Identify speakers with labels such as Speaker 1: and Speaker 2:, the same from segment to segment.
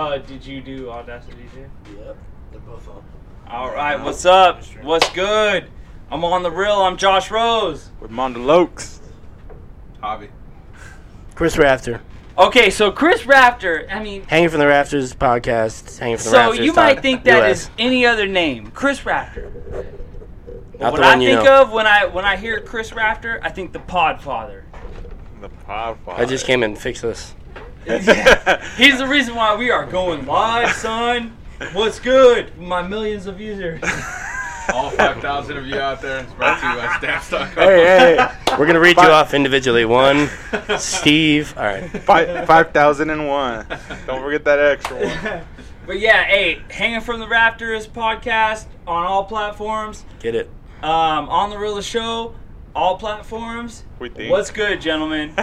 Speaker 1: Uh, did you do Audacity too?
Speaker 2: Yep, they're both on.
Speaker 1: All right, what's up? What's good? I'm on the real. I'm Josh Rose.
Speaker 3: with Mondelokes.
Speaker 4: Hobby.
Speaker 5: Chris Rafter,
Speaker 1: Okay, so Chris Rafter. I mean,
Speaker 5: Hanging from the Rafters podcast. Hanging from the
Speaker 1: so
Speaker 5: Rafters.
Speaker 1: you might
Speaker 5: Todd,
Speaker 1: think that
Speaker 5: US.
Speaker 1: is any other name, Chris Rafter.
Speaker 5: not
Speaker 1: what
Speaker 5: the one
Speaker 1: I
Speaker 5: you
Speaker 1: think
Speaker 5: know.
Speaker 1: of when I when I hear Chris Rafter, I think the Podfather.
Speaker 3: The Podfather.
Speaker 5: I just came and fixed this.
Speaker 1: Here's the reason why we are going live, son. What's good? My millions of users.
Speaker 4: All 5,000 of you out there, it's brought to you by Stamps.com.
Speaker 3: hey, hey.
Speaker 5: We're gonna read
Speaker 3: Bye.
Speaker 5: you off individually. One, Steve. All right.
Speaker 3: Five, 5,001. Don't forget that extra one.
Speaker 1: But yeah, hey, hanging from the Raptors podcast on all platforms.
Speaker 5: Get it.
Speaker 1: Um, on the real show, all platforms.
Speaker 3: We think.
Speaker 1: What's good, gentlemen?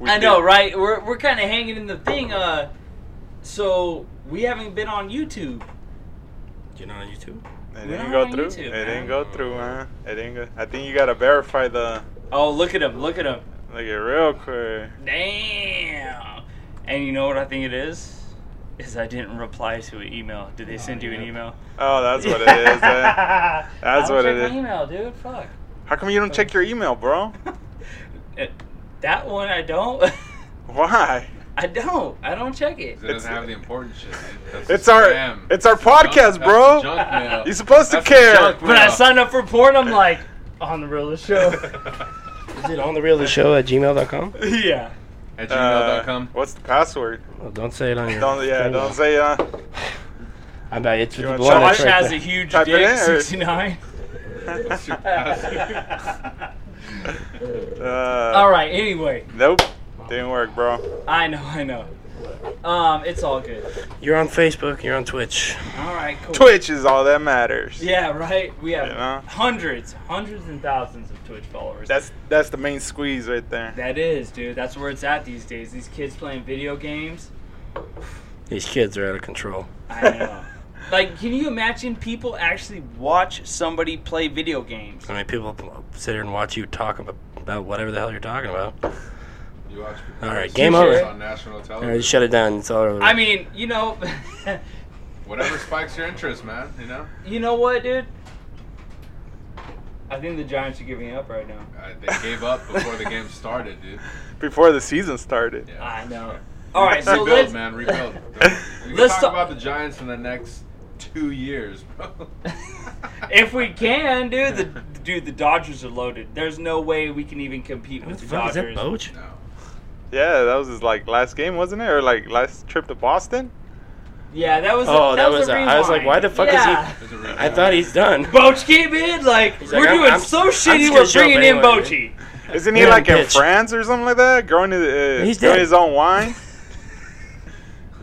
Speaker 3: We
Speaker 1: I know,
Speaker 3: think.
Speaker 1: right? We're we're kind of hanging in the thing. Uh, so we haven't been on YouTube.
Speaker 5: You're not on YouTube.
Speaker 3: It
Speaker 1: We're not
Speaker 3: didn't go
Speaker 1: on
Speaker 3: through.
Speaker 1: YouTube,
Speaker 3: it
Speaker 1: man.
Speaker 3: didn't go through, huh? It didn't go. I think you gotta verify the.
Speaker 1: Oh, look at him! Look at him!
Speaker 3: Look at real quick.
Speaker 1: Damn! And you know what I think it is? Is I didn't reply to an email. Did they send you an email?
Speaker 3: Oh, that's what it is. eh? That's
Speaker 1: I
Speaker 3: what
Speaker 1: don't
Speaker 3: it
Speaker 1: check
Speaker 3: is.
Speaker 1: My email, dude. Fuck.
Speaker 3: How come you don't check your email, bro?
Speaker 1: Uh, That one I don't.
Speaker 3: Why?
Speaker 1: I don't. I don't check it.
Speaker 4: It doesn't have the important shit, man. That's
Speaker 3: It's
Speaker 4: a
Speaker 3: our-
Speaker 4: spam.
Speaker 3: it's our
Speaker 4: That's junk-
Speaker 3: podcast,
Speaker 4: that's
Speaker 3: bro.
Speaker 4: junk mail.
Speaker 3: You're supposed to
Speaker 4: That's
Speaker 3: care.
Speaker 4: junk
Speaker 1: When I
Speaker 4: mail.
Speaker 1: signed up for porn, I'm like, on the realest show.
Speaker 5: Is it on the real show at gmail.com?
Speaker 1: yeah.
Speaker 4: At
Speaker 3: Uh,
Speaker 4: gmail.com.
Speaker 3: what's the password?
Speaker 5: Well, don't say it on your.
Speaker 3: Don't yeah.
Speaker 5: thing.
Speaker 3: Don't say uh.
Speaker 5: I bet it's
Speaker 3: You
Speaker 5: with the
Speaker 3: want
Speaker 5: one that's
Speaker 3: Josh
Speaker 1: Josh
Speaker 5: right
Speaker 1: has
Speaker 5: there.
Speaker 1: a huge
Speaker 3: Type it
Speaker 1: dick,
Speaker 3: in, or-
Speaker 1: 69.
Speaker 4: What's your password?
Speaker 3: uh,
Speaker 1: All right, anyway.
Speaker 3: Nope. Didn't work, bro.
Speaker 1: I know, I know. Um, it's all good.
Speaker 5: You're on Facebook. You're on Twitch.
Speaker 1: All right, cool.
Speaker 3: Twitch is all that matters.
Speaker 1: Yeah, right? We have
Speaker 3: You know?
Speaker 1: hundreds, hundreds and thousands of Twitch followers.
Speaker 3: That's that's the main squeeze right there.
Speaker 1: that is, dude. That's where it's at these days. These kids playing video games.
Speaker 5: These kids are out of control.
Speaker 1: I know. like, can you imagine people actually watch somebody play video games?
Speaker 5: I mean, people sit here and watch you talk ab- about whatever the hell you're talking about.
Speaker 3: Oh.
Speaker 4: You watch people
Speaker 5: All right,
Speaker 4: do
Speaker 5: game
Speaker 4: sports
Speaker 1: over.
Speaker 4: On national
Speaker 5: All right,
Speaker 4: television.
Speaker 5: shut it down. It's all over.
Speaker 1: I mean, you know,
Speaker 4: Whatever spikes your interest, man. You know.
Speaker 1: you know what, dude? I think the Giants are giving up right now.
Speaker 4: Uh, they gave up before the game started, dude.
Speaker 3: Before the season started.
Speaker 4: Yeah.
Speaker 1: I know. All right, so
Speaker 4: rebuild,
Speaker 1: let's
Speaker 4: man, rebuild. We can
Speaker 1: Let's
Speaker 4: talk
Speaker 1: talk-
Speaker 4: about the Giants in the next two years, bro.
Speaker 1: if we can, dude. The dude, the Dodgers are loaded. There's no way we can even compete
Speaker 5: what
Speaker 1: with
Speaker 5: the
Speaker 1: the
Speaker 5: fuck is that
Speaker 1: Dodgers.
Speaker 5: Boch?
Speaker 4: no.
Speaker 3: Yeah, that was his like last game, wasn't it? Or like last trip to Boston?
Speaker 1: Yeah, that was.
Speaker 5: Oh,
Speaker 1: a,
Speaker 5: that
Speaker 1: was.
Speaker 5: was
Speaker 1: a
Speaker 5: a- I was like,
Speaker 1: rewind.
Speaker 5: why the fuck is he-
Speaker 1: yeah.
Speaker 4: There's a reason.
Speaker 5: I thought he's done.
Speaker 1: Boch came in like
Speaker 5: He's
Speaker 1: we're
Speaker 5: like, I'm-
Speaker 1: doing
Speaker 5: I'm-
Speaker 1: so
Speaker 5: I'm
Speaker 1: shitty.
Speaker 5: just
Speaker 1: We're
Speaker 5: gonna show up
Speaker 1: bringing in
Speaker 5: anyway,
Speaker 1: Bochy.
Speaker 3: Isn't he
Speaker 5: Yeah,
Speaker 3: like in
Speaker 5: bitch.
Speaker 3: France or something like that? Growing his, uh,
Speaker 5: He's
Speaker 3: growing
Speaker 5: dead.
Speaker 3: his own wine?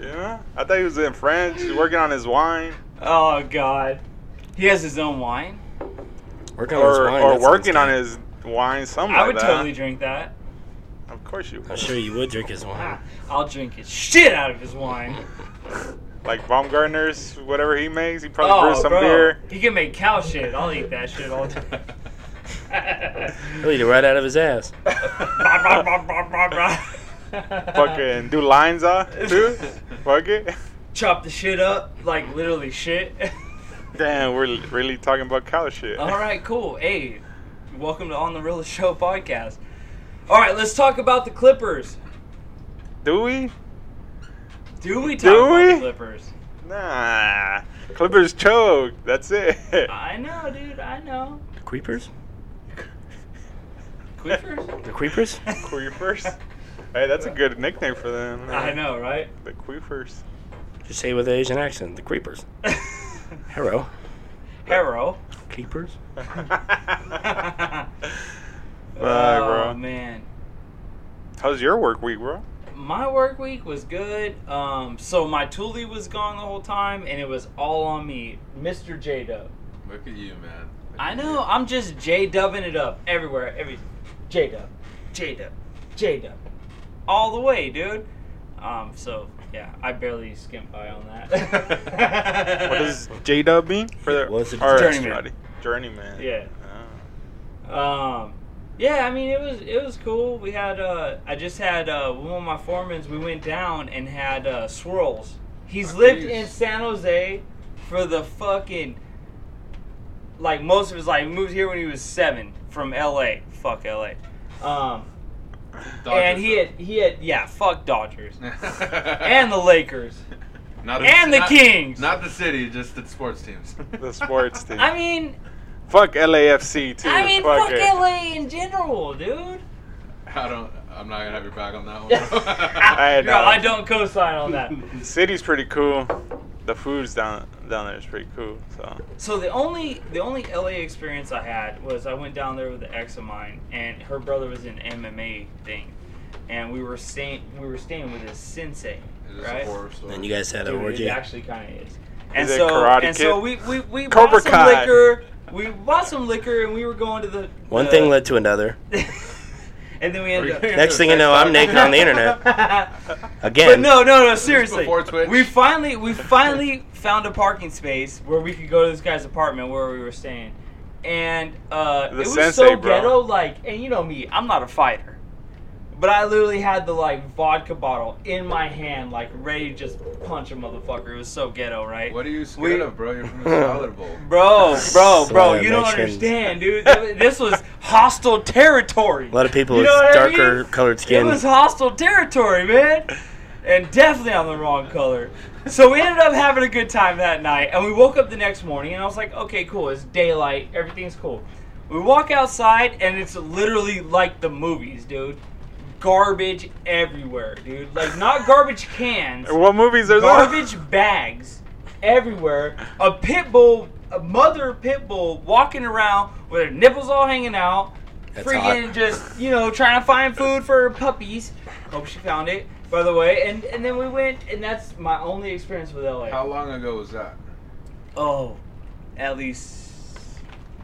Speaker 3: yeah. I thought he was in France working on his wine.
Speaker 1: Oh god, he has his own wine.
Speaker 5: Working on his
Speaker 3: Or,
Speaker 5: wine, that
Speaker 3: or
Speaker 5: sounds
Speaker 3: working on
Speaker 5: good.
Speaker 3: his wine, something
Speaker 1: I
Speaker 3: like
Speaker 1: would
Speaker 3: that.
Speaker 1: totally Oh, drink that.
Speaker 3: Of course you
Speaker 5: I'm
Speaker 3: would.
Speaker 5: sure you would drink his wine.
Speaker 1: Ah, I'll drink his shit out of his wine.
Speaker 3: Like Baumgartner's, whatever he makes, he probably brews
Speaker 1: Oh,
Speaker 3: some
Speaker 1: bro,
Speaker 3: beer.
Speaker 1: he can make cow shit. I'll eat that shit all day.
Speaker 5: He'll eat it right out of his ass.
Speaker 3: Fucking do lines off, too. Fuck it.
Speaker 1: Chop the shit up like literally shit.
Speaker 3: Damn, we're l- really talking about cow shit.
Speaker 1: All right, cool. Hey, welcome to On the Real Show podcast. All right, let's talk about the Clippers.
Speaker 3: Do we?
Speaker 1: Do we talk
Speaker 3: Do
Speaker 1: about the
Speaker 3: we?
Speaker 1: Clippers?
Speaker 3: Nah. Clippers choke. That's it.
Speaker 1: I know, dude. I know.
Speaker 5: The creepers?
Speaker 1: Clippers?
Speaker 5: The creepers?
Speaker 3: Queefers. Hey, that's a good nickname for them.
Speaker 1: I know, right?
Speaker 3: The Queefers.
Speaker 5: Just say it with an Asian accent. The creepers. Hello.
Speaker 1: Harrow.
Speaker 5: Creepers?
Speaker 3: Fuck,
Speaker 1: oh
Speaker 3: bro.
Speaker 1: man,
Speaker 3: How's your work week, bro?
Speaker 1: my work week was good. Um, so my Thule was gone the whole time, and it was all on me, Mr. J Dub.
Speaker 4: Look at you, man. Look
Speaker 1: I
Speaker 4: at
Speaker 1: know. I'm just J dubbing it up everywhere. Every J dub, J dub, J dub, all the way, dude. Um, so yeah, I barely skimped by on that.
Speaker 3: What does J Dub mean? For the
Speaker 5: What's it-
Speaker 3: or-
Speaker 1: Journeyman.
Speaker 3: Journeyman.
Speaker 1: Yeah. Um,
Speaker 3: Oh.
Speaker 1: yeah, I mean it was it was cool. We had uh, I just had uh, one of my foremans. We went down and had uh, swirls He's
Speaker 4: Fuck
Speaker 1: lived
Speaker 4: you.
Speaker 1: in San Jose for the fucking like most of his life. He moved here when he was seven from L.A. Fuck L.A. Um,
Speaker 4: Dodgers,
Speaker 1: and he
Speaker 4: though.
Speaker 1: had he had yeah fuck Dodgers and
Speaker 4: and
Speaker 1: the Lakers.
Speaker 4: not
Speaker 1: and the
Speaker 4: not-
Speaker 1: Kings.
Speaker 4: Not the city, just the sports teams.
Speaker 3: The sports team.
Speaker 1: I mean,
Speaker 3: Fuck LAFC too.
Speaker 1: I mean
Speaker 3: fuck
Speaker 1: fuck
Speaker 3: it.
Speaker 1: L.A. in general, dude.
Speaker 4: I don't. I'm not gonna have your back on that one.
Speaker 3: I uh,
Speaker 1: No,
Speaker 3: know.
Speaker 1: I don't co-sign on that.
Speaker 3: City's pretty cool. The food's down down there is pretty cool. So
Speaker 1: So the only the only LA experience I had was I went down there with an ex of mine, and her brother was in MMA thing, and we were staying we were staying with his sensei,
Speaker 4: It is
Speaker 1: right?
Speaker 4: a horror story.
Speaker 5: Then you guys had an
Speaker 1: Dude,
Speaker 5: orgy.
Speaker 1: It actually kind of is. And
Speaker 3: it
Speaker 1: so
Speaker 3: Karate
Speaker 1: and so
Speaker 3: Kid?
Speaker 1: we we, we
Speaker 3: Cobra
Speaker 1: bought some
Speaker 3: Kai.
Speaker 1: liquor. We bought some liquor, and we were going to the
Speaker 5: One
Speaker 1: the-
Speaker 5: thing led to another.
Speaker 1: and then we
Speaker 4: Are you
Speaker 1: ended up.
Speaker 4: gonna
Speaker 5: Next
Speaker 4: do a
Speaker 5: thing you
Speaker 4: sex
Speaker 5: know, I'm
Speaker 4: talk?
Speaker 5: naked on the internet again.
Speaker 1: But no, no, no. Seriously,
Speaker 4: before Twitch?
Speaker 1: we finally we finally found a parking space where we could go to this guy's apartment where we were staying, and uh, it
Speaker 3: The
Speaker 1: was
Speaker 3: sensei,
Speaker 1: so
Speaker 3: bro.
Speaker 1: ghetto. Like, and you know me, I'm not a fighter, but I literally had the like vodka bottle in my hand, like ready to just punch a motherfucker. It was so ghetto, right?
Speaker 4: What are you scared
Speaker 1: We-
Speaker 4: of, bro? You're from the Salad Bowl.
Speaker 1: Bro, bro, bro!
Speaker 5: Slam
Speaker 1: You don't
Speaker 5: actions.
Speaker 1: understand, dude. This was hostile territory.
Speaker 5: A lot of people
Speaker 1: You
Speaker 5: with
Speaker 1: know what I mean?
Speaker 5: darker colored skin.
Speaker 1: It was hostile territory, man. And definitely on the wrong color. So we ended up having a good time that night. And we woke up the next morning and I was like, okay, cool. It's daylight. Everything's cool. We walk outside and it's literally like the movies, dude. Garbage everywhere, dude. Like, not garbage cans,
Speaker 3: what movies there's
Speaker 1: garbage bags everywhere. A pit bull, a mother pit bull walking around with her nipples all hanging out
Speaker 5: That's
Speaker 1: freaking
Speaker 5: hot.
Speaker 1: just you know trying to find food for her puppies. Hope she found it, by the way. And and then we went, and that's my only experience with LA.
Speaker 4: How long ago was that?
Speaker 1: Oh, at least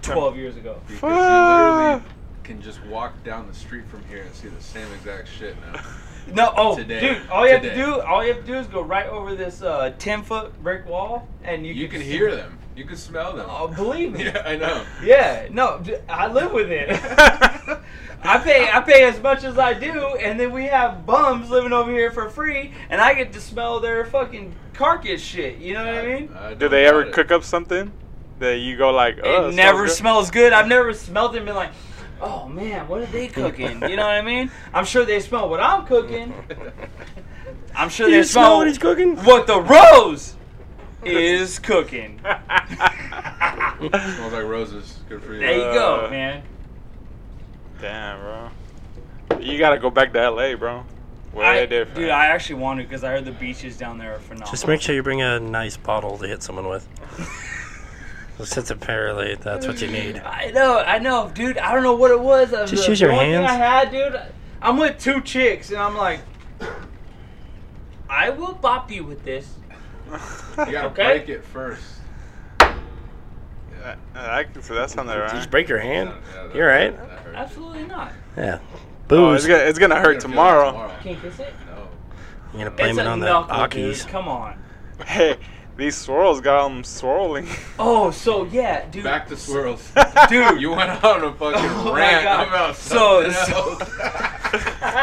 Speaker 1: twelve years ago.
Speaker 4: Because you
Speaker 3: Fuck.
Speaker 4: literally can just walk down the street from here and see the same exact shit now.
Speaker 1: No, oh,
Speaker 4: Today.
Speaker 1: dude, all you have
Speaker 4: Today.
Speaker 1: to do, all you have to do is go right over this uh, ten foot brick wall, and you,
Speaker 4: You can hear them. You can smell them.
Speaker 1: Oh, believe me.
Speaker 4: Yeah, I know.
Speaker 1: Yeah, no, d- I live with it.
Speaker 3: a
Speaker 1: I pay, I pay as much as I do, and then we have bums living over here for free, and I get to smell their fucking carcass shit. You know what I mean?
Speaker 3: Do they ever cook up something that you go like?
Speaker 1: it
Speaker 3: Oh, that
Speaker 1: never
Speaker 3: smells
Speaker 1: smells good. I've never smelled it and been like, oh man, what are they cooking? You know what I mean? I'm sure they smell what I'm cooking. I'm sure
Speaker 5: you
Speaker 1: they
Speaker 5: smell
Speaker 1: smell
Speaker 5: what he's cooking?
Speaker 1: what the rose is cooking.
Speaker 3: good?
Speaker 4: Smells like roses. Good for you.
Speaker 1: There you go,
Speaker 3: Uh,
Speaker 1: man.
Speaker 3: Damn, bro. You gotta go back to LA, bro. Way
Speaker 1: I,
Speaker 3: different.
Speaker 1: dude, I actually wanted because I heard the beaches down there are phenomenal.
Speaker 5: Just make sure you bring a nice bottle to hit someone with. Since it's apparently that's what you need.
Speaker 1: I know, I know, dude. I don't know what it was. Uh,
Speaker 5: Just
Speaker 1: the
Speaker 5: use your
Speaker 1: one
Speaker 5: hands.
Speaker 1: Thing I had, dude. I'm with two chicks, and I'm like, I will bop you with this.
Speaker 4: You gotta
Speaker 1: Okay.
Speaker 4: break it first.
Speaker 3: Uh, I can, so that sounded
Speaker 5: Did you
Speaker 3: right.
Speaker 5: just break your hand?
Speaker 4: Yeah, yeah, that-
Speaker 5: You're right.
Speaker 4: that hurt.
Speaker 1: Absolutely not.
Speaker 5: Yeah.
Speaker 3: Oh, it's
Speaker 5: Booze.
Speaker 3: gonna, it's gonna
Speaker 4: You're
Speaker 3: hurt
Speaker 4: gonna feel it
Speaker 3: tomorrow.
Speaker 1: Can't kiss it.
Speaker 4: No.
Speaker 5: You're gonna blame
Speaker 1: it's
Speaker 5: it
Speaker 1: a
Speaker 5: on the
Speaker 1: knuckle,
Speaker 5: Aki's.
Speaker 1: Dude. Come on.
Speaker 3: Hey, these swirls got them swirling.
Speaker 1: Oh, so yeah, dude.
Speaker 4: Back to swirls.
Speaker 5: Oh
Speaker 1: Dude.
Speaker 4: you went on a fucking
Speaker 1: Oh my
Speaker 4: rant
Speaker 1: God.
Speaker 4: about
Speaker 1: So-
Speaker 4: something
Speaker 1: so-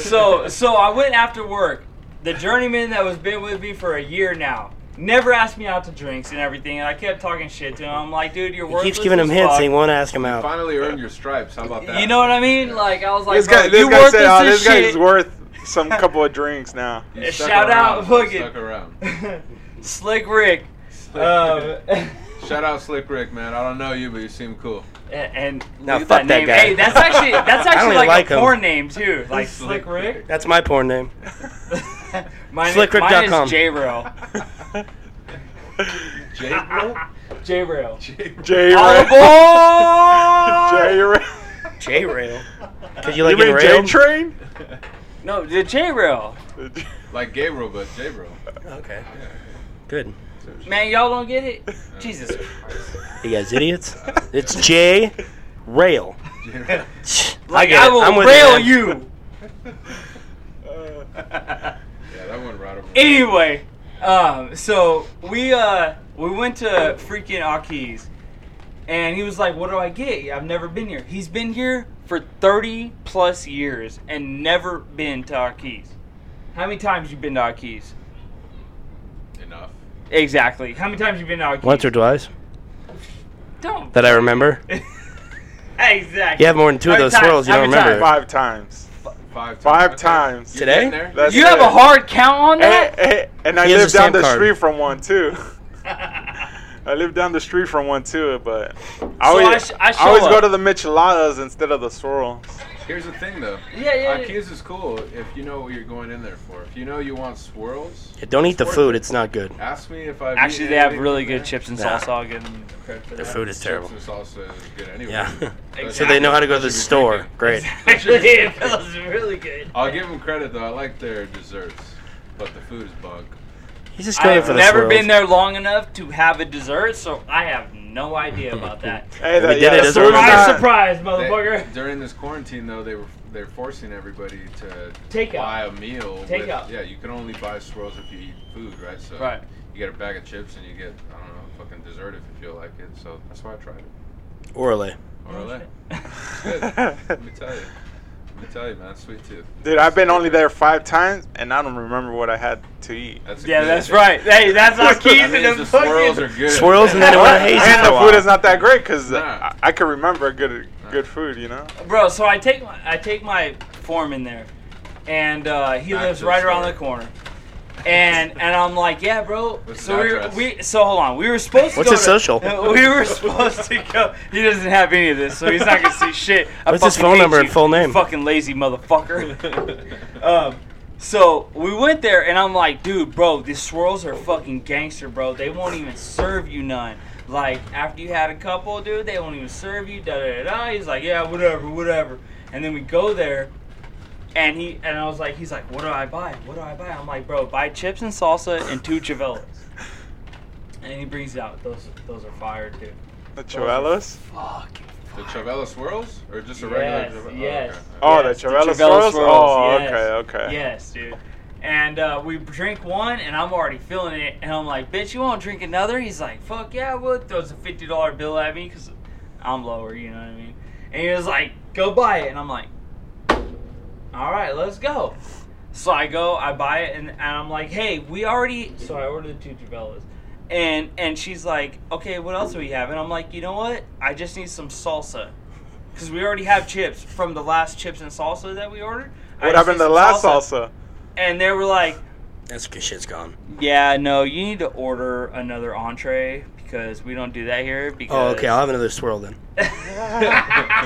Speaker 1: so so I went after work. The journeyman that was been with me for a year now never asked me out to drinks and everything, and I kept talking shit to him. I'm like, dude, you're
Speaker 5: He
Speaker 1: worthless.
Speaker 5: keeps giving him
Speaker 1: as
Speaker 5: hints
Speaker 1: fuck.
Speaker 5: and he won't ask him out.
Speaker 4: Finally earned your stripes. How about that?
Speaker 1: You know what I mean? Like I was like,
Speaker 3: this
Speaker 1: bro,
Speaker 3: guy, this
Speaker 1: you
Speaker 3: guy
Speaker 1: worthless
Speaker 3: said, "Oh,
Speaker 1: as
Speaker 3: this
Speaker 1: shit.
Speaker 3: guy's worth some couple of drinks now."
Speaker 4: You stuck
Speaker 1: Shout out
Speaker 4: around.
Speaker 1: Boogie.
Speaker 4: Stuck around.
Speaker 1: Slick Rick. Um,
Speaker 4: Shout out Slick Rick, man. I don't know you, but you seem cool.
Speaker 1: and
Speaker 5: Now,
Speaker 1: look at
Speaker 5: fuck that
Speaker 1: name.
Speaker 5: guy.
Speaker 1: Hey, that's actually that's
Speaker 5: I don't
Speaker 1: actually
Speaker 5: even
Speaker 1: like,
Speaker 5: like
Speaker 1: a
Speaker 5: him.
Speaker 1: porn name too, like Slick Rick.
Speaker 5: That's my porn name.
Speaker 1: mine, mine
Speaker 5: Slickrick.com.
Speaker 1: is J Rail.
Speaker 4: J Rick?
Speaker 1: J Rail.
Speaker 4: J
Speaker 3: J.
Speaker 1: All
Speaker 3: Ray.
Speaker 1: aboard!
Speaker 3: J. Ray.
Speaker 5: J rail. Cause you
Speaker 3: Oh!
Speaker 5: like
Speaker 3: You mean
Speaker 5: getting
Speaker 3: J
Speaker 5: railed?
Speaker 3: Train?
Speaker 1: No, the J Rail.
Speaker 4: Like Gabriel, but J Bro.
Speaker 5: okay. Good.
Speaker 1: Man, y'all don't get it. Jesus.
Speaker 5: You guys idiots. It's J rail.
Speaker 4: J
Speaker 1: Like
Speaker 5: get
Speaker 1: I,
Speaker 5: it.
Speaker 1: will
Speaker 5: I'm with it,
Speaker 1: rail
Speaker 5: man.
Speaker 1: you.
Speaker 4: Yeah, that went right over.
Speaker 1: Anyway, um, so we uh we went to freaking Aki's, and he was like, "What do I get? I've never been here." He's been here for thirty plus years and never been to Aki's. How many times you been to Aki's?
Speaker 4: enough.
Speaker 1: Exactly. How many times you been out?
Speaker 5: Once or twice
Speaker 1: Don't.
Speaker 5: that I remember.
Speaker 1: exactly.
Speaker 5: You have more than two of
Speaker 1: How many
Speaker 5: those swirls, you
Speaker 1: times?
Speaker 5: don't
Speaker 1: How many
Speaker 5: remember.
Speaker 3: Five times.
Speaker 4: Five times.
Speaker 3: Five
Speaker 4: Okay.
Speaker 3: times.
Speaker 4: You
Speaker 5: Today?
Speaker 4: getting there?
Speaker 3: That's
Speaker 1: You have
Speaker 3: it.
Speaker 1: a hard count on
Speaker 3: And,
Speaker 5: Eh.
Speaker 1: that?
Speaker 3: and- and I
Speaker 5: He has
Speaker 3: live
Speaker 5: a
Speaker 3: down
Speaker 5: SIM
Speaker 3: the
Speaker 5: card.
Speaker 3: street from one too. I live down the street from one too, but I
Speaker 1: So I
Speaker 3: always,
Speaker 1: sh- I
Speaker 3: I always
Speaker 1: show
Speaker 3: go
Speaker 1: up.
Speaker 3: to the Micheladas instead of the swirls.
Speaker 4: Here's the thing, though.
Speaker 1: Yeah, yeah, yeah.
Speaker 4: Aki's is cool if you know what you're going in there for. If you know you want swirls,
Speaker 5: Yeah, don't eat the food; it's not good.
Speaker 4: ask me if I.
Speaker 1: Actually, they have really good chips and
Speaker 5: Nah.
Speaker 1: salsa. I'll give them credit for
Speaker 5: Their
Speaker 1: that.
Speaker 5: food is terrible.
Speaker 4: Chips and salsa is good anyway.
Speaker 5: Yeah.
Speaker 4: But-
Speaker 5: So they know how to go to the store. Great.
Speaker 1: Actually, it feels really good.
Speaker 4: I'll give them credit though. I like their desserts, but the food is bug.
Speaker 5: He's just going
Speaker 1: I've
Speaker 5: for the
Speaker 1: never
Speaker 5: swirls.
Speaker 1: been there long enough to have a dessert, so I have no idea about that.
Speaker 3: Hey,
Speaker 5: We
Speaker 3: that,
Speaker 5: did
Speaker 3: yeah,
Speaker 5: it,
Speaker 3: the
Speaker 5: it's
Speaker 3: swirls
Speaker 5: already-
Speaker 1: surprise,
Speaker 3: not-
Speaker 1: surprise,
Speaker 4: They-
Speaker 1: motherfucker.
Speaker 4: during this quarantine though, they were they're forcing everybody to
Speaker 1: Take out.
Speaker 4: buy a meal.
Speaker 1: Take
Speaker 4: with-
Speaker 1: out.
Speaker 4: Yeah, you can only buy swirls if you eat food, right? So
Speaker 1: Right.
Speaker 4: you get a bag of chips and you get I don't know fucking dessert if you feel like it. So that's why I tried it.
Speaker 5: Orally.
Speaker 4: Or LA. Good. Let me tell you. Let me tell you, man. Sweet tooth.
Speaker 3: Dude, I've been only there five times, and I don't remember what I had to eat.
Speaker 4: That's a
Speaker 1: yeah,
Speaker 4: good
Speaker 1: that's
Speaker 4: thing.
Speaker 1: right. Hey, that's our
Speaker 4: That
Speaker 1: keys
Speaker 4: means
Speaker 1: in the
Speaker 4: the swirls are
Speaker 1: fucking.
Speaker 4: good.
Speaker 5: Swirls and then it
Speaker 3: What?
Speaker 5: went hazy
Speaker 3: and
Speaker 5: for a
Speaker 3: the
Speaker 5: while.
Speaker 3: food is not that great because
Speaker 4: Nah.
Speaker 3: I, I can remember good good food, you know.
Speaker 1: Bro, so I take my I take my foreman there, and uh, he
Speaker 4: Back
Speaker 1: lives
Speaker 4: to the
Speaker 1: right around the
Speaker 4: story.
Speaker 1: corner. And and I'm like, yeah, bro.
Speaker 4: What's
Speaker 1: so
Speaker 4: his
Speaker 1: we were,
Speaker 4: address?
Speaker 1: we so hold on. We were supposed to.
Speaker 5: What's
Speaker 1: go
Speaker 5: his
Speaker 1: to-
Speaker 5: social?
Speaker 1: We were supposed to go. He doesn't have any of this, so he's not gonna see shit. I
Speaker 5: What's his
Speaker 1: fucking
Speaker 5: phone
Speaker 1: hate
Speaker 5: number and
Speaker 1: you,
Speaker 5: full
Speaker 1: you
Speaker 5: name?
Speaker 1: Fucking lazy motherfucker. um, so we went there, and I'm like, dude, bro, these swirls are fucking gangster, bro. They won't even serve you none. Like after you had a couple, dude, they won't even serve you. Da da da. da. He's like, yeah, whatever, whatever. And then we go there, and he and I was like, he's like, what do I buy? What do I buy? I'm like, bro, buy chips and salsa and two Javelas. And he brings it out. Those those are fire too.
Speaker 3: The Chuelos.
Speaker 1: Fuck.
Speaker 4: The Chavela swirls or just a
Speaker 1: Yes,
Speaker 4: regular? Chavela?
Speaker 1: yes.
Speaker 4: Oh, okay.
Speaker 3: Oh,
Speaker 1: yes,
Speaker 3: the Chavela swirls? Oh, okay, okay.
Speaker 1: Yes, dude. And uh, we drink one, and I'm already feeling it. And I'm like, bitch, you want to drink another? He's like, fuck yeah, I would. Throws a $50 bill at me because I'm lower, you know what I mean? And he was like, go buy it. And I'm like, all right, let's go. So I go, I buy it, and, and I'm like, hey, we already. So I ordered the two Javelas. And, and she's like, okay, what else do we have? And I'm like, you know what? I just need some salsa. Because we already have chips from the last chips and salsa that we ordered. I
Speaker 3: What
Speaker 1: just
Speaker 3: happened
Speaker 1: need
Speaker 3: to
Speaker 1: some
Speaker 3: last salsa?
Speaker 1: And they were like,
Speaker 5: That's good. Shit's gone.
Speaker 1: yeah, no, you need to order another entree because we don't do that here. Because
Speaker 5: Oh, okay. I'll have another swirl then. Is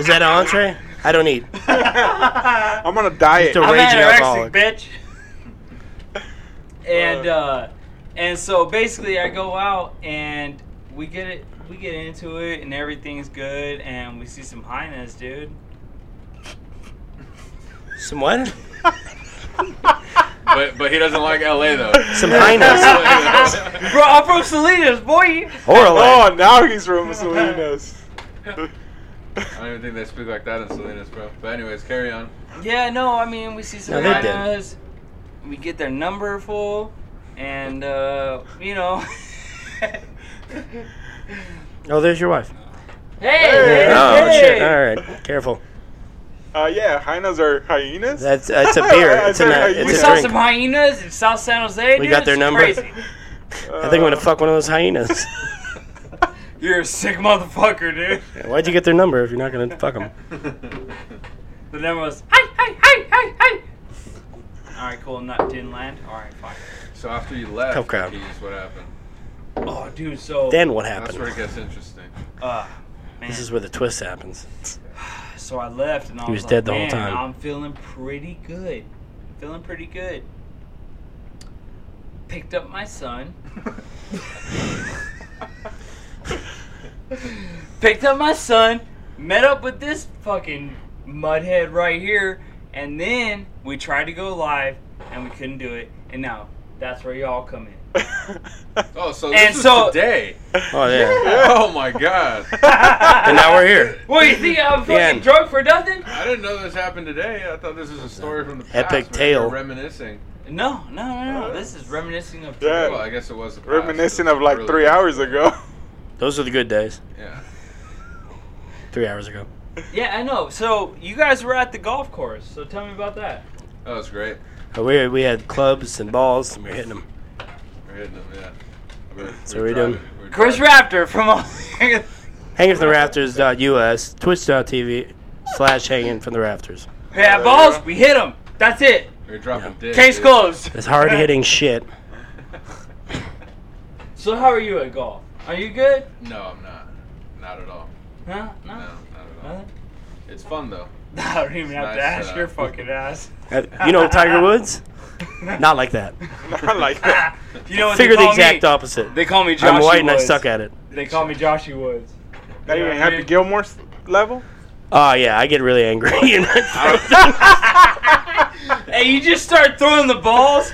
Speaker 5: that an entree? I don't eat.
Speaker 1: I'm
Speaker 3: I'm on a diet.
Speaker 5: Just a-
Speaker 1: I'm
Speaker 5: raging
Speaker 1: anorexic,
Speaker 5: alcoholic.
Speaker 1: bitch. and uh, and so basically, I go out and we get it, we get into it, and everything's good, and we see some highness, dude.
Speaker 5: Some what?
Speaker 4: But but he doesn't like LA though.
Speaker 5: Some highness.
Speaker 1: Bro, I'm from Salinas, boy.
Speaker 5: Orally.
Speaker 3: Oh, now he's from Salinas.
Speaker 4: I don't even think they speak like that in Salinas, bro. But anyways, carry on.
Speaker 1: Yeah, no, I mean we see some
Speaker 5: No, they didn't.
Speaker 1: hyenas, we get their number full, and uh, you know. hey,
Speaker 5: Oh, there's your wife.
Speaker 1: hey,
Speaker 5: Oh
Speaker 1: hey.
Speaker 5: shit! All right, careful.
Speaker 3: Uh, yeah, hyenas are hyenas.
Speaker 5: That's that's a beer.
Speaker 3: I
Speaker 5: It's in
Speaker 3: said
Speaker 5: a,
Speaker 1: We
Speaker 5: it's
Speaker 1: saw
Speaker 5: a
Speaker 1: some
Speaker 5: drink.
Speaker 1: hyenas in South San Jose.
Speaker 5: We
Speaker 1: dude,
Speaker 5: got their
Speaker 1: it's
Speaker 5: number.
Speaker 1: Crazy.
Speaker 5: I think I'm gonna fuck one of those hyenas.
Speaker 1: You're a sick motherfucker, dude.
Speaker 5: Why'd you get their number if you're not gonna fuck them?
Speaker 1: The number was hey, hey, hey, hey, hey. All right, cool. Not didn't land. All right, fine.
Speaker 4: so after you left,
Speaker 5: Tough crowd.
Speaker 4: Keys, what happened?
Speaker 1: Oh, dude. So
Speaker 5: Then what
Speaker 4: That's where it
Speaker 5: happened?
Speaker 4: gets interesting.
Speaker 1: uh, man.
Speaker 5: This is where the twist happens.
Speaker 1: So I left, and I
Speaker 5: He was
Speaker 1: like,
Speaker 5: dead the whole
Speaker 1: Man,
Speaker 5: time.
Speaker 1: I'm feeling pretty good. Feeling pretty good. Picked up my son. Picked up my son. Met up with this fucking mudhead right here, and then we tried to go live, and we couldn't do it. And now that's where y'all come in.
Speaker 4: Oh, so this
Speaker 1: And
Speaker 4: is
Speaker 1: so-
Speaker 4: today.
Speaker 5: Oh yeah.
Speaker 4: Oh my god.
Speaker 5: And now we're here.
Speaker 1: What you think I'm fucking
Speaker 5: end.
Speaker 1: drunk for nothing?
Speaker 4: I didn't know this happened today. I thought this was a story from the past.
Speaker 5: Epic
Speaker 4: man. You're
Speaker 5: tale.
Speaker 4: Reminiscing.
Speaker 1: No, no, no, no. This is reminiscing of.
Speaker 3: Yeah.
Speaker 4: Well, I guess it was the past.
Speaker 3: Reminiscent
Speaker 4: It was
Speaker 3: of like
Speaker 4: really
Speaker 3: three
Speaker 4: good.
Speaker 3: hours ago.
Speaker 5: Those are the good days.
Speaker 4: Yeah.
Speaker 5: Three hours ago.
Speaker 1: Yeah, I know. So you guys were at the golf course. So tell me about that.
Speaker 4: That was great.
Speaker 5: Uh, We we had clubs and balls and we were hitting them.
Speaker 4: Yeah. We're hitting them, yeah. We're,
Speaker 5: So we doing-
Speaker 4: driving- we're
Speaker 1: Chris
Speaker 4: driving.
Speaker 1: Raptor from all.
Speaker 5: Hanging from the Rafters.us, twitch.tv slash hanging from the rafters.
Speaker 1: yeah, balls. We hit him. That's it.
Speaker 4: We're dropping
Speaker 5: Yeah.
Speaker 4: dicks.
Speaker 1: Case
Speaker 4: dude.
Speaker 1: closed.
Speaker 5: It's hard hitting shit.
Speaker 1: So how are you at golf? Are you good?
Speaker 4: No, I'm not. Not at all.
Speaker 1: Huh?
Speaker 4: No, not
Speaker 1: No.
Speaker 4: at all.
Speaker 1: Nothing?
Speaker 4: It's fun though.
Speaker 1: I don't even have to
Speaker 4: Nice
Speaker 1: ask
Speaker 4: setup.
Speaker 1: your fucking ass.
Speaker 5: Uh, You know Tiger Woods? Not like that.
Speaker 3: Not like that.
Speaker 1: You know what
Speaker 5: Figure
Speaker 1: they
Speaker 5: the
Speaker 1: call
Speaker 5: exact
Speaker 1: me?
Speaker 5: opposite.
Speaker 1: They call me Joshie
Speaker 5: I'm white and I
Speaker 1: Woods.
Speaker 5: suck at it.
Speaker 1: They call me Joshy Woods.
Speaker 3: Not
Speaker 1: You know
Speaker 3: even
Speaker 1: what I
Speaker 3: Happy
Speaker 1: mean?
Speaker 3: Gilmore's level.
Speaker 5: Oh, yeah, I get really angry. and I throw
Speaker 1: Hey, you just start throwing the balls.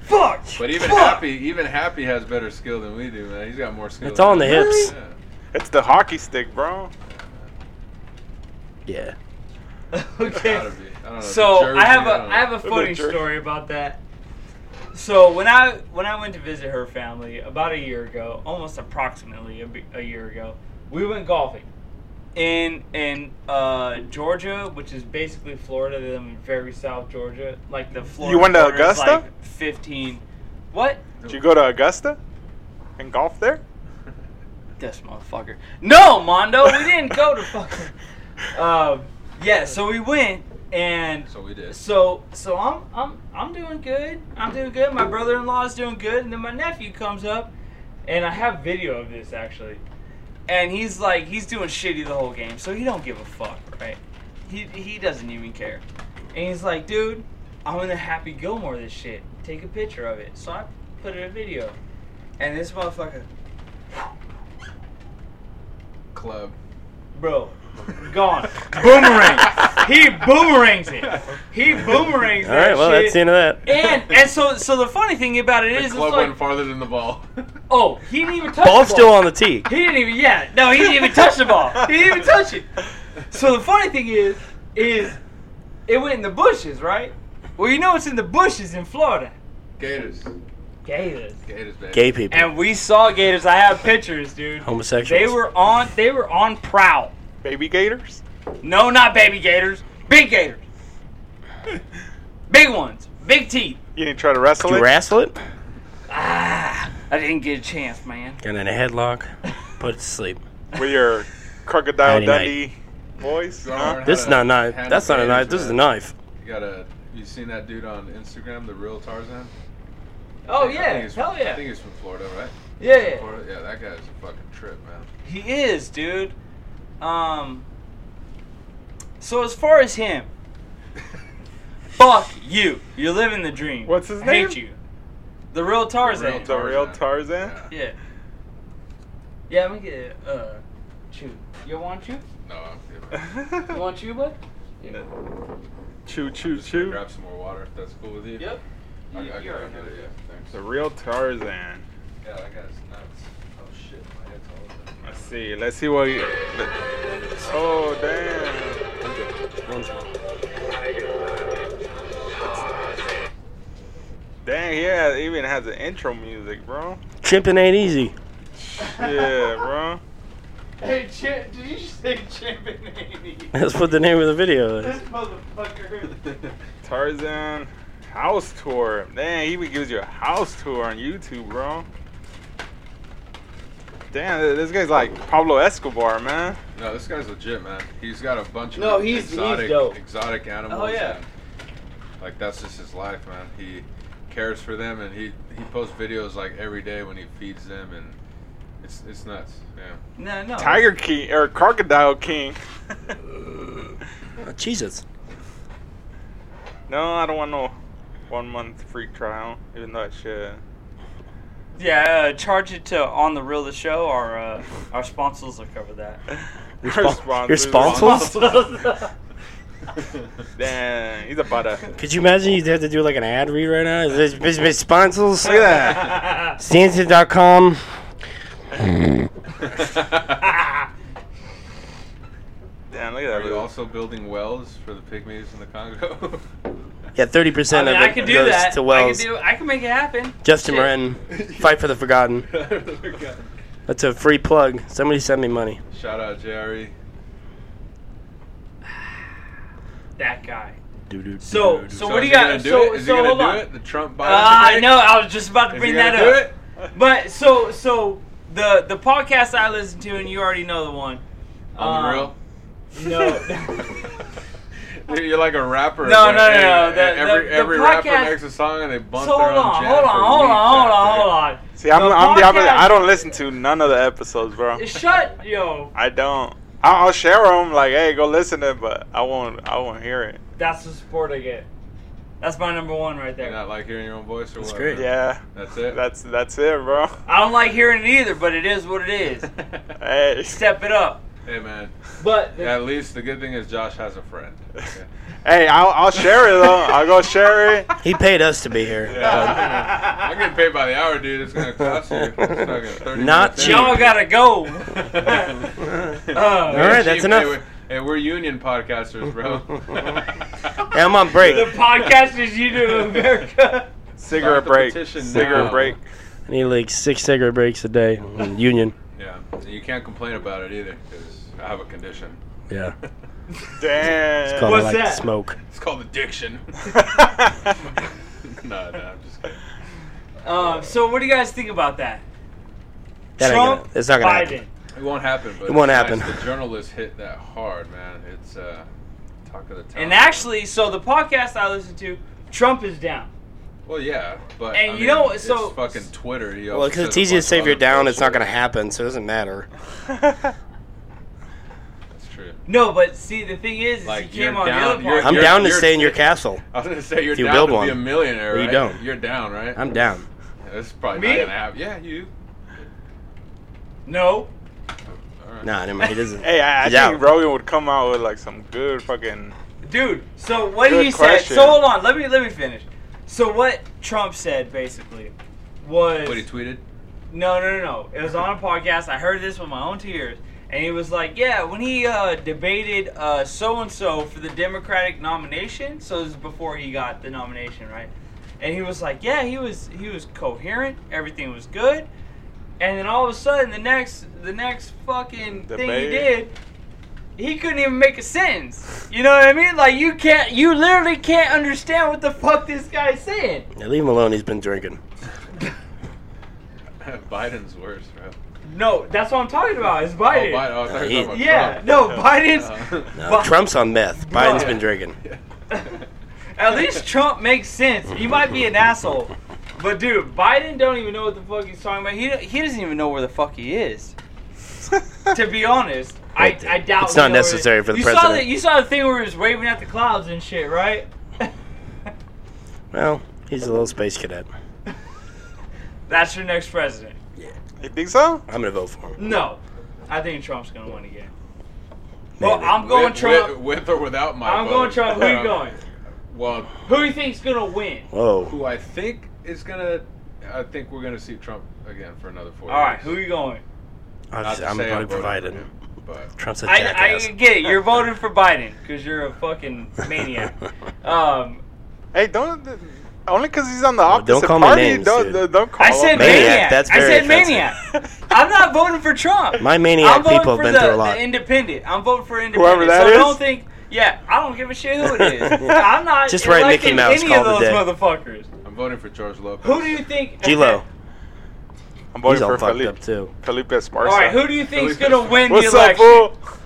Speaker 1: Fuck.
Speaker 4: But even
Speaker 1: Fuck.
Speaker 4: Happy, even Happy has better skill than we do, man. He's got more skill.
Speaker 5: It's all in the
Speaker 4: than
Speaker 5: hips.
Speaker 4: us.
Speaker 3: It's the hockey stick, bro.
Speaker 5: Yeah.
Speaker 4: Yeah.
Speaker 1: okay.
Speaker 4: Gotta be. I don't know.
Speaker 1: So
Speaker 4: Jersey,
Speaker 1: I have
Speaker 4: don't
Speaker 1: a
Speaker 4: know.
Speaker 1: I have a
Speaker 3: Little
Speaker 1: funny
Speaker 3: jerk.
Speaker 1: story about that. So when I when I went to visit her family about a year ago, almost approximately a, b- a year ago, we went golfing in in uh, Georgia, which is basically Florida, then very south Georgia, like the Florida.
Speaker 3: went to
Speaker 1: border is,
Speaker 3: Augusta?
Speaker 1: Like Fifteen. What?
Speaker 3: Did you go to Augusta and golf there?
Speaker 1: This motherfucker. No, Mondo, we didn't go to fucking. Um, yeah, so we went and
Speaker 4: So we did.
Speaker 1: So so I'm I'm I'm doing good. I'm doing good. My brother-in-law is doing good, and then my nephew comes up, and I have video of this actually, and he's like he's doing shitty the whole game, so he don't give a fuck, right? He he doesn't even care, and he's like, dude, I'm in the Happy Gilmore this shit. Take a picture of it. So I put in a video, and this motherfucker,
Speaker 4: Club.
Speaker 1: bro, gone, boomerang. He boomerangs it. He boomerangs
Speaker 5: All right,
Speaker 1: that
Speaker 5: well,
Speaker 1: shit.
Speaker 5: that's the end of that.
Speaker 1: and and so so the funny thing about it
Speaker 4: The
Speaker 1: is,
Speaker 4: club
Speaker 1: it's like
Speaker 4: went farther than the ball.
Speaker 1: oh he didn't even touch
Speaker 5: Ball
Speaker 1: the
Speaker 5: still on the tee.
Speaker 1: He didn't even yeah no he didn't even touch the ball. He didn't even touch it. So the funny thing is is it went in the bushes right? Well you know it's in the bushes in Florida.
Speaker 4: Gators.
Speaker 1: Gators.
Speaker 4: Gators, baby.
Speaker 5: Gay people.
Speaker 1: And we saw gators. I have pictures, dude.
Speaker 5: Homosexuals.
Speaker 1: They were on they were on prowl.
Speaker 3: Baby Gators.
Speaker 1: No, not baby gators. Big gators. Big ones. Big teeth.
Speaker 3: You didn't try to wrestle
Speaker 5: Did you
Speaker 3: it.
Speaker 5: wrestle it?
Speaker 1: Ah, I didn't get a chance, man.
Speaker 5: And in a headlock, put it to sleep.
Speaker 3: with your crocodile
Speaker 5: Nighty-night.
Speaker 3: Dundee voice.
Speaker 4: Don't
Speaker 3: huh?
Speaker 4: learn how
Speaker 5: This is
Speaker 4: to
Speaker 5: not a knife.
Speaker 4: handle
Speaker 5: That's not a
Speaker 4: gators,
Speaker 5: knife. This is
Speaker 4: man.
Speaker 5: a knife.
Speaker 4: You gotta. You seen that dude on Instagram, the real Tarzan?
Speaker 1: Oh
Speaker 4: I think
Speaker 1: yeah,
Speaker 4: he's-
Speaker 1: hell
Speaker 4: I think
Speaker 1: yeah,
Speaker 4: he's from Florida, right?
Speaker 1: yeah.
Speaker 4: Florida? Yeah, that guy's a fucking trip, man.
Speaker 1: He is, dude. Um. So as far as him, fuck you. You're living the dream.
Speaker 3: What's his
Speaker 1: I hate
Speaker 3: name?
Speaker 1: you. The real Tarzan.
Speaker 4: real
Speaker 3: The real
Speaker 4: Tarzan.
Speaker 3: Tarzan.
Speaker 4: Yeah.
Speaker 1: yeah. Yeah, I'm gonna get a uh, chew. You want chew?
Speaker 4: No, I'm good. man.
Speaker 1: You want chew, bud?
Speaker 3: choo choo
Speaker 4: Just gonna
Speaker 3: choo.
Speaker 4: Grab some more water if that's cool with you.
Speaker 1: Yep.
Speaker 4: I, I,
Speaker 1: You-
Speaker 4: can- I
Speaker 1: you're
Speaker 4: can get
Speaker 1: okay.
Speaker 4: it, yeah. Thanks.
Speaker 3: The real Tarzan.
Speaker 4: God, that guy's nuts. Oh shit, my head's all over.
Speaker 3: Let's see. Let's see what. He, oh damn! Dang, yeah. It even has the intro music, bro.
Speaker 5: Chimping ain't easy.
Speaker 3: Yeah, bro.
Speaker 1: Hey, Chip, did you just say Chip and Amy?
Speaker 5: That's what the name of the video is.
Speaker 1: This motherfucker.
Speaker 3: Tarzan house tour. Dang, he even gives you a house tour on YouTube, bro. Damn, th- this guy's like Pablo Escobar, man.
Speaker 4: No, this guy's legit, man. He's got a bunch of
Speaker 1: No, he's- he's
Speaker 4: exotic,
Speaker 1: dope.
Speaker 4: exotic animals.
Speaker 1: Oh, yeah.
Speaker 4: and, like that's just his life, man. He cares for them, and he he posts videos like every day when he feeds them, and it's it's nuts. Yeah.
Speaker 1: no, no.
Speaker 3: Tiger King or Crocodile King.
Speaker 5: Oh, Jesus.
Speaker 3: No, I don't want no one month free trial, even though I should.
Speaker 1: Yeah, uh, charge it to on the real the show. Our uh, our sponsors will cover that.
Speaker 5: Respon- your sponsors?
Speaker 3: Damn, he's about to.
Speaker 5: Could you imagine you'd have to do like an ad read right now? Is this business sponsors?
Speaker 3: Look at
Speaker 5: Stanton.com.
Speaker 3: that. Damn, look at that.
Speaker 4: Are you
Speaker 3: little-
Speaker 4: also building wells for the pygmies in the Congo?
Speaker 5: Yeah, 30%
Speaker 1: I, mean,
Speaker 5: of it
Speaker 1: I could do
Speaker 5: goes
Speaker 1: that.
Speaker 5: to
Speaker 1: I
Speaker 5: Wells.
Speaker 1: could do. I can make it happen.
Speaker 5: Justin
Speaker 1: Shit.
Speaker 5: Moran, Fight for the Forgotten. That's a free plug. Somebody send me money.
Speaker 4: Shout out E. Jerry.
Speaker 1: That guy.
Speaker 5: Doo-doo.
Speaker 1: So so what do
Speaker 4: is
Speaker 1: you
Speaker 4: he gonna
Speaker 1: got?
Speaker 4: do
Speaker 1: So
Speaker 4: it? Is he
Speaker 1: so
Speaker 4: gonna
Speaker 1: hold
Speaker 4: do
Speaker 1: on.
Speaker 4: it? The Trump Biden.
Speaker 1: Ah, I
Speaker 4: debate?
Speaker 1: know. I was just about to
Speaker 4: Is he
Speaker 1: bring
Speaker 4: gonna
Speaker 1: that
Speaker 4: do
Speaker 1: up.
Speaker 4: it?
Speaker 1: But so so the the podcast I listen to, and you already know the one.
Speaker 4: On the
Speaker 1: Um,
Speaker 4: real?
Speaker 1: No.
Speaker 4: Dude, you're like a rapper.
Speaker 1: No,
Speaker 4: Like,
Speaker 1: no, no,
Speaker 4: hey,
Speaker 1: no,
Speaker 4: e-
Speaker 1: the-
Speaker 4: every
Speaker 1: the- the
Speaker 4: every
Speaker 1: podcast-
Speaker 4: rapper makes a song and they bump
Speaker 1: So hold
Speaker 4: their own
Speaker 1: on,
Speaker 4: jam
Speaker 1: hold on, hold
Speaker 4: for
Speaker 1: on,
Speaker 4: weeks
Speaker 1: hold
Speaker 4: after.
Speaker 1: on, hold on.
Speaker 3: See, I'm, I'm the opposite.
Speaker 1: podcast-
Speaker 3: I don't listen to none of the episodes, bro.
Speaker 1: Shut, yo.
Speaker 3: I don't. I- I'll share them, like, hey, go listen to it, but I won't. I won't hear it.
Speaker 1: That's the support I get. That's my number one right
Speaker 4: You're
Speaker 1: there.
Speaker 4: not like hearing your own voice or
Speaker 5: That's
Speaker 4: what?
Speaker 5: great.
Speaker 3: Yeah,
Speaker 4: That's it.
Speaker 3: that's that's it, bro.
Speaker 1: I don't like hearing it either, but it is what it is.
Speaker 3: Hey,
Speaker 1: Step it up.
Speaker 4: hey man.
Speaker 1: But the-
Speaker 4: At least the good thing is Josh has a friend. Okay.
Speaker 3: hey, I'll, I'll share it though. I'll go share it.
Speaker 5: He paid us to be here.
Speaker 4: Yeah. I'm getting paid by the hour, dude. It's gonna cost you. It's not, gonna 30
Speaker 5: Not
Speaker 4: minutes in.
Speaker 5: cheap.
Speaker 1: y'all gotta go.
Speaker 4: All
Speaker 5: right, that's enough.
Speaker 4: Hey, we're, hey, we're union podcasters, bro.
Speaker 5: Hey, I'm on break.
Speaker 1: the podcast is you do in America.
Speaker 3: Cigarette
Speaker 4: the
Speaker 3: break.
Speaker 4: petition
Speaker 3: Cigarette
Speaker 4: now.
Speaker 3: break.
Speaker 5: I need like six cigarette breaks a day. in Union.
Speaker 4: yeah, and you can't complain about it either because I have a condition.
Speaker 5: Yeah.
Speaker 3: Damn.
Speaker 5: Call
Speaker 1: What's
Speaker 5: it like
Speaker 1: that?
Speaker 5: smoke.
Speaker 4: It's called addiction. no, no, I'm just kidding.
Speaker 1: Um, so what do you guys think about that?
Speaker 5: That ain't
Speaker 1: Trump,
Speaker 5: gonna- it's not gonna
Speaker 1: Biden.
Speaker 5: happen.
Speaker 4: It won't happen. But
Speaker 5: It won't
Speaker 4: it's
Speaker 5: happen.
Speaker 4: Nice. The journalists hit that hard, man. It's uh, talk of the town.
Speaker 1: And actually, so the podcast I listen to, Trump is down.
Speaker 4: well, yeah, but
Speaker 1: And
Speaker 4: I
Speaker 1: you
Speaker 4: mean,
Speaker 1: know,
Speaker 4: it's
Speaker 1: so-
Speaker 4: fucking Twitter. He
Speaker 5: Well,
Speaker 4: also
Speaker 5: because it's
Speaker 4: says a
Speaker 5: easy to
Speaker 4: bunch of
Speaker 5: say if you're
Speaker 4: other
Speaker 5: down, it's not
Speaker 4: bullshit.
Speaker 5: going to happen, so it doesn't matter.
Speaker 4: That's true.
Speaker 1: No, but see, the thing is, is
Speaker 4: Like,
Speaker 1: he came
Speaker 4: you're
Speaker 1: on
Speaker 4: down-
Speaker 1: the other
Speaker 4: you're-
Speaker 5: I'm
Speaker 1: part.
Speaker 5: down to
Speaker 4: you're-
Speaker 5: stay in your castle.
Speaker 4: I was gonna say you're
Speaker 5: If you
Speaker 4: down
Speaker 5: build
Speaker 4: to be
Speaker 5: one.
Speaker 4: a millionaire,
Speaker 5: Well, you
Speaker 4: right?
Speaker 5: don't.
Speaker 4: You're down, right?
Speaker 5: I'm down.
Speaker 4: That's probably
Speaker 1: Me?
Speaker 4: not gonna happen. Yeah, you.
Speaker 1: No,
Speaker 4: All right.
Speaker 5: Nah, never mind. He doesn't.
Speaker 3: Hey, I, I
Speaker 5: He's out.
Speaker 3: think Rogan would come out with like some good fucking.
Speaker 1: dude. So what
Speaker 3: Good
Speaker 1: he said.
Speaker 3: question.
Speaker 1: So hold on, let me let me finish. So what Trump said basically was
Speaker 4: What he tweeted?
Speaker 1: No, no, no, no. It was on a podcast. I heard this with my own tears. And he was like, yeah, when he uh, debated so and so for the Democratic nomination, so this is before he got the nomination, right? And he was like, yeah, he was he was coherent. Everything was good. And then all of a sudden, the next the next fucking thing he
Speaker 3: Debate.
Speaker 1: did, he couldn't even make a sentence. You know what I mean? Like you can't, you literally can't understand what the fuck this guy's saying.
Speaker 5: Yeah, leave him alone. He's been drinking.
Speaker 4: Biden's worse, bro.
Speaker 1: No, that's what I'm talking about. It's
Speaker 4: Oh,
Speaker 1: Biden.
Speaker 4: Biden. Oh, I thought you were talking about
Speaker 1: Yeah,
Speaker 4: Trump. Uh,
Speaker 1: no, Biden's.
Speaker 5: No,
Speaker 1: Bi-
Speaker 5: Trump's on meth. Biden's
Speaker 1: Oh, Yeah.
Speaker 5: been drinking.
Speaker 1: At least Trump makes sense. He might be an asshole, but dude, Biden don't even know what the fuck he's talking about. He he doesn't even know where the fuck he is. to be honest, I, I doubt
Speaker 5: It's
Speaker 1: we
Speaker 5: not
Speaker 1: know where-
Speaker 5: necessary for the
Speaker 1: you Saw
Speaker 5: president.
Speaker 1: the, you saw the thing where he was waving at the clouds and shit, right?
Speaker 5: Well, he's a little space cadet.
Speaker 1: That's your next president.
Speaker 3: You think so?
Speaker 5: I'm going to vote for him.
Speaker 1: No, I think Trump's gonna win again. Well,
Speaker 5: Maybe.
Speaker 1: I'm going
Speaker 4: with,
Speaker 1: Trump.
Speaker 4: With, with or without my
Speaker 1: I'm going
Speaker 4: vote.
Speaker 1: Trump. Who you
Speaker 4: Um,
Speaker 1: going?
Speaker 4: Well,
Speaker 1: Who you think's gonna win?
Speaker 5: Whoa.
Speaker 4: who I think is gonna, I think we're gonna see Trump again for another four.
Speaker 1: All right,
Speaker 4: years.
Speaker 1: who you going?
Speaker 5: Obviously,
Speaker 4: Not to
Speaker 5: I'm
Speaker 4: say I
Speaker 5: already
Speaker 4: voted for
Speaker 5: provided.
Speaker 4: him, But
Speaker 5: Trump's a
Speaker 1: I,
Speaker 5: jackass.
Speaker 1: I get it. You're voting for Biden because you're a fucking maniac. Um,
Speaker 3: Hey, don't. Only because he's on the
Speaker 5: Well,
Speaker 3: opposite
Speaker 5: don't call me
Speaker 3: party.
Speaker 5: names,
Speaker 3: don't,
Speaker 5: dude.
Speaker 3: don't call
Speaker 1: I said
Speaker 3: him
Speaker 1: maniac.
Speaker 5: Maniac, that's
Speaker 1: I
Speaker 5: very
Speaker 1: said
Speaker 5: offensive.
Speaker 1: maniac. I'm not voting for Trump.
Speaker 5: My maniac
Speaker 1: I'm voting
Speaker 5: people have
Speaker 1: for
Speaker 5: been
Speaker 1: the,
Speaker 5: through a lot.
Speaker 1: the independent. I'm voting for independent.
Speaker 3: Whoever that
Speaker 1: so
Speaker 3: is?
Speaker 1: don't think. Yeah, I don't give a shit who it is. I'm not
Speaker 5: Just write Mickey
Speaker 1: electing
Speaker 5: Mouse,
Speaker 1: any
Speaker 5: call
Speaker 1: of those
Speaker 5: the day.
Speaker 1: motherfuckers.
Speaker 4: I'm voting for George Lopez.
Speaker 1: Who do you think?
Speaker 5: G-Lo.
Speaker 3: I'm
Speaker 5: He's
Speaker 3: voting
Speaker 5: all
Speaker 3: for
Speaker 5: fucked
Speaker 3: Felipe.
Speaker 5: up, too.
Speaker 3: Felipe Esparza.
Speaker 1: All right, who do you think's gonna win
Speaker 3: What's
Speaker 1: the
Speaker 3: up,
Speaker 1: election?
Speaker 3: fool?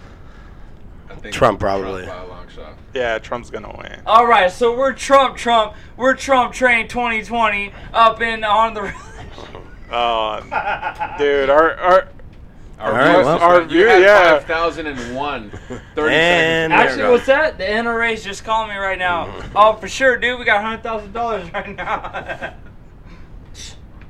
Speaker 4: I think
Speaker 5: Trump, probably.
Speaker 4: by a long shot.
Speaker 3: Yeah, Trump's gonna win.
Speaker 1: All right, so we're Trump, Trump, we're Trump train 2020 up in on the.
Speaker 3: Oh, dude, our, our
Speaker 4: Our
Speaker 5: right,
Speaker 4: views-
Speaker 5: well.
Speaker 4: our
Speaker 3: You
Speaker 4: view,
Speaker 3: had
Speaker 4: yeah.
Speaker 3: 5,001.
Speaker 4: 30
Speaker 5: And-
Speaker 4: seconds.
Speaker 1: Actually, what's that? The NRA's just calling me right now.
Speaker 4: Mm-hmm.
Speaker 1: Oh, for sure, dude. We got hundred thousand dollars right now.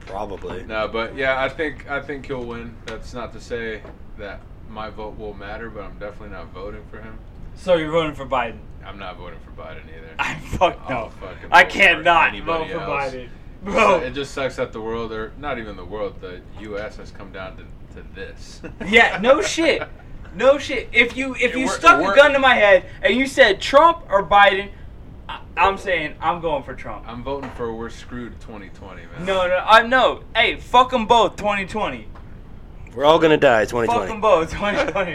Speaker 5: Probably.
Speaker 4: No, but yeah, I think I think he'll win. That's not to say that my vote will matter, but I'm definitely not voting for him.
Speaker 1: so you're voting for Biden?
Speaker 4: I'm not voting for Biden either.
Speaker 1: I fuck
Speaker 4: I'll
Speaker 1: no.
Speaker 4: fucking
Speaker 1: I
Speaker 4: vote for
Speaker 1: cannot vote
Speaker 4: anybody
Speaker 1: for
Speaker 4: else.
Speaker 1: Biden,
Speaker 4: So it
Speaker 1: bro.
Speaker 4: just sucks that the world, or not even the world, the U.S. has come down to, to this.
Speaker 1: Yeah, no shit, no shit. If you if
Speaker 4: It
Speaker 1: you
Speaker 4: wor- it
Speaker 1: stuck a
Speaker 4: wor-
Speaker 1: gun to my head and you said Trump or Biden, I, I'm saying I'm going for Trump.
Speaker 4: I'm voting for we're screwed 2020, man.
Speaker 1: No, no, I no. Hey, fuck them both. 2020.
Speaker 5: We're all going to die
Speaker 1: Fuck them
Speaker 5: 2020.
Speaker 1: both. 2020.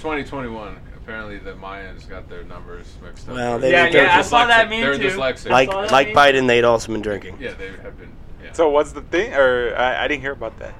Speaker 4: 2021. Apparently, the Mayans got their numbers mixed up.
Speaker 5: Well, they-
Speaker 4: They're
Speaker 1: yeah,
Speaker 5: they're
Speaker 1: yeah. I saw
Speaker 4: dyslexic.
Speaker 1: that meme
Speaker 4: They're
Speaker 1: too.
Speaker 4: dyslexic.
Speaker 5: Like
Speaker 1: That's all I
Speaker 5: like
Speaker 1: mean.
Speaker 5: Biden, they'd also been drinking.
Speaker 4: yeah, they have been. Yeah.
Speaker 3: So what's the thing? Or I, I didn't hear about that.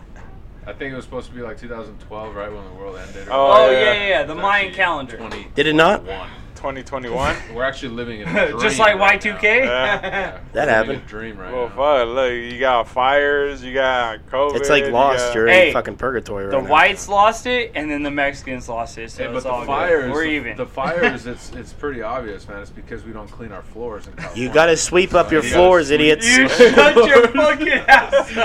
Speaker 4: I think it was supposed to be like 2012, right when the world ended. or-
Speaker 3: Oh,
Speaker 1: Oh, yeah,
Speaker 3: yeah.
Speaker 1: yeah, yeah, the
Speaker 4: It's
Speaker 1: Mayan
Speaker 4: actually
Speaker 1: calendar.
Speaker 4: 20.
Speaker 5: Did it not?
Speaker 3: 2021.
Speaker 4: We're actually living in a dream
Speaker 1: Just like
Speaker 4: right now.
Speaker 1: Y2K?
Speaker 3: Yeah.
Speaker 5: That
Speaker 4: We're living
Speaker 5: happened.
Speaker 4: A dream right
Speaker 3: well,
Speaker 4: now.
Speaker 3: fuck! Look, you got fires, you got COVID.
Speaker 5: It's like
Speaker 3: you
Speaker 5: lost.
Speaker 3: got-
Speaker 5: You're
Speaker 1: Hey,
Speaker 5: in fucking purgatory right
Speaker 1: The
Speaker 5: now.
Speaker 1: whites lost it, and then the Mexicans lost it. So
Speaker 4: Hey, but
Speaker 1: it's
Speaker 4: the
Speaker 1: all
Speaker 4: fires,
Speaker 1: good. We're even.
Speaker 4: The fires, it's it's pretty obvious, man. It's because we don't clean our floors in California.
Speaker 5: Uh, You gotta sweep up your
Speaker 4: You gotta
Speaker 5: floors,
Speaker 4: sweep-
Speaker 5: idiots.
Speaker 1: you shut your fucking ass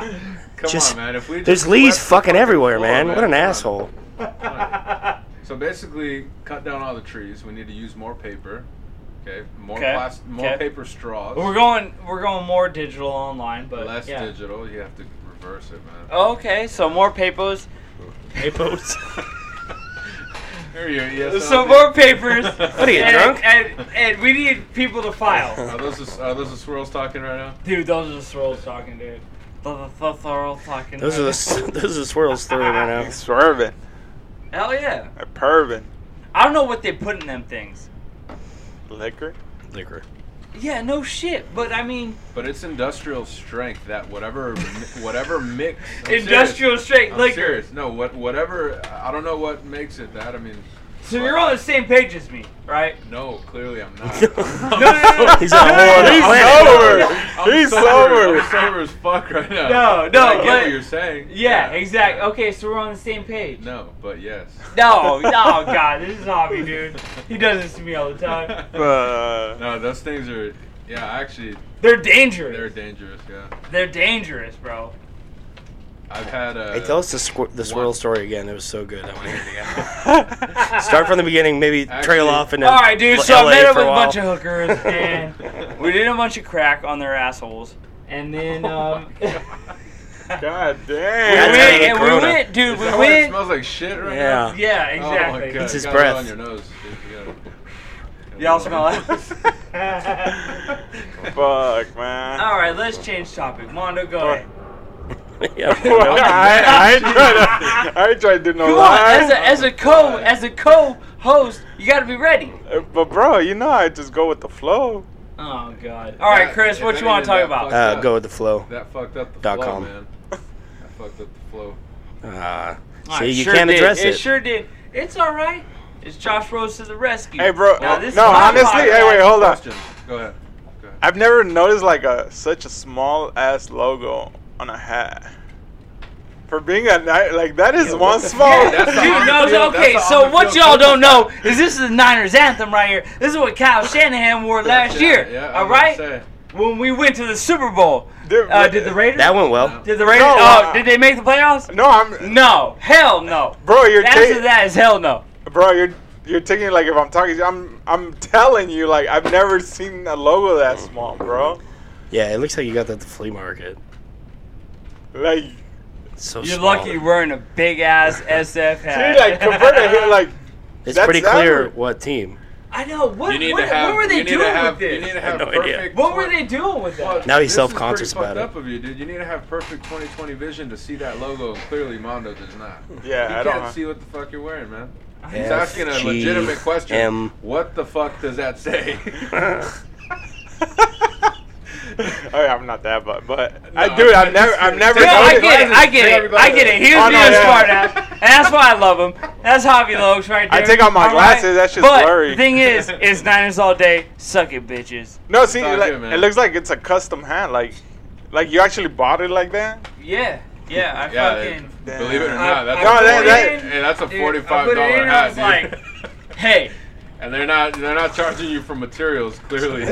Speaker 1: up.
Speaker 4: Come
Speaker 5: just-
Speaker 4: on, man. If we just
Speaker 5: There's leaves
Speaker 4: swept the
Speaker 5: fucking everywhere,
Speaker 4: floor,
Speaker 5: man. What an
Speaker 4: come on.
Speaker 5: asshole.
Speaker 4: So basically, cut down all the trees. We need to use more paper. Okay, more
Speaker 1: Okay,
Speaker 4: plas- more
Speaker 1: okay.
Speaker 4: paper straws.
Speaker 1: we're going. We're going more digital online, but
Speaker 4: less
Speaker 1: yeah. Oh,
Speaker 4: digital. You have to reverse it, man.
Speaker 1: Okay, so more papers.
Speaker 5: Papos.
Speaker 4: There you go. ESL.
Speaker 1: So more papers. what
Speaker 5: are you,
Speaker 1: and,
Speaker 5: drunk?
Speaker 1: And, and we need people to file.
Speaker 4: Are those the, s- are those the swirls talking right now?
Speaker 1: Dude, those are the swirls talking, dude. The, the, the swirls talking.
Speaker 5: Those are the s- those are the swirls through right now.
Speaker 3: He's swerving, uh,
Speaker 1: Hell yeah.
Speaker 3: a pervin,
Speaker 1: I don't know what they put in them things.
Speaker 3: liquor.
Speaker 5: Liquor.
Speaker 1: Yeah, no shit. But I mean,
Speaker 4: But it's industrial strength that whatever mi- whatever mix I'm serious.
Speaker 1: industrial straight
Speaker 4: I'm
Speaker 1: liquor.
Speaker 4: serious. No, what whatever. I don't know what makes it that. I mean,
Speaker 1: So you're on the same page as me, right?
Speaker 4: no, clearly I'm not.
Speaker 1: No, no, no, no.
Speaker 5: He's on a whole other
Speaker 3: He's
Speaker 5: planet.
Speaker 3: sober.
Speaker 4: I'm
Speaker 3: He's
Speaker 4: sober.
Speaker 3: sober.
Speaker 4: I'm sober as fuck right now.
Speaker 1: No,
Speaker 4: But I
Speaker 1: no,
Speaker 4: get
Speaker 1: but-
Speaker 4: what you're saying.
Speaker 1: Yeah, exactly.
Speaker 4: yeah.
Speaker 1: Okay, so we're on the same page.
Speaker 4: No, but yes.
Speaker 1: No, no, God, this is hobby, dude. He does this to me all the time.
Speaker 3: Uh,
Speaker 4: No, those things are. Yeah, actually,
Speaker 1: They're dangerous.
Speaker 4: they're
Speaker 1: They're,
Speaker 4: dangerous. Yeah,
Speaker 1: dangerous, bro.
Speaker 4: I've had. Oh Uh,
Speaker 5: Hey, tell us the, squir- the swirl story again. It was so good. I want to hear it again.
Speaker 3: yeah.
Speaker 5: Start from the beginning, maybe trail
Speaker 4: Actually-
Speaker 5: off and
Speaker 1: All right, dude. So I met up with a bunch of hookers,
Speaker 5: and
Speaker 1: and we did a bunch of crack on their assholes, and then
Speaker 4: Oh
Speaker 1: um,
Speaker 4: my
Speaker 1: we
Speaker 4: God.
Speaker 3: God
Speaker 5: That's
Speaker 3: damn.
Speaker 5: how
Speaker 1: went,
Speaker 5: the
Speaker 1: and we
Speaker 5: corona-
Speaker 1: went, dude.
Speaker 4: Is
Speaker 1: We
Speaker 4: that why it
Speaker 1: went.
Speaker 4: smells like shit right now.
Speaker 5: Yeah.
Speaker 1: Yeah,
Speaker 4: Oh my
Speaker 1: exactly.
Speaker 4: God.
Speaker 5: It's
Speaker 4: you
Speaker 5: his
Speaker 4: gotta blow
Speaker 5: breath.
Speaker 4: on your nose. You gotta-
Speaker 1: Y'all smell it.
Speaker 3: Fuck, man.
Speaker 1: all right, let's change topic. Mondo, go ahead.
Speaker 5: yeah,
Speaker 3: Well,
Speaker 5: no.
Speaker 3: I, I ain't trying to. I ain't trying to do no
Speaker 1: Come on,
Speaker 3: lie.
Speaker 1: as a, as a co as a co-host, you got to be ready.
Speaker 3: Uh, but bro, you know I just go with the flow.
Speaker 1: Oh God! All right,
Speaker 4: Yeah,
Speaker 1: Chris,
Speaker 4: if
Speaker 1: what you want to talk
Speaker 4: anything, that
Speaker 1: about?
Speaker 5: Uh, go with the flow.
Speaker 4: That fucked up the
Speaker 5: Dot
Speaker 4: flow,
Speaker 5: com.
Speaker 4: man. That fucked up the flow.
Speaker 5: Ah,
Speaker 1: All
Speaker 5: see,
Speaker 1: right,
Speaker 5: you
Speaker 1: sure
Speaker 5: can't
Speaker 1: did.
Speaker 5: address
Speaker 1: it.
Speaker 5: it.
Speaker 1: sure did. It's all right. It's Josh Rose to the rescue.
Speaker 3: Hey, bro.
Speaker 1: Now, this is
Speaker 3: no,
Speaker 1: my
Speaker 3: honestly. Hey,
Speaker 1: podcast.
Speaker 3: wait, hold on.
Speaker 4: Question. Go ahead. Go ahead.
Speaker 3: I've never noticed like a such a small ass logo on a hat. For being a night like that is one small.
Speaker 1: Yeah,
Speaker 4: That's the
Speaker 1: dude,
Speaker 4: on-
Speaker 1: no,
Speaker 4: dude,
Speaker 1: so-
Speaker 4: that's
Speaker 1: okay,
Speaker 4: the
Speaker 1: so
Speaker 4: on-the-field
Speaker 1: what y'all don't
Speaker 4: coaching
Speaker 1: know is this is the Niners anthem right here. This is what Kyle Shanahan wore last year.
Speaker 4: Yeah, I
Speaker 1: all
Speaker 4: was gonna
Speaker 1: right,
Speaker 4: say.
Speaker 1: when we went to the Super Bowl,
Speaker 3: Dude,
Speaker 1: uh,
Speaker 3: what-
Speaker 1: did the Raiders?
Speaker 5: That went well.
Speaker 1: Did the Raiders?
Speaker 3: No,
Speaker 1: oh,
Speaker 3: uh,
Speaker 1: did they make the playoffs?
Speaker 3: No, I'm
Speaker 1: No, hell no.
Speaker 3: bro. You're
Speaker 1: The answer to
Speaker 3: taking
Speaker 1: that is hell no.
Speaker 3: bro. You're you're taking like if I'm talking. to you, I'm I'm telling you like I've never seen a logo that small, bro.
Speaker 5: Yeah, it looks like you got that at the flea market.
Speaker 3: Like
Speaker 5: It's so
Speaker 1: You're
Speaker 5: small.
Speaker 1: lucky you're wearing a big ass SF hat.
Speaker 3: see, like converted here, like
Speaker 5: It's
Speaker 3: that's
Speaker 5: pretty clear
Speaker 3: average.
Speaker 5: what team.
Speaker 1: I know. What,
Speaker 4: You need
Speaker 1: what,
Speaker 4: to have.
Speaker 1: what were they
Speaker 4: you need
Speaker 1: doing
Speaker 4: to have,
Speaker 1: with this?
Speaker 4: You need
Speaker 5: I
Speaker 4: to
Speaker 5: have
Speaker 4: have
Speaker 5: no idea.
Speaker 4: perfect.
Speaker 1: What were they doing with
Speaker 4: Well,
Speaker 1: that?
Speaker 5: Now he's
Speaker 4: this is
Speaker 5: self-conscious
Speaker 4: pretty
Speaker 5: about
Speaker 4: fucked
Speaker 5: it.
Speaker 4: up of you, dude. You need to have perfect 2020 vision to see that logo. And clearly, Mondo does not.
Speaker 3: Yeah,
Speaker 4: you
Speaker 3: I
Speaker 4: can't
Speaker 3: don't have-
Speaker 4: see what the fuck you're wearing, man. He's
Speaker 5: F,
Speaker 4: asking a
Speaker 5: G,
Speaker 4: legitimate question.
Speaker 5: M.
Speaker 4: What the fuck does that say?
Speaker 3: Oh, yeah, I'm not that, but but I
Speaker 4: No,
Speaker 3: do.
Speaker 4: I'm
Speaker 3: I've never, I've never.
Speaker 1: Dude, I
Speaker 3: noticed-
Speaker 1: get it. I
Speaker 4: See
Speaker 1: get it.
Speaker 4: everybody
Speaker 1: I get it. He
Speaker 3: else.
Speaker 1: was
Speaker 3: Oh, no,
Speaker 1: being a
Speaker 3: yeah.
Speaker 1: smart ass. And that's why I love him. That's Hobby Logs right
Speaker 3: I
Speaker 1: there.
Speaker 3: take off my
Speaker 1: All right?
Speaker 3: glasses, that shit's
Speaker 1: but
Speaker 3: blurry.
Speaker 1: The thing is, it's Niners all day. Suck it, bitches.
Speaker 3: No, see,
Speaker 4: all
Speaker 3: like,
Speaker 4: good, man.
Speaker 3: it looks like it's a custom hat. Like, like you actually bought it like that.
Speaker 1: Yeah. Yeah, I
Speaker 4: yeah,
Speaker 1: fucking.
Speaker 4: believe it or
Speaker 3: Damn.
Speaker 4: not, that's
Speaker 1: I-
Speaker 4: a,
Speaker 3: No, that-
Speaker 4: forty-
Speaker 3: that-
Speaker 4: hey, that's a
Speaker 1: dude, I
Speaker 4: forty-five
Speaker 1: put it in
Speaker 4: dollar
Speaker 1: and I was
Speaker 4: hat, dude.
Speaker 1: Hey.
Speaker 4: and they're not they're not charging you for materials. Clearly,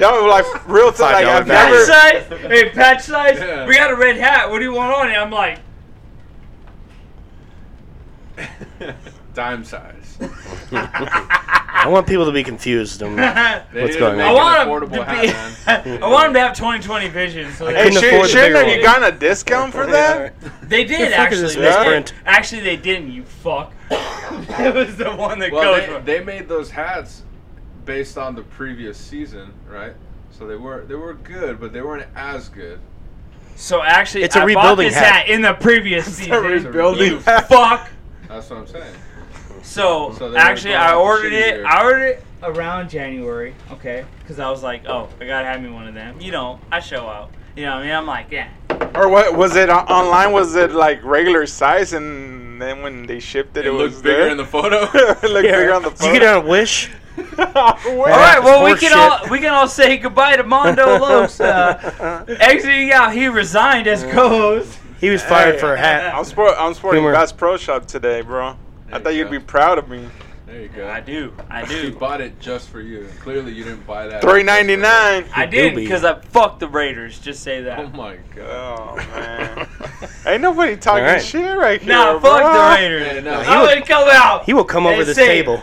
Speaker 3: No, like real time. Like,
Speaker 5: $5
Speaker 3: I've
Speaker 5: value.
Speaker 1: Patch
Speaker 3: never.
Speaker 1: size? Hey, patch size?
Speaker 4: Yeah.
Speaker 1: We got a red hat. What do you want on it? I'm like,
Speaker 4: dime size.
Speaker 5: I want people to be confused. on
Speaker 1: I
Speaker 4: They
Speaker 5: What's
Speaker 4: need to
Speaker 5: going
Speaker 4: make
Speaker 5: on?
Speaker 4: an
Speaker 1: want him
Speaker 4: affordable
Speaker 1: to
Speaker 4: hat, man.
Speaker 1: be. I want him to have 2020 vision. So
Speaker 5: I
Speaker 3: Hey,
Speaker 5: couldn't afford
Speaker 3: Sh-
Speaker 5: the
Speaker 3: Schindler,
Speaker 5: bigger
Speaker 3: you
Speaker 5: one.
Speaker 3: got a discount for that?
Speaker 1: They did
Speaker 5: The fuck
Speaker 1: actually.
Speaker 5: is this
Speaker 1: They did.
Speaker 5: misprint?
Speaker 1: Actually, they didn't. You fuck. that was the one that
Speaker 4: Well,
Speaker 1: goes.
Speaker 4: they, they made those hats based on the previous season, right? So they were they were good, but they weren't as good.
Speaker 1: so actually,
Speaker 5: It's a
Speaker 1: I bought
Speaker 5: rebuilding
Speaker 1: this
Speaker 5: hat.
Speaker 1: in the previous season.
Speaker 3: rebuilding
Speaker 1: You
Speaker 3: hat.
Speaker 1: fuck.
Speaker 4: That's what I'm saying.
Speaker 1: So,
Speaker 4: So they
Speaker 1: actually,
Speaker 4: were going
Speaker 1: I
Speaker 4: off the
Speaker 1: ordered
Speaker 4: shitty
Speaker 1: it.
Speaker 4: year.
Speaker 1: I ordered it around January, okay? Because I was like, oh, I gotta have me one of them. You know, I show up. You know what I mean? I'm like, yeah.
Speaker 3: Or what was it on- online? Was it like regular size, and then when they shipped it,
Speaker 4: It,
Speaker 3: it, was
Speaker 4: looked bigger
Speaker 3: there?
Speaker 4: in the photo.
Speaker 3: It looked bigger on the
Speaker 5: you
Speaker 3: phone.
Speaker 5: get on Wish?
Speaker 1: All right, well we
Speaker 5: horse
Speaker 1: can
Speaker 5: shit.
Speaker 1: all we can all say goodbye to Mondo Lopes. Uh, exiting out, he resigned as co-host.
Speaker 5: He was fired
Speaker 3: Hey.
Speaker 5: for a hat.
Speaker 3: I'm, sport, I'm sporting
Speaker 5: Humor.
Speaker 3: Bass Pro Shop today, bro. I
Speaker 4: There
Speaker 3: thought
Speaker 4: you
Speaker 3: you'd
Speaker 4: go.
Speaker 3: be proud of me.
Speaker 4: There you go.
Speaker 1: I do, I
Speaker 4: You
Speaker 1: do,
Speaker 4: bought it just for you. And clearly, you didn't buy that.
Speaker 3: Three ninety nine.
Speaker 1: I did because I fucked the Raiders. Just say
Speaker 4: Oh
Speaker 1: that.
Speaker 4: my god.
Speaker 3: Oh man, ain't nobody talking
Speaker 5: All right.
Speaker 3: shit right here,
Speaker 1: Nah,
Speaker 3: bro.
Speaker 1: fuck the Raiders.
Speaker 4: Yeah, no,
Speaker 1: I would come out.
Speaker 5: He will come
Speaker 1: and
Speaker 5: over this
Speaker 1: say,
Speaker 5: table.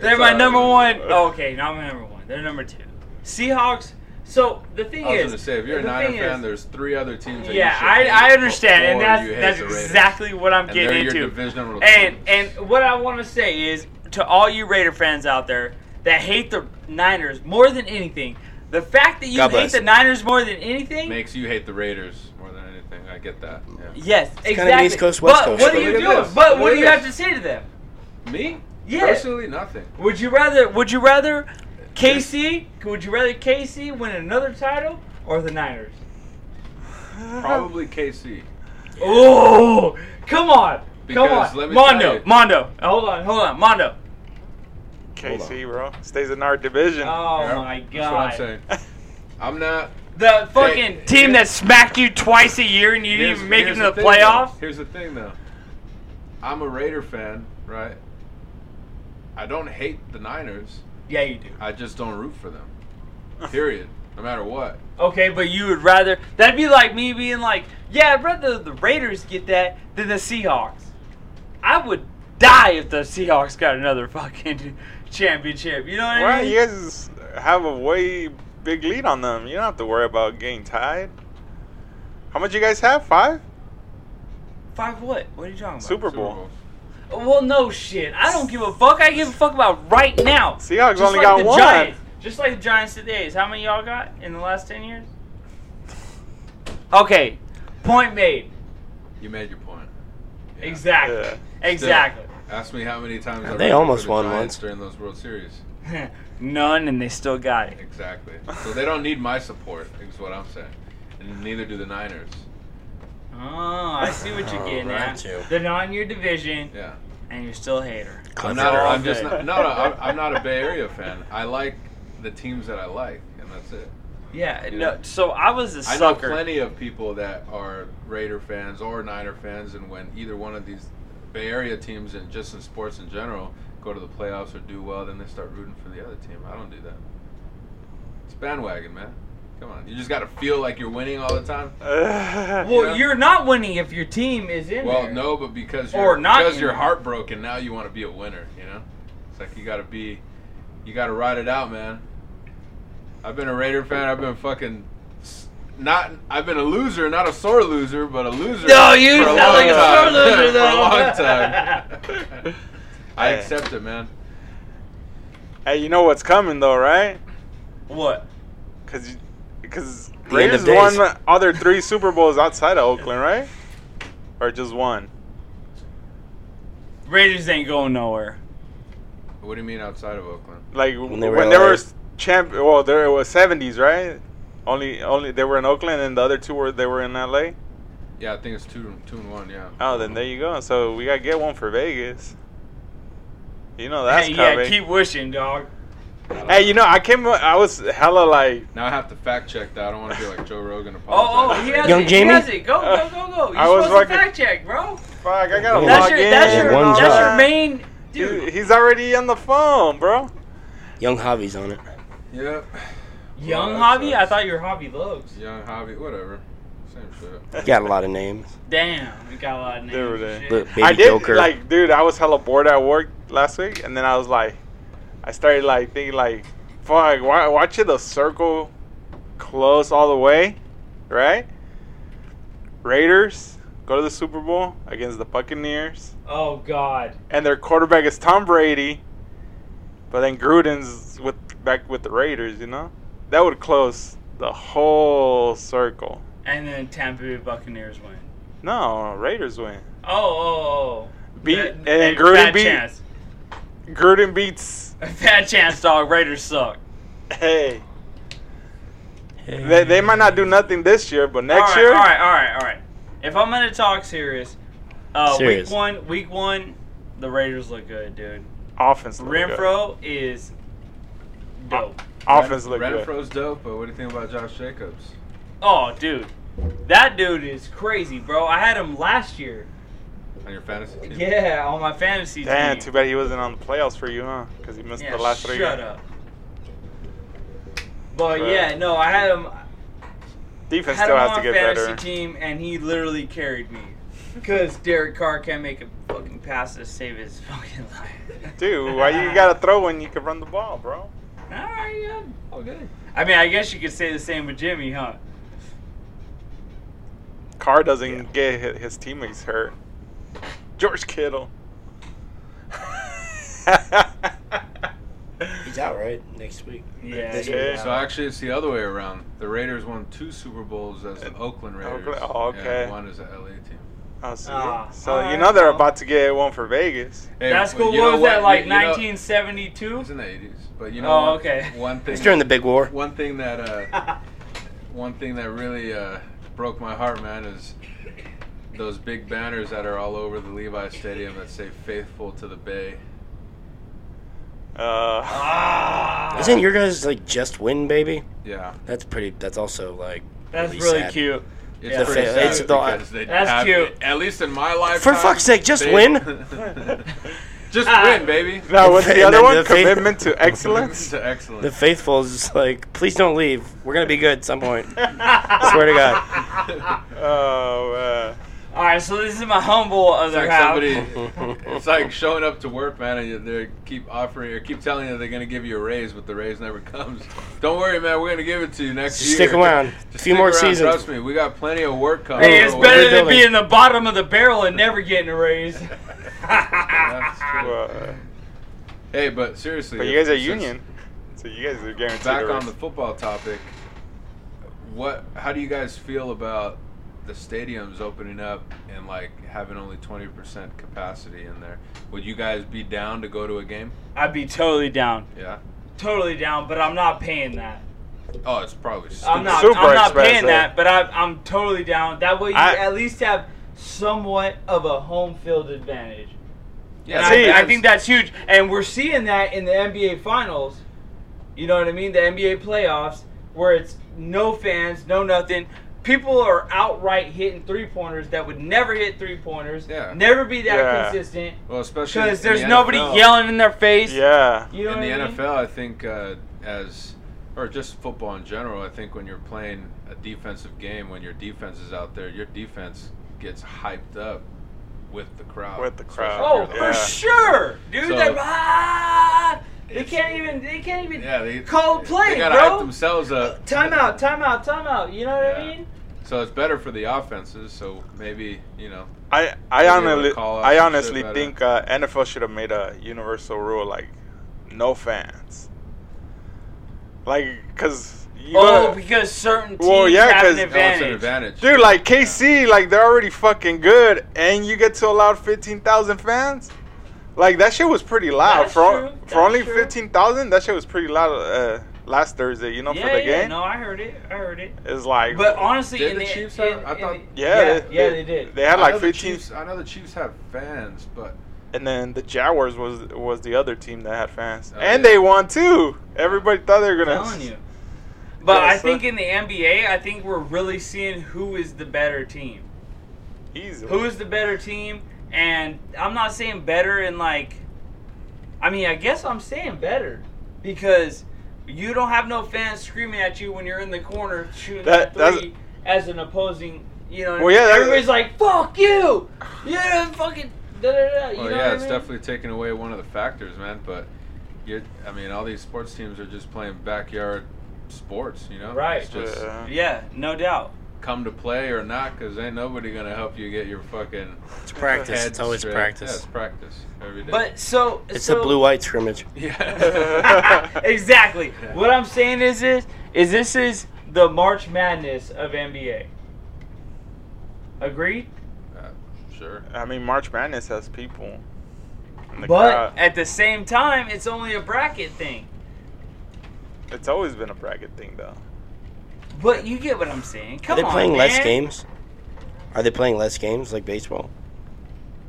Speaker 1: They're
Speaker 4: It's
Speaker 1: my
Speaker 4: all
Speaker 1: number
Speaker 4: right.
Speaker 1: one. oh, okay, not my number one. They're number two. Seahawks. So the thing
Speaker 4: I was
Speaker 1: is,
Speaker 4: gonna say, if you're a
Speaker 1: the
Speaker 4: Niner
Speaker 1: thing
Speaker 4: fan,
Speaker 1: is-
Speaker 4: there's three other teams. That you
Speaker 1: yeah,
Speaker 4: should hate
Speaker 1: I, I understand, and
Speaker 4: before you
Speaker 1: that's
Speaker 4: hate
Speaker 1: that's
Speaker 4: the Raiders.
Speaker 1: exactly what I'm
Speaker 4: And they're
Speaker 1: getting
Speaker 4: your
Speaker 1: into.
Speaker 4: divisional
Speaker 1: And
Speaker 4: opponents.
Speaker 1: and what I want to say is to all you Raider fans out there that hate the Niners more than anything, the fact that you
Speaker 5: God
Speaker 1: hate
Speaker 5: bless.
Speaker 1: the Niners more than anything.
Speaker 4: makes you hate the Raiders more than anything. I get that. Yeah.
Speaker 1: Yes,
Speaker 5: kinda
Speaker 1: exactly.
Speaker 5: East Coast, West
Speaker 1: but
Speaker 5: Coast.
Speaker 1: what do
Speaker 4: Look
Speaker 1: you
Speaker 4: at
Speaker 1: do?
Speaker 4: this.
Speaker 1: But
Speaker 4: Look
Speaker 1: what
Speaker 4: at
Speaker 1: do you
Speaker 4: this.
Speaker 1: have to say to them?
Speaker 4: Me?
Speaker 1: Yeah.
Speaker 4: Personally, nothing.
Speaker 1: Would you rather? Would you rather KC? Would you rather KC win another title or the Niners?
Speaker 3: Uh-huh.
Speaker 4: Probably KC.
Speaker 1: Oh, come on, come
Speaker 4: Because
Speaker 1: on,
Speaker 4: let me
Speaker 1: Mondo,
Speaker 4: tell you-
Speaker 1: Mondo. Uh, Hold on, hold on, Mondo.
Speaker 3: KC, bro, stays in our division.
Speaker 1: Oh
Speaker 4: Yeah,
Speaker 1: my
Speaker 4: That's what I'm
Speaker 1: god.
Speaker 4: saying. I'm not.
Speaker 1: The fucking
Speaker 4: Hey,
Speaker 1: team
Speaker 4: here-
Speaker 1: that smacked you twice a year and you didn't
Speaker 4: here's-
Speaker 1: even make it
Speaker 4: here's
Speaker 1: to the,
Speaker 4: thing,
Speaker 1: playoffs.
Speaker 4: though. Here's the thing, though. I'm a Raider fan, right? I don't hate the Niners.
Speaker 1: Yeah, you do.
Speaker 4: I just don't root for them. Period. No matter what.
Speaker 1: Okay, but you would rather that'd be like me being like, yeah, I'd rather the Raiders get that than the Seahawks. I would die if the Seahawks got another fucking championship. You know what I
Speaker 3: Well,
Speaker 1: mean?
Speaker 3: you guys have a way big lead on them. You don't have to worry about getting tied. How much you guys have? Five
Speaker 1: Five what? What are you talking about?
Speaker 3: Super
Speaker 4: Super
Speaker 3: Bowl.
Speaker 4: Bowl.
Speaker 1: Well, no shit. I don't give a fuck. I give a fuck about right now.
Speaker 3: Seahawks
Speaker 1: Just
Speaker 3: only
Speaker 1: like
Speaker 3: got
Speaker 1: the
Speaker 3: one.
Speaker 1: Giants. Just like the Giants today is. How many y'all got in the last 10 years? Okay. Point made.
Speaker 4: You made your point. Yeah.
Speaker 1: Exactly.
Speaker 3: Yeah.
Speaker 1: Exactly.
Speaker 4: Still, ask me how many times I
Speaker 5: They
Speaker 4: rooted
Speaker 5: almost
Speaker 4: for the
Speaker 5: won
Speaker 4: Giants
Speaker 5: once.
Speaker 4: during those World Series.
Speaker 1: None, and they still got it.
Speaker 4: Exactly. So they don't need my support. Is what I'm saying. And neither do the Niners.
Speaker 1: Oh, I see what you're getting at.
Speaker 5: Alright, you.
Speaker 1: They're not in your division,
Speaker 4: Yeah.
Speaker 1: and you're still a hater.
Speaker 4: I'm
Speaker 5: Clever.
Speaker 4: not.
Speaker 1: all
Speaker 4: I'm just
Speaker 1: day.
Speaker 4: not. No, no. I'm, I'm not a Bay Area fan. I like the teams that I like, and that's it.
Speaker 1: Yeah.
Speaker 4: Yeah.
Speaker 1: No. So I was a
Speaker 4: I know
Speaker 1: sucker.
Speaker 4: plenty of people that are Raider fans or Niner fans, and when either one of these Bay Area teams and just in sports in general go to the playoffs or do well, then they start rooting for the other team. I don't do that. It's bandwagon, man. Come on, you just got to feel like you're winning all the time.
Speaker 1: well,
Speaker 4: Yeah.
Speaker 1: you're not winning if your team is in
Speaker 4: Well,
Speaker 1: there.
Speaker 4: no, but because
Speaker 1: Or
Speaker 4: you're,
Speaker 1: not
Speaker 4: because
Speaker 1: in
Speaker 4: you're
Speaker 1: there.
Speaker 4: heartbroken, now you want to be a winner. You know, it's like you got to be, you got to ride it out, man. I've been a Raider fan. I've been fucking s- not. I've been a loser, not a sore loser, but a loser.
Speaker 1: No, you
Speaker 4: for a
Speaker 1: sound
Speaker 4: long
Speaker 1: like a sore
Speaker 4: time.
Speaker 1: loser,
Speaker 4: for
Speaker 1: though.
Speaker 4: a long time. I
Speaker 3: Hey.
Speaker 4: accept it, man.
Speaker 3: hey, you know what's coming though, right?
Speaker 1: What?
Speaker 3: Because because
Speaker 5: The end
Speaker 3: Raiders
Speaker 5: of
Speaker 3: won
Speaker 5: days.
Speaker 3: all their three Super Bowls outside of Oakland, right? Or just one?
Speaker 1: Raiders ain't going nowhere.
Speaker 4: What do you mean outside of Oakland?
Speaker 3: Like when
Speaker 5: they
Speaker 3: they
Speaker 5: were
Speaker 3: were,
Speaker 5: LA.
Speaker 3: champ. Well, there was seventies, right? Only only they were in Oakland, and the other two were they were in L.A.
Speaker 4: Yeah, I think it's two, two and one. Yeah.
Speaker 3: Oh, then there you go. So we gotta get one for Vegas. You know that's
Speaker 1: Hey, yeah.
Speaker 3: coming.
Speaker 1: Keep wishing, dog.
Speaker 3: Hey, you know, I came. I was hella like.
Speaker 4: Now I have to fact check that. I don't want to be like Joe Rogan.
Speaker 1: Oh, oh,
Speaker 4: apologizing.
Speaker 1: he has
Speaker 5: Young
Speaker 1: it.
Speaker 5: Jamie?
Speaker 1: He has it. Go, go, go, go. You're
Speaker 3: I was
Speaker 1: supposed to
Speaker 3: fucking-
Speaker 1: fact check, bro.
Speaker 3: Fuck, I gotta
Speaker 5: One
Speaker 1: That's
Speaker 3: log
Speaker 1: your,
Speaker 3: in.
Speaker 1: that's your,
Speaker 5: One
Speaker 1: that's your
Speaker 5: job.
Speaker 1: main
Speaker 3: He-
Speaker 1: dude.
Speaker 3: He's already on the phone, bro.
Speaker 5: Young Javi's on it.
Speaker 4: Yep.
Speaker 1: Young
Speaker 4: Well, that
Speaker 1: hobby?
Speaker 4: sucks.
Speaker 1: I thought you were hobby loves.
Speaker 4: Young hobby, whatever. Same shit.
Speaker 5: Got a lot of names.
Speaker 1: Damn, we got a lot of names.
Speaker 3: There
Speaker 1: and
Speaker 3: it is.
Speaker 1: shit.
Speaker 5: Look, baby
Speaker 3: I did
Speaker 5: Joker.
Speaker 3: like, dude. I was hella bored at work last week, and then I was like, I started like thinking like, fuck, why watching the circle close all the way, right? Raiders go to the Super Bowl against the Buccaneers,
Speaker 1: Oh God.
Speaker 3: and their quarterback is Tom Brady, but then Gruden's with back with the Raiders. You know, that would close the whole circle.
Speaker 1: And then Tampa Bay Buccaneers win.
Speaker 3: No, Raiders win.
Speaker 1: Oh, oh, oh.
Speaker 3: beat
Speaker 1: That-
Speaker 3: and then
Speaker 1: fat
Speaker 3: Gruden beat
Speaker 1: chance.
Speaker 3: Gruden beats.
Speaker 1: Fat chance, dog. Raiders suck.
Speaker 3: Hey, they, they might not do nothing this year, but next
Speaker 1: all right,
Speaker 3: year.
Speaker 1: All right, all right, all right. If I'm gonna talk serious, uh,
Speaker 5: Serious.
Speaker 1: week one, week one, the Raiders look good, dude.
Speaker 3: Offense look good.
Speaker 1: Renfro is dope.
Speaker 3: Offense look good.
Speaker 4: Renfro's dope, but what do you think about Josh Jacobs?
Speaker 1: Oh, dude, that dude is crazy, bro. I had him last year.
Speaker 4: On your fantasy team?
Speaker 1: Yeah, on my fantasy
Speaker 3: Damn, too
Speaker 1: team.
Speaker 3: bad he wasn't on the playoffs for you, huh? Because he missed
Speaker 1: Yeah,
Speaker 3: the last three.
Speaker 1: Shut
Speaker 3: games.
Speaker 1: up. But
Speaker 3: Bruh.
Speaker 1: yeah, no, I had him.
Speaker 3: Defense
Speaker 1: had
Speaker 3: still
Speaker 1: him
Speaker 3: has
Speaker 1: on
Speaker 3: to get
Speaker 1: fantasy
Speaker 3: better.
Speaker 1: team, and he literally carried me. Because Derek Carr can't make a fucking pass to save his fucking life.
Speaker 3: Dude, why you gotta throw when you can run the ball, bro?
Speaker 1: Alright, yeah. All good. I mean, I guess you could say the same with Jimmy, huh?
Speaker 3: Carr doesn't get hi- his teammates hurt. George Kittle.
Speaker 5: He's out right next week.
Speaker 1: Yeah.
Speaker 5: This
Speaker 1: yeah.
Speaker 5: week.
Speaker 4: So actually, it's the other way around. The Raiders won two Super Bowls as the Oakland Raiders.
Speaker 3: Oakland- oh, okay.
Speaker 4: And one is the LA team.
Speaker 3: Oh, so
Speaker 1: Ah,
Speaker 3: so
Speaker 1: alright,
Speaker 3: you know they're
Speaker 1: well.
Speaker 3: about to get one for Vegas.
Speaker 4: Hey,
Speaker 1: That's
Speaker 4: well,
Speaker 1: cool.
Speaker 4: you know
Speaker 1: What was that, like
Speaker 4: You- you know-
Speaker 1: 1972?
Speaker 4: It's in the 80s, but you know.
Speaker 1: Oh,
Speaker 4: one-
Speaker 1: okay.
Speaker 4: One thing.
Speaker 5: It's during the big war.
Speaker 4: One thing that uh, one thing that really uh, broke my heart, man, is those big banners that are all over the Levi Stadium that say "Faithful to the Bay."
Speaker 3: Uh,
Speaker 1: ah,
Speaker 5: Isn't your guys like just win, baby?
Speaker 4: Yeah,
Speaker 5: That's pretty. That's also like.
Speaker 1: that's
Speaker 5: really
Speaker 1: really
Speaker 5: sad.
Speaker 1: cute.
Speaker 4: it's
Speaker 1: Yeah.
Speaker 4: pretty
Speaker 5: The fa-
Speaker 4: sad
Speaker 5: it's the-
Speaker 4: because they
Speaker 1: That's
Speaker 4: have-
Speaker 1: cute.
Speaker 4: At least in my life.
Speaker 5: For fuck's sake, just win.
Speaker 4: just
Speaker 1: Ah.
Speaker 4: win, baby.
Speaker 3: no, what's
Speaker 5: And
Speaker 3: the other
Speaker 5: then
Speaker 3: one?
Speaker 5: the fa-
Speaker 3: Commitment to excellence.
Speaker 4: excellent.
Speaker 5: The faithful is just like, please don't leave. We're gonna be good at some point. Swear to God.
Speaker 3: Oh man.
Speaker 1: All right, so this is my humble
Speaker 4: It's
Speaker 1: other
Speaker 4: like
Speaker 1: half.
Speaker 4: somebody. it's like showing up to work, man, and you- they keep offering or keep telling you they're gonna give you a raise, but the raise never comes. Don't worry, man. We're gonna give it to you next
Speaker 5: Just
Speaker 4: year.
Speaker 5: stick around.
Speaker 4: Just
Speaker 5: Few
Speaker 4: stick
Speaker 5: more
Speaker 4: around,
Speaker 5: seasons.
Speaker 4: Trust me, we got plenty of work coming.
Speaker 1: Hey, it's
Speaker 4: our
Speaker 5: what
Speaker 1: better
Speaker 5: we're
Speaker 1: than
Speaker 5: doing.
Speaker 1: being the bottom of the barrel and never getting a raise.
Speaker 4: That's true.
Speaker 3: Well, uh,
Speaker 4: way. Hey, but seriously,
Speaker 3: but you guys are
Speaker 4: since-
Speaker 3: union, so you guys are guaranteed.
Speaker 4: Back
Speaker 3: a
Speaker 4: on the
Speaker 3: raise.
Speaker 4: football topic, what? How do you guys feel about the stadiums opening up and like having only twenty percent capacity in there? Would you guys be down to go to a game?
Speaker 1: I'd be totally down,
Speaker 4: Yeah.
Speaker 1: totally down, but I'm not paying that.
Speaker 4: Oh, it's probably.
Speaker 1: I'm
Speaker 4: stupid.
Speaker 1: not.
Speaker 3: Super
Speaker 1: I'm not
Speaker 3: expensive.
Speaker 1: paying that, but I, I'm totally down. That way, you
Speaker 3: I-
Speaker 1: at least have somewhat of a home field advantage.
Speaker 4: Yeah,
Speaker 1: And
Speaker 3: See,
Speaker 1: I, I
Speaker 3: that's-
Speaker 1: think that's huge, and we're seeing that in the NBA Finals. You know what I mean? The NBA playoffs, where it's no fans, no nothing. People are outright hitting three pointers that would never hit three pointers.
Speaker 4: Yeah.
Speaker 1: Never be that
Speaker 3: Yeah.
Speaker 1: consistent
Speaker 4: Well, especially
Speaker 1: because
Speaker 4: in
Speaker 1: there's
Speaker 4: the
Speaker 1: nobody
Speaker 4: NFL.
Speaker 1: yelling in their face.
Speaker 3: Yeah.
Speaker 1: You know
Speaker 4: in
Speaker 1: what
Speaker 4: the
Speaker 1: I mean?
Speaker 4: NFL. I think uh, as or just football in general. I think when you're playing a defensive game, when your defense is out there, your defense gets hyped up with the crowd.
Speaker 3: With the crowd,
Speaker 1: Oh,
Speaker 4: Especially if
Speaker 1: for
Speaker 4: you're the-
Speaker 3: Yeah.
Speaker 1: sure, dude.
Speaker 4: So-
Speaker 1: they're, ah, they
Speaker 4: It's-
Speaker 1: can't even. They can't even.
Speaker 4: Yeah, they
Speaker 1: Call
Speaker 4: they-
Speaker 1: play,
Speaker 4: They gotta
Speaker 1: bro.
Speaker 4: hype themselves up.
Speaker 1: Timeout, timeout, timeout. You know what I
Speaker 4: Yeah.
Speaker 1: mean?
Speaker 4: So it's better for the offenses. So maybe you know.
Speaker 3: I I
Speaker 4: Maybe I would
Speaker 3: honestly
Speaker 4: call out
Speaker 3: I
Speaker 4: some
Speaker 3: honestly
Speaker 4: shit better.
Speaker 3: think uh, NFL should have made a universal rule like no fans. Like, cause you
Speaker 1: Oh,
Speaker 3: gotta-
Speaker 1: because certain teams
Speaker 3: Well, yeah,
Speaker 1: have
Speaker 3: 'cause-
Speaker 1: an
Speaker 3: No, it's
Speaker 4: No, it's
Speaker 1: advantage.
Speaker 4: an advantage,
Speaker 3: dude, like KC, like they're already fucking good, and you get to allow fifteen thousand fans. Like that shit was pretty loud
Speaker 1: That's
Speaker 3: for
Speaker 1: true,
Speaker 3: for only
Speaker 1: that's true.
Speaker 3: fifteen thousand. That shit was pretty loud uh, last Thursday. You know,
Speaker 1: yeah,
Speaker 3: for the
Speaker 1: yeah,
Speaker 3: game,
Speaker 1: no, I heard it. I heard it.
Speaker 3: it's like
Speaker 1: But honestly,
Speaker 4: Did
Speaker 1: in
Speaker 4: the
Speaker 1: the,
Speaker 4: Chiefs
Speaker 1: in,
Speaker 4: have- I
Speaker 1: in
Speaker 4: thought-
Speaker 1: the-
Speaker 3: yeah,
Speaker 1: yeah, yeah, they did.
Speaker 3: They had
Speaker 4: I
Speaker 3: like
Speaker 4: know the
Speaker 3: fifteen,
Speaker 4: Chiefs, I know the Chiefs have fans, but
Speaker 3: and then the Jaguars was was the other team that had fans,
Speaker 4: Oh,
Speaker 3: and
Speaker 4: yeah.
Speaker 3: they won too. Everybody thought they were
Speaker 1: I'm
Speaker 3: gonna.
Speaker 1: telling you. But
Speaker 3: Yeah,
Speaker 1: I
Speaker 3: so-
Speaker 1: think in the NBA, I think we're really seeing who is the better team.
Speaker 3: Easily.
Speaker 1: Who is the better team? And I'm not saying better in like. I mean, I guess I'm saying better because you don't have no fans screaming at you when you're in the corner shooting
Speaker 3: That-
Speaker 1: that,
Speaker 3: that's-
Speaker 1: three as an opposing. You know, what I
Speaker 3: Well, yeah,
Speaker 1: mean?
Speaker 3: that-
Speaker 1: everybody's like, "Fuck you!" Yeah, fucking. Da, da, da, you
Speaker 4: Well,
Speaker 1: know what
Speaker 4: Oh, yeah,
Speaker 1: I
Speaker 4: it's
Speaker 1: mean?
Speaker 4: definitely taking away one of the factors, man. But you're, I mean, all these sports teams are just playing backyard sports, you know?
Speaker 1: Right.
Speaker 4: It's just
Speaker 3: Yeah.
Speaker 1: Yeah, no doubt.
Speaker 4: come to play or not, because ain't nobody gonna help you get your fucking
Speaker 5: It's practice.
Speaker 4: head
Speaker 5: It's always
Speaker 4: straight. Yeah, it's
Speaker 5: practice.
Speaker 4: practice every day.
Speaker 1: But so
Speaker 5: It's
Speaker 1: so,
Speaker 5: a blue-white scrimmage.
Speaker 4: yeah,
Speaker 1: exactly. What I'm saying is this is this is the March Madness of NBA. Agreed?
Speaker 4: Uh, sure.
Speaker 3: I mean, March Madness has people. in the
Speaker 1: But
Speaker 3: crowd.
Speaker 1: at the same time, it's only a bracket thing.
Speaker 3: it's always been a bracket thing, though.
Speaker 1: But you get what I'm saying.
Speaker 5: Are
Speaker 1: Come
Speaker 5: they
Speaker 1: on,
Speaker 5: playing less
Speaker 1: man.
Speaker 5: games? Are they playing less games like baseball,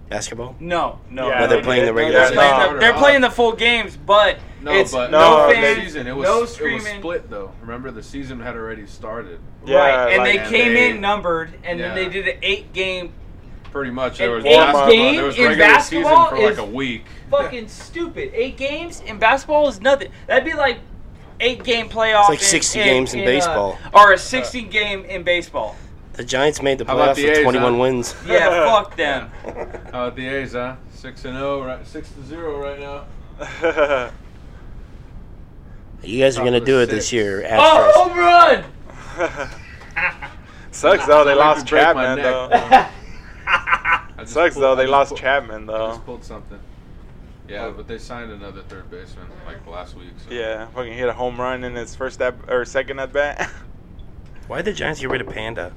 Speaker 5: basketball?
Speaker 1: No, no.
Speaker 3: Yeah,
Speaker 5: No,
Speaker 1: no,
Speaker 5: they're playing the
Speaker 3: they-
Speaker 1: They're,
Speaker 5: regular
Speaker 3: they're
Speaker 5: season.
Speaker 1: playing,
Speaker 4: not.
Speaker 1: the, they're playing the full games, but
Speaker 4: No,
Speaker 1: it's
Speaker 4: but
Speaker 1: no,
Speaker 3: no,
Speaker 4: the
Speaker 1: fans,
Speaker 4: season it was
Speaker 1: no
Speaker 4: It was
Speaker 1: screaming.
Speaker 4: split though. Remember the season had already started.
Speaker 3: Yeah,
Speaker 1: right, and
Speaker 3: like-
Speaker 1: they came
Speaker 4: they-
Speaker 1: in numbered, and then
Speaker 4: Yeah.
Speaker 1: they did an eight-game
Speaker 4: Pretty much there
Speaker 1: An
Speaker 4: was
Speaker 1: eight
Speaker 4: basketball.
Speaker 1: game
Speaker 4: there was
Speaker 1: in
Speaker 4: regular season
Speaker 1: basketball
Speaker 4: for like
Speaker 1: is
Speaker 4: a week.
Speaker 1: fucking stupid. Eight games in basketball is nothing. That'd be like eight game playoff.
Speaker 5: It's like 60 games in
Speaker 1: uh,
Speaker 5: baseball.
Speaker 1: or a 60 game in baseball.
Speaker 5: The Giants made the
Speaker 4: How about
Speaker 5: playoffs
Speaker 4: the
Speaker 5: with
Speaker 4: A's,
Speaker 5: 21
Speaker 4: huh?
Speaker 5: wins.
Speaker 1: Yeah, fuck them.
Speaker 4: How about Uh, the A's, huh? Six and zero, right? Six to zero right now.
Speaker 5: You guys are gonna
Speaker 4: Top of
Speaker 5: do it
Speaker 4: six.
Speaker 5: this year.
Speaker 1: Oh, home
Speaker 5: Astros.
Speaker 1: run!
Speaker 3: Sucks though they
Speaker 4: I'd like
Speaker 3: lost
Speaker 4: to break
Speaker 3: Chapman
Speaker 4: my neck.
Speaker 3: though.
Speaker 4: I just
Speaker 3: Sucks
Speaker 4: pulled-
Speaker 3: though
Speaker 4: I
Speaker 3: they
Speaker 4: just
Speaker 3: lost
Speaker 4: pulled-
Speaker 3: Chapman
Speaker 4: I
Speaker 3: though.
Speaker 4: just pulled something.
Speaker 5: Oh.
Speaker 4: Yeah, but they signed another third baseman like last week. So.
Speaker 3: Yeah, fucking hit a home run in his first at or second at bat.
Speaker 5: Why did the Giants get rid of Panda?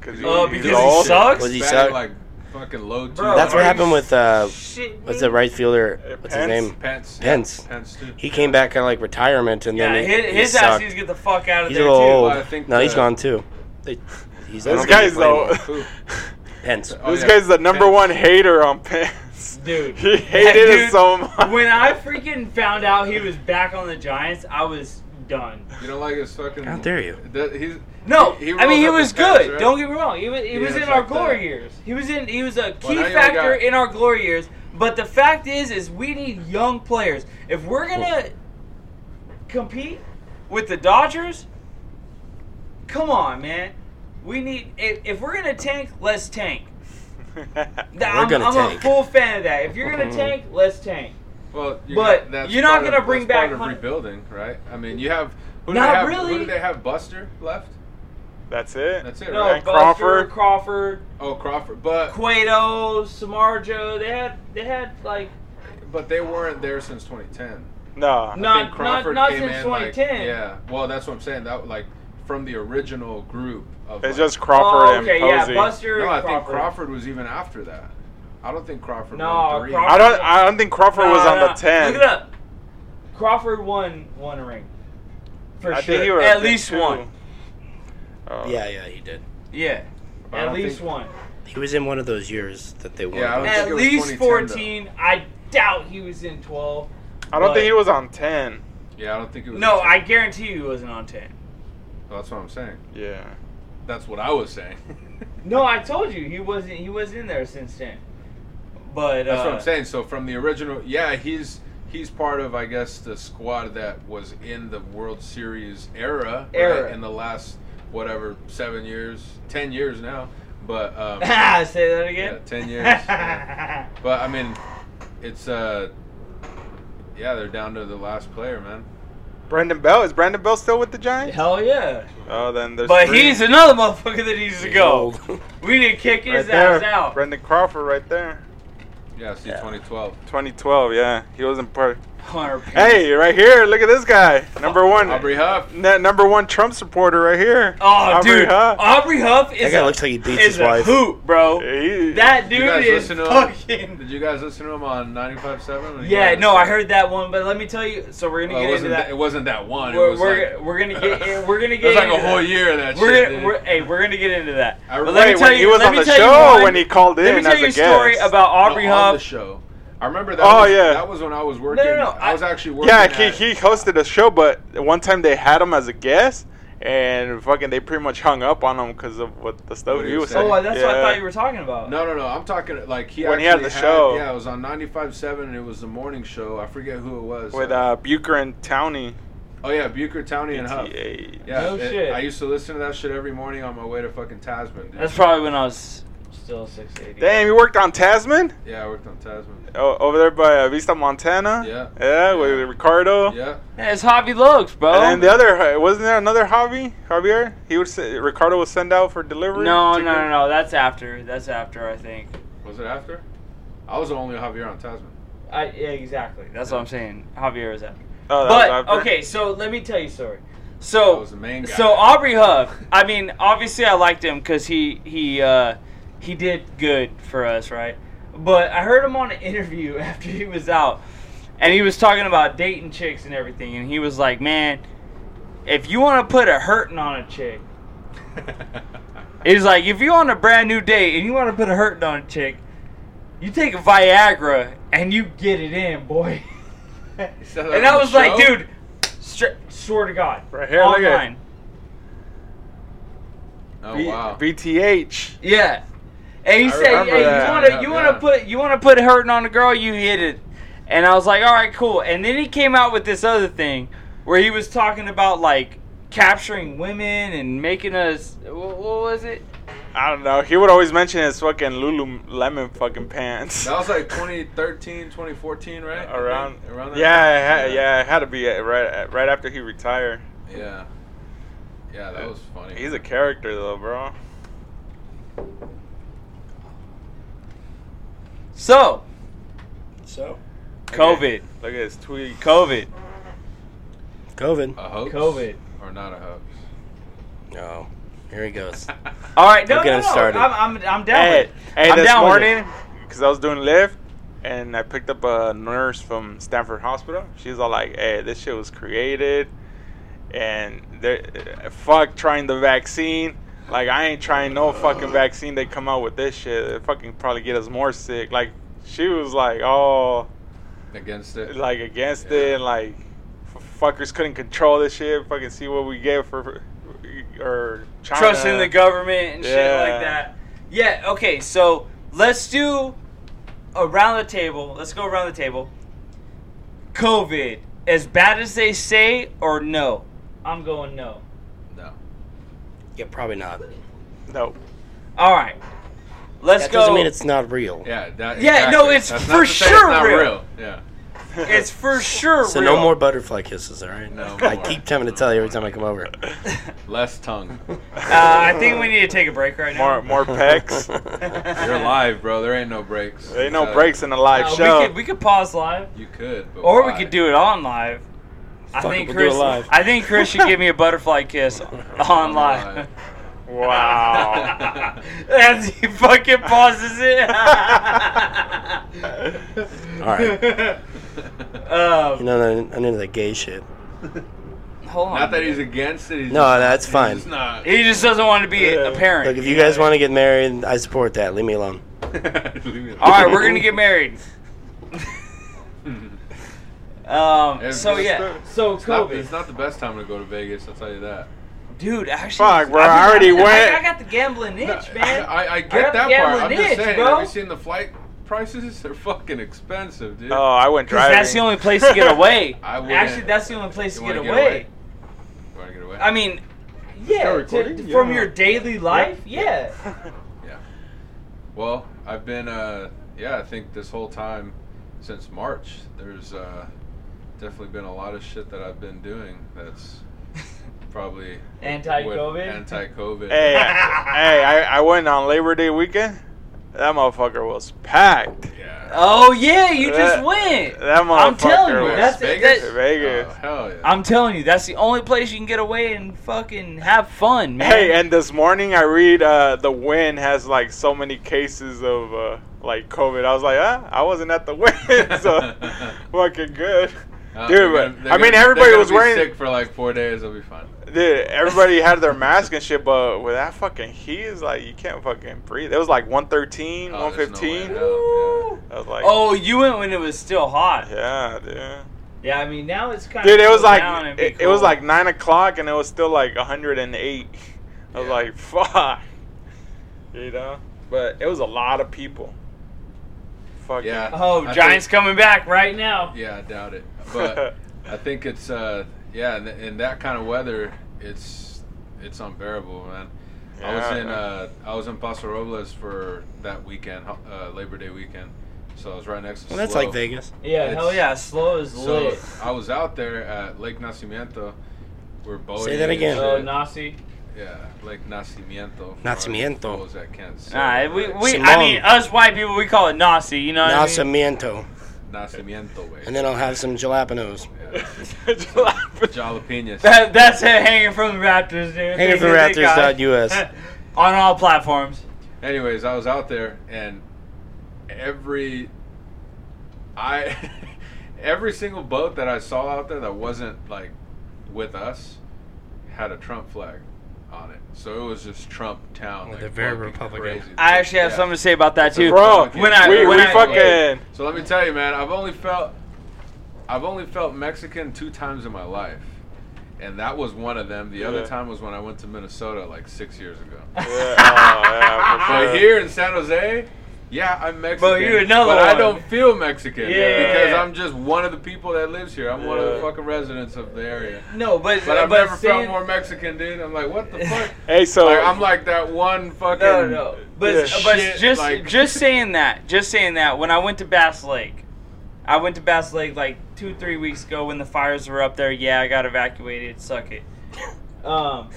Speaker 3: Cause
Speaker 1: Oh,
Speaker 3: he's
Speaker 1: because
Speaker 4: he
Speaker 1: he
Speaker 3: old.
Speaker 1: sucks.
Speaker 5: Was he
Speaker 4: Batted,
Speaker 5: suck?
Speaker 4: like fucking low.
Speaker 1: Bro,
Speaker 5: That's what
Speaker 1: are
Speaker 5: happened
Speaker 1: you
Speaker 5: with uh,
Speaker 1: Shit,
Speaker 5: what's
Speaker 1: me.
Speaker 4: Mm.
Speaker 5: the right fielder?
Speaker 3: Uh,
Speaker 5: What's his
Speaker 3: Pence?
Speaker 5: name?
Speaker 4: Pence.
Speaker 5: Pence.
Speaker 4: Yeah, Pence too.
Speaker 5: He came back out of like retirement and
Speaker 1: Yeah,
Speaker 5: then he,
Speaker 1: his,
Speaker 5: he
Speaker 1: his ass
Speaker 5: sucked.
Speaker 1: needs to get the fuck out of
Speaker 5: He's a
Speaker 1: there
Speaker 5: little
Speaker 1: too.
Speaker 5: old.
Speaker 4: I think
Speaker 5: no, he's
Speaker 4: that-
Speaker 5: gone too. They, he's, I don't
Speaker 3: This
Speaker 5: think
Speaker 3: guy's
Speaker 5: he's playing
Speaker 3: though.
Speaker 5: anymore.
Speaker 4: Who?
Speaker 5: Pence.
Speaker 4: Oh,
Speaker 3: this
Speaker 4: yeah,
Speaker 3: guy's the number
Speaker 4: Pence.
Speaker 3: one hater on Pence.
Speaker 1: Dude,
Speaker 3: he
Speaker 1: that
Speaker 3: hated
Speaker 1: dude-
Speaker 3: it so much.
Speaker 1: When I freaking found out he was back on the Giants, I was done.
Speaker 4: You don't like his fucking.
Speaker 5: How dare you.
Speaker 4: That, he's,
Speaker 1: No,
Speaker 4: he- he
Speaker 1: I mean
Speaker 4: rolled
Speaker 1: he
Speaker 4: up
Speaker 1: was
Speaker 4: his pants,
Speaker 1: good.
Speaker 4: right?
Speaker 1: Don't get me wrong. He was, he
Speaker 4: Yeah,
Speaker 1: was in
Speaker 4: it's
Speaker 1: our
Speaker 4: like
Speaker 1: glory
Speaker 4: that.
Speaker 1: years. He was in. He was a
Speaker 4: Well,
Speaker 1: key
Speaker 4: now you
Speaker 1: factor
Speaker 4: got-
Speaker 1: in our glory years. But the fact is, is we need young players if we're gonna compete with the Dodgers. Come on, man. We need if, if we're gonna tank, let's tank. Th- I'm,
Speaker 5: gonna
Speaker 1: I'm
Speaker 5: tank. Mm-hmm.
Speaker 1: a full fan of that. If you're gonna tank, let's tank.
Speaker 4: Well, you
Speaker 1: But
Speaker 4: got- that's
Speaker 1: you're not
Speaker 4: part
Speaker 1: gonna
Speaker 4: of-
Speaker 1: bring
Speaker 4: that's part
Speaker 1: back
Speaker 4: of
Speaker 1: Hun-
Speaker 4: rebuilding, right? I mean, you have who do
Speaker 1: Not
Speaker 4: they have?
Speaker 1: really.
Speaker 4: Who do they have? Buster left.
Speaker 3: That's it.
Speaker 4: That's it,
Speaker 1: No,
Speaker 3: Ryan
Speaker 4: right?
Speaker 1: Buster,
Speaker 3: Crawford.
Speaker 1: Crawford,
Speaker 4: Oh, Crawford, but
Speaker 1: Cueto, Samarjo. They had they had like
Speaker 4: but they weren't there since 2010.
Speaker 1: No.
Speaker 3: No.
Speaker 1: Not-
Speaker 4: I think Crawford
Speaker 1: not- not
Speaker 4: came
Speaker 1: since
Speaker 4: in, like-
Speaker 1: 2010.
Speaker 4: yeah. Well, that's what I'm saying. That like from the original group of.
Speaker 3: It's
Speaker 4: like-
Speaker 3: just Crawford
Speaker 1: oh, okay,
Speaker 3: and
Speaker 1: yeah,
Speaker 3: Posey.
Speaker 1: Buster.
Speaker 4: No,
Speaker 1: and
Speaker 4: I
Speaker 1: Crawford.
Speaker 4: think Crawford was even after that. I don't think Crawford.
Speaker 1: No,
Speaker 4: won three.
Speaker 1: Crawford-
Speaker 3: I don't. I don't think Crawford was
Speaker 1: No,
Speaker 3: on
Speaker 1: Uh, no,
Speaker 3: the
Speaker 1: no.
Speaker 3: ten.
Speaker 1: Look it up. Crawford won one ring. For
Speaker 3: I
Speaker 1: sure.
Speaker 3: think you were
Speaker 1: At
Speaker 3: up there,
Speaker 1: least
Speaker 3: too.
Speaker 1: one.
Speaker 3: Oh.
Speaker 5: Yeah, yeah, he did.
Speaker 1: Yeah.
Speaker 4: But I
Speaker 1: At
Speaker 4: don't
Speaker 1: least
Speaker 4: think-
Speaker 1: one.
Speaker 5: He was in one of those years that they won.
Speaker 4: Yeah, I was- think
Speaker 1: At
Speaker 4: it was
Speaker 1: least
Speaker 4: 2010, though.
Speaker 1: 14. I doubt he was in 12.
Speaker 3: I don't
Speaker 1: But-
Speaker 3: think he was on ten.
Speaker 4: Yeah, I don't think it was.
Speaker 1: No, I guarantee you he wasn't on 10.
Speaker 4: That's what I'm saying.
Speaker 3: Yeah.
Speaker 4: That's what I was saying.
Speaker 1: No, I told you he wasn't. He wasn't in there since then. But
Speaker 4: That's
Speaker 1: uh,
Speaker 4: what I'm saying. So from the original, yeah, he's he's part of I guess the squad that was in the World Series era, right,
Speaker 1: Era.
Speaker 4: in the last whatever seven years, ten years now. But um,
Speaker 1: Ah, Say that
Speaker 4: yeah,
Speaker 1: again.
Speaker 4: ten years. yeah. But I mean, it's uh, yeah, they're down to the last player, man.
Speaker 3: Brandon Bell is Brandon Bell still with the Giants?
Speaker 1: Hell yeah.
Speaker 3: Oh, then there's.
Speaker 1: But
Speaker 3: three.
Speaker 1: he's another motherfucker that needs to go.
Speaker 5: Old.
Speaker 1: We need to kick
Speaker 3: right
Speaker 1: his
Speaker 3: there.
Speaker 1: ass out.
Speaker 3: Brandon Crawford right there.
Speaker 4: Yeah, see,
Speaker 5: Yeah.
Speaker 4: 2012.
Speaker 3: 2012. Yeah, he wasn't part.
Speaker 1: Hunter Pence.
Speaker 3: Hey, right here. Look at this guy. Number one.
Speaker 4: Aubrey Huff.
Speaker 3: N- number one Trump supporter right here.
Speaker 1: Oh,
Speaker 3: Aubrey
Speaker 1: dude,
Speaker 3: Huff.
Speaker 1: Aubrey Huff is
Speaker 5: That guy
Speaker 1: a,
Speaker 5: looks like he beats
Speaker 1: is
Speaker 5: his
Speaker 1: a
Speaker 5: wife.
Speaker 1: hoot, bro.
Speaker 3: He-
Speaker 1: That
Speaker 4: Did you
Speaker 1: dude
Speaker 4: guys
Speaker 1: is
Speaker 4: listen to him?
Speaker 1: fucking.
Speaker 4: Did you guys listen to him on 95.7?
Speaker 1: Yeah, no, I heard that one, but let me tell you. So we're gonna
Speaker 4: Well, it
Speaker 1: get into
Speaker 4: wasn't that.
Speaker 1: that.
Speaker 4: It wasn't that one. it
Speaker 1: We're
Speaker 4: was
Speaker 1: we're,
Speaker 4: like,
Speaker 1: we're gonna get we're gonna
Speaker 4: it
Speaker 1: get
Speaker 4: was like
Speaker 1: into
Speaker 4: a whole
Speaker 1: that.
Speaker 4: year of that
Speaker 1: We're
Speaker 4: shit.
Speaker 1: gonna,
Speaker 4: dude.
Speaker 1: we're, hey, we're gonna get into that.
Speaker 4: I
Speaker 1: But
Speaker 3: Wait,
Speaker 4: Let
Speaker 1: me tell
Speaker 3: when
Speaker 1: you,
Speaker 3: he was
Speaker 1: let
Speaker 3: on
Speaker 1: me
Speaker 3: the
Speaker 1: tell you
Speaker 3: show
Speaker 1: one-
Speaker 3: when he called in
Speaker 1: Let me tell
Speaker 3: as
Speaker 1: you
Speaker 3: a
Speaker 1: a story
Speaker 3: guest.
Speaker 1: about Aubrey
Speaker 4: No, on the
Speaker 1: Huff.
Speaker 4: show. I remember that.
Speaker 3: Oh,
Speaker 4: was,
Speaker 3: yeah.
Speaker 4: that was when I was working.
Speaker 1: no,
Speaker 4: I,
Speaker 1: I-
Speaker 4: was actually working.
Speaker 3: Yeah,
Speaker 4: at-
Speaker 3: he, he hosted a show, but one time they had him as a guest, and fucking they pretty much hung up on him because of what the stuff
Speaker 4: What
Speaker 3: he
Speaker 4: he
Speaker 3: was
Speaker 4: said.
Speaker 3: saying.
Speaker 1: Oh, that's what I
Speaker 3: Yeah.
Speaker 1: thought you were talking about.
Speaker 4: No, no, no. I'm talking like he
Speaker 3: When he had
Speaker 4: actually
Speaker 3: the show.
Speaker 4: Yeah, it was on 95.7, and it was the morning show. I forget who it was.
Speaker 3: With uh, Bucher and Towney.
Speaker 4: oh yeah, Bucher, Towney, and Huff.
Speaker 3: BTA.
Speaker 4: Yeah,
Speaker 1: No
Speaker 4: it-
Speaker 1: shit.
Speaker 4: I used to listen to that shit every morning on my way to fucking Tasman. Dude.
Speaker 1: That's probably when I was still six eighty.
Speaker 3: Damn, you worked on Tasman?
Speaker 4: yeah, I worked on Tasman.
Speaker 3: Oh, over there by uh, Vista Montana?
Speaker 4: Yeah.
Speaker 3: Yeah, with Ricardo.
Speaker 4: Yeah.
Speaker 1: Yeah, it's Hobby Looks, bro.
Speaker 3: And then the other, uh, wasn't there another hobby, Javier? He would say, Ricardo would send out for delivery.
Speaker 1: no, no,
Speaker 3: tickets?
Speaker 1: no, no. That's after. That's after. I think.
Speaker 4: Was it after? I was the only Javier on Tasman.
Speaker 1: I, yeah, exactly. That's what I'm saying. Javier is after.
Speaker 3: Oh, that was
Speaker 1: But
Speaker 3: after?
Speaker 1: okay, so let me tell you a story.
Speaker 4: I
Speaker 1: So,
Speaker 4: was the main guy.
Speaker 1: so Aubrey Huff. I mean, obviously, I liked him because he he uh, he did good for us, right? But I heard him on an interview after he was out, and he was talking about dating chicks and everything, and he was like, "Man, if you want to put a hurting on a chick, he's like, if you're on a brand new date and you want to put a hurting on a chick, you take a Viagra and you get it in, boy."
Speaker 4: said that
Speaker 1: and
Speaker 4: on
Speaker 1: I
Speaker 4: the
Speaker 1: was like,
Speaker 4: show?
Speaker 1: dude, stra- swear to God,
Speaker 3: Right here, look at
Speaker 1: online.
Speaker 3: it.
Speaker 4: Oh
Speaker 3: B-
Speaker 4: wow.
Speaker 3: BTH.
Speaker 1: Yeah. And he
Speaker 4: I
Speaker 1: said,
Speaker 4: remember
Speaker 1: "Hey,
Speaker 3: that.
Speaker 1: you want to
Speaker 4: Yeah,
Speaker 1: you want
Speaker 4: yeah.
Speaker 1: to put you want to put hurting on a girl, you hit it." And I was like, "All right, cool." And then he came out with this other thing where he was talking about like capturing women and making us wh- what was it?
Speaker 3: I don't know. He would always mention his fucking Lululemon fucking pants.
Speaker 4: That was like 2013, 2014, right? I think?
Speaker 3: around
Speaker 4: around that
Speaker 3: yeah, it
Speaker 4: time?
Speaker 3: had, yeah, it had to be uh, right uh, right after he retired.
Speaker 4: Yeah. Yeah, that was funny.
Speaker 3: Uh, He's a character though, bro.
Speaker 1: So,
Speaker 5: So,
Speaker 1: COVID,
Speaker 3: Look at his tweet.
Speaker 1: COVID,
Speaker 5: COVID.
Speaker 4: a hoax.
Speaker 1: COVID.
Speaker 4: Or not a hoax.
Speaker 5: Oh, here he goes.
Speaker 1: All right, no,
Speaker 5: We'll get
Speaker 1: no,
Speaker 5: him
Speaker 1: no.
Speaker 5: started.
Speaker 1: I'm, I'm, I'm down.
Speaker 3: Hey,
Speaker 1: with it.
Speaker 3: hey,
Speaker 1: I'm
Speaker 3: this
Speaker 1: down with it.
Speaker 3: morning, because I was doing Lyft, and I picked up a nurse from Stanford Hospital. She's all like, "Hey, this shit was created, and they fuck trying the vaccine. Like, I ain't trying no fucking vaccine. They come out with this shit. It fucking probably get us more sick." Like, she was like, "Oh,
Speaker 4: Against it.
Speaker 3: like against
Speaker 4: Yeah.
Speaker 3: it, and like f- fuckers couldn't control this shit. Fucking see what we get for, for or China.
Speaker 1: trusting the government and shit
Speaker 3: Yeah.
Speaker 1: like that. Yeah, okay, so let's do around the table. Let's go around the table. COVID, as bad as they say, or no? I'm going no.
Speaker 4: no.
Speaker 5: Yeah, probably not.
Speaker 3: No,
Speaker 1: All right. Let's
Speaker 5: That
Speaker 1: go.
Speaker 5: doesn't mean it's not real.
Speaker 4: Yeah, that,
Speaker 1: Yeah, no,
Speaker 4: exactly.
Speaker 1: it's
Speaker 4: That's
Speaker 1: for
Speaker 4: not to say it's
Speaker 1: sure
Speaker 4: not
Speaker 1: real.
Speaker 4: Yeah.
Speaker 1: It's for sure.
Speaker 5: So
Speaker 1: real.
Speaker 5: no more butterfly kisses, all right?
Speaker 4: No
Speaker 5: I
Speaker 4: more.
Speaker 5: keep having to tell you every time I come over.
Speaker 4: Less tongue.
Speaker 1: Uh, I think we need to take a break right now.
Speaker 3: more more pecs.
Speaker 4: You're live, bro. There ain't no breaks.
Speaker 3: There ain't
Speaker 4: Uh,
Speaker 3: no breaks in a live
Speaker 1: Uh,
Speaker 3: show.
Speaker 1: we, could, we could pause live,
Speaker 4: You could, but
Speaker 1: or
Speaker 4: why?
Speaker 1: we could do it on live. I
Speaker 5: Fuck it,
Speaker 1: think
Speaker 5: we'll do it
Speaker 1: Chris.
Speaker 5: live.
Speaker 1: I think Chris should give me a butterfly kiss on live.
Speaker 3: wow.
Speaker 1: As he fucking pauses it.
Speaker 5: All right. You
Speaker 1: um,
Speaker 5: know, I'm I'm into that gay shit.
Speaker 1: hold on.
Speaker 4: Not that he's against it. He's
Speaker 5: No,
Speaker 4: just-
Speaker 5: that's
Speaker 4: he's
Speaker 5: fine.
Speaker 4: just not.
Speaker 1: he just doesn't want to be a
Speaker 3: Yeah.
Speaker 1: parent.
Speaker 5: Look, if you guys want to get married, I support that. Leave me alone.
Speaker 4: Leave me alone.
Speaker 1: All right, we're gonna get married. um.
Speaker 4: It's
Speaker 1: So
Speaker 4: just
Speaker 1: yeah.
Speaker 3: the-
Speaker 1: So
Speaker 4: It's not,
Speaker 1: COVID,
Speaker 4: it's not the best time to go to Vegas. I'll tell you that.
Speaker 1: dude. Actually,
Speaker 3: Fuck, bro,
Speaker 1: I've been-
Speaker 3: I already
Speaker 1: I've been-
Speaker 3: went.
Speaker 1: I got the gambling itch, man.
Speaker 4: I, I
Speaker 1: I
Speaker 4: get
Speaker 1: got
Speaker 4: that
Speaker 1: the
Speaker 4: part. I'm
Speaker 1: gambling
Speaker 4: just
Speaker 1: itch,
Speaker 4: saying.
Speaker 1: bro.
Speaker 4: Have you seen the flight prices? They're fucking expensive, dude.
Speaker 3: Oh, I went
Speaker 1: 'Cause
Speaker 3: driving.
Speaker 1: that's the only place to get away.
Speaker 4: I wouldn't.
Speaker 1: Actually, that's the only place
Speaker 4: You
Speaker 1: to get
Speaker 4: wanna get
Speaker 1: away.
Speaker 4: away? You want to get away?
Speaker 1: I mean, yeah,
Speaker 3: Still
Speaker 1: to-
Speaker 3: recording?
Speaker 1: from
Speaker 3: Yeah.
Speaker 1: your daily life, yeah.
Speaker 4: yeah. Well, I've been. Uh, yeah, I think this whole time since March, there's uh, definitely been a lot of shit that I've been doing that's probably
Speaker 1: Anti-COVID?
Speaker 4: Anti-COVID.
Speaker 3: hey, hey, I, I went on Labor Day weekend. That motherfucker was packed.
Speaker 4: Yeah.
Speaker 1: Oh yeah, you just
Speaker 3: That-
Speaker 1: went.
Speaker 3: that
Speaker 1: I'm telling
Speaker 3: motherfucker
Speaker 1: you,
Speaker 3: was
Speaker 1: that's
Speaker 4: Vegas?
Speaker 1: that-
Speaker 3: Vegas.
Speaker 4: Oh, hell yeah.
Speaker 1: I'm telling you, that's the only place you can get away and fucking have fun, man.
Speaker 3: Hey, and this morning I read uh, the Win has like so many cases of uh, like COVID. I was like, ah, I wasn't at the Win, so fucking good,
Speaker 4: Uh, they're
Speaker 3: dude.
Speaker 4: gonna-
Speaker 3: but-
Speaker 4: they're
Speaker 3: I mean,
Speaker 4: gonna-
Speaker 3: everybody
Speaker 4: they're
Speaker 3: was
Speaker 4: gonna be
Speaker 3: wearing.
Speaker 4: sick for like four days. They'll be fine.
Speaker 3: Dude, everybody had their mask and shit, but with that fucking heat, it's like you can't fucking breathe. It was like 113,
Speaker 4: Oh, there's no way
Speaker 3: 115.
Speaker 4: in hell, yeah.
Speaker 3: I was like,
Speaker 1: oh, you went when it was still hot. Yeah,
Speaker 3: yeah, dude.
Speaker 1: I mean now it's kind of
Speaker 3: Dude, it was like it, it was like nine o'clock and it was still like 108. I was
Speaker 4: Yeah.
Speaker 3: like, fuck, you know. But it was a lot of people. Fuck
Speaker 4: Yeah.
Speaker 1: oh,
Speaker 4: I
Speaker 1: Giants
Speaker 4: think-
Speaker 1: coming back right now.
Speaker 4: Yeah, I doubt it. But I think it's uh, yeah, in, in that kind of weather, it's it's unbearable, man. I was
Speaker 3: Yeah.
Speaker 4: in uh, I was in Paso Robles for that weekend, uh, Labor Day weekend. So I was right next to.
Speaker 5: Well, that's
Speaker 4: Slow.
Speaker 5: like Vegas.
Speaker 1: Yeah,
Speaker 4: It's-
Speaker 1: hell yeah, slow is
Speaker 4: So
Speaker 1: lit.
Speaker 4: I was out there at Lake Nacimiento. We're boating.
Speaker 5: that
Speaker 4: and
Speaker 5: again.
Speaker 4: shit.
Speaker 1: Oh, Nasi.
Speaker 4: Yeah, Lake Nacimiento. for
Speaker 5: Nacimiento.
Speaker 4: our Those that can't say.
Speaker 1: Nah, we,
Speaker 4: right?
Speaker 1: we I
Speaker 5: Simone.
Speaker 1: mean us white people we call it Nasi. You know what I mean?
Speaker 5: Nacimiento.
Speaker 4: Nacimiento way.
Speaker 5: And then I'll have some jalapenos.
Speaker 4: Yeah. Jalapenos.
Speaker 1: That, that's it, hanging from the Raptors, dude.
Speaker 5: Hanging
Speaker 1: They-
Speaker 5: from
Speaker 1: they got it.
Speaker 5: Raptors.us.
Speaker 1: On all platforms.
Speaker 4: anyways, I was out there and every I every single boat that I saw out there that wasn't like with us had a Trump flag on it. So it was just Trump town.
Speaker 5: Well,
Speaker 4: like,
Speaker 5: they're very
Speaker 4: fucking
Speaker 5: Republican.
Speaker 4: crazy.
Speaker 1: I actually have
Speaker 4: Yeah.
Speaker 1: something to say about that too.
Speaker 3: Bro,
Speaker 1: when I
Speaker 3: we,
Speaker 1: when
Speaker 3: we
Speaker 1: I,
Speaker 3: fucking
Speaker 4: So let me tell you, man, I've only felt I've only felt Mexican two times in my life. And that was one of them. The
Speaker 3: Yeah.
Speaker 4: other time was when I went to Minnesota like six years ago.
Speaker 3: yeah, oh, yeah, for
Speaker 4: But
Speaker 3: sure.
Speaker 4: here in San Jose, yeah, I'm Mexican.
Speaker 1: But you're Uh, another
Speaker 4: but I
Speaker 1: one.
Speaker 4: don't feel Mexican
Speaker 1: Yeah.
Speaker 4: because I'm just one of the people that lives here. I'm one of the
Speaker 3: Yeah.
Speaker 4: fucking residents of the area.
Speaker 1: no, but
Speaker 4: But I've never
Speaker 1: saying-
Speaker 4: felt more Mexican, dude. I'm like, what the fuck?
Speaker 3: Hey, so
Speaker 4: Like, I'm like that one fucking.
Speaker 1: No, no. But
Speaker 3: Yeah.
Speaker 1: but
Speaker 4: Shit,
Speaker 1: just
Speaker 4: like-
Speaker 1: just saying that, just saying that. When I went to Bass Lake, I went to Bass Lake like two three weeks ago when the fires were up there. Yeah, I got evacuated. Suck it. Um,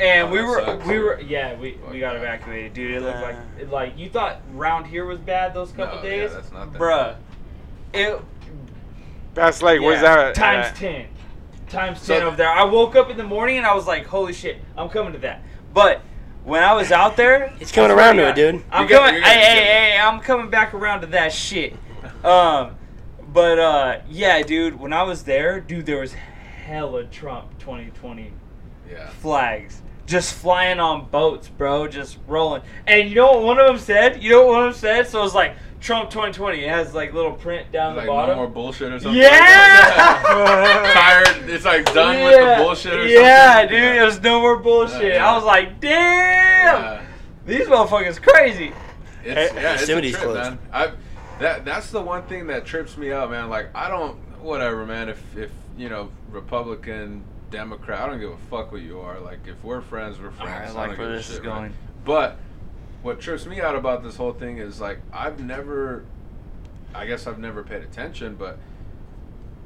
Speaker 1: and
Speaker 4: Oh,
Speaker 1: we
Speaker 4: that
Speaker 1: were
Speaker 4: sucks.
Speaker 1: we were yeah we, we
Speaker 4: Fuck
Speaker 1: got
Speaker 4: that.
Speaker 1: evacuated, dude. It looked like
Speaker 3: Uh.
Speaker 1: it- like you thought round here was bad those couple
Speaker 4: No, yeah,
Speaker 1: days,
Speaker 4: that's not that
Speaker 1: bruh. It
Speaker 3: that's like, where's
Speaker 1: yeah,
Speaker 3: that?
Speaker 1: times
Speaker 3: uh,
Speaker 1: ten, times
Speaker 4: So-
Speaker 1: ten over there. I woke up in the morning and I was like, holy shit, I'm coming to that. But when I was out there,
Speaker 5: He's coming around to it, dude.
Speaker 1: I'm
Speaker 4: You got-
Speaker 1: coming.
Speaker 4: you
Speaker 1: Hey,
Speaker 4: got- you
Speaker 1: hey,
Speaker 4: got-
Speaker 1: hey! I'm coming back around to that shit. Um, but uh, yeah, dude. When I was there, dude, there was hella Trump 2020
Speaker 4: Yeah.
Speaker 1: flags just flying on boats, bro, just rolling. And you know what one of them said? You know what one of them said? So it was like Trump 2020. It has like little print down
Speaker 4: Like
Speaker 1: the
Speaker 4: no
Speaker 1: bottom.
Speaker 4: more bullshit or something.
Speaker 1: Yeah!
Speaker 4: Like Tired. It's like done with the bullshit or
Speaker 1: yeah,
Speaker 4: something.
Speaker 1: dude, it was no more bullshit.
Speaker 4: Yeah.
Speaker 1: I was like, damn,
Speaker 4: Yeah.
Speaker 1: these motherfuckers crazy.
Speaker 4: It's,
Speaker 3: Hey,
Speaker 4: yeah, it's a
Speaker 5: Yosemite's
Speaker 4: trip,
Speaker 5: closed.
Speaker 4: man. I, that that's the one thing that trips me out, man. Like I don't, whatever, man. If if you know Republican, Democrat, I don't give a fuck what you are. Like if we're friends, we're friends. I don't give a shit, man. But what trips me out about this whole thing is like I've never, I guess I've never paid attention, but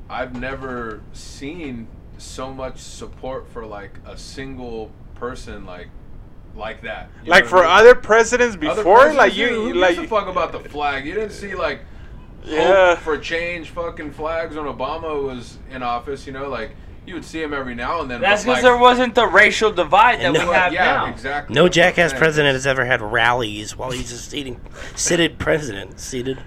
Speaker 4: I've never seen so much support for like a single person like like that. You
Speaker 3: like
Speaker 4: know
Speaker 3: for
Speaker 4: what I mean?
Speaker 3: other presidents before,
Speaker 4: Other
Speaker 3: like
Speaker 4: presidents,
Speaker 3: you,
Speaker 4: who gives
Speaker 3: like
Speaker 4: a fuck about the flag. You didn't see like
Speaker 3: Yeah.
Speaker 4: hope for change fucking flags when Obama was in office. You know, like you would see him every now and then.
Speaker 1: That's
Speaker 4: but,
Speaker 1: because
Speaker 4: like,
Speaker 1: there wasn't the racial divide that
Speaker 5: And
Speaker 1: we
Speaker 5: no-
Speaker 4: but,
Speaker 1: have
Speaker 4: yeah,
Speaker 1: now.
Speaker 4: exactly.
Speaker 5: No
Speaker 4: That's what I'm
Speaker 5: jackass
Speaker 4: saying.
Speaker 5: president has ever had rallies while he's a seating, seated president. Seated.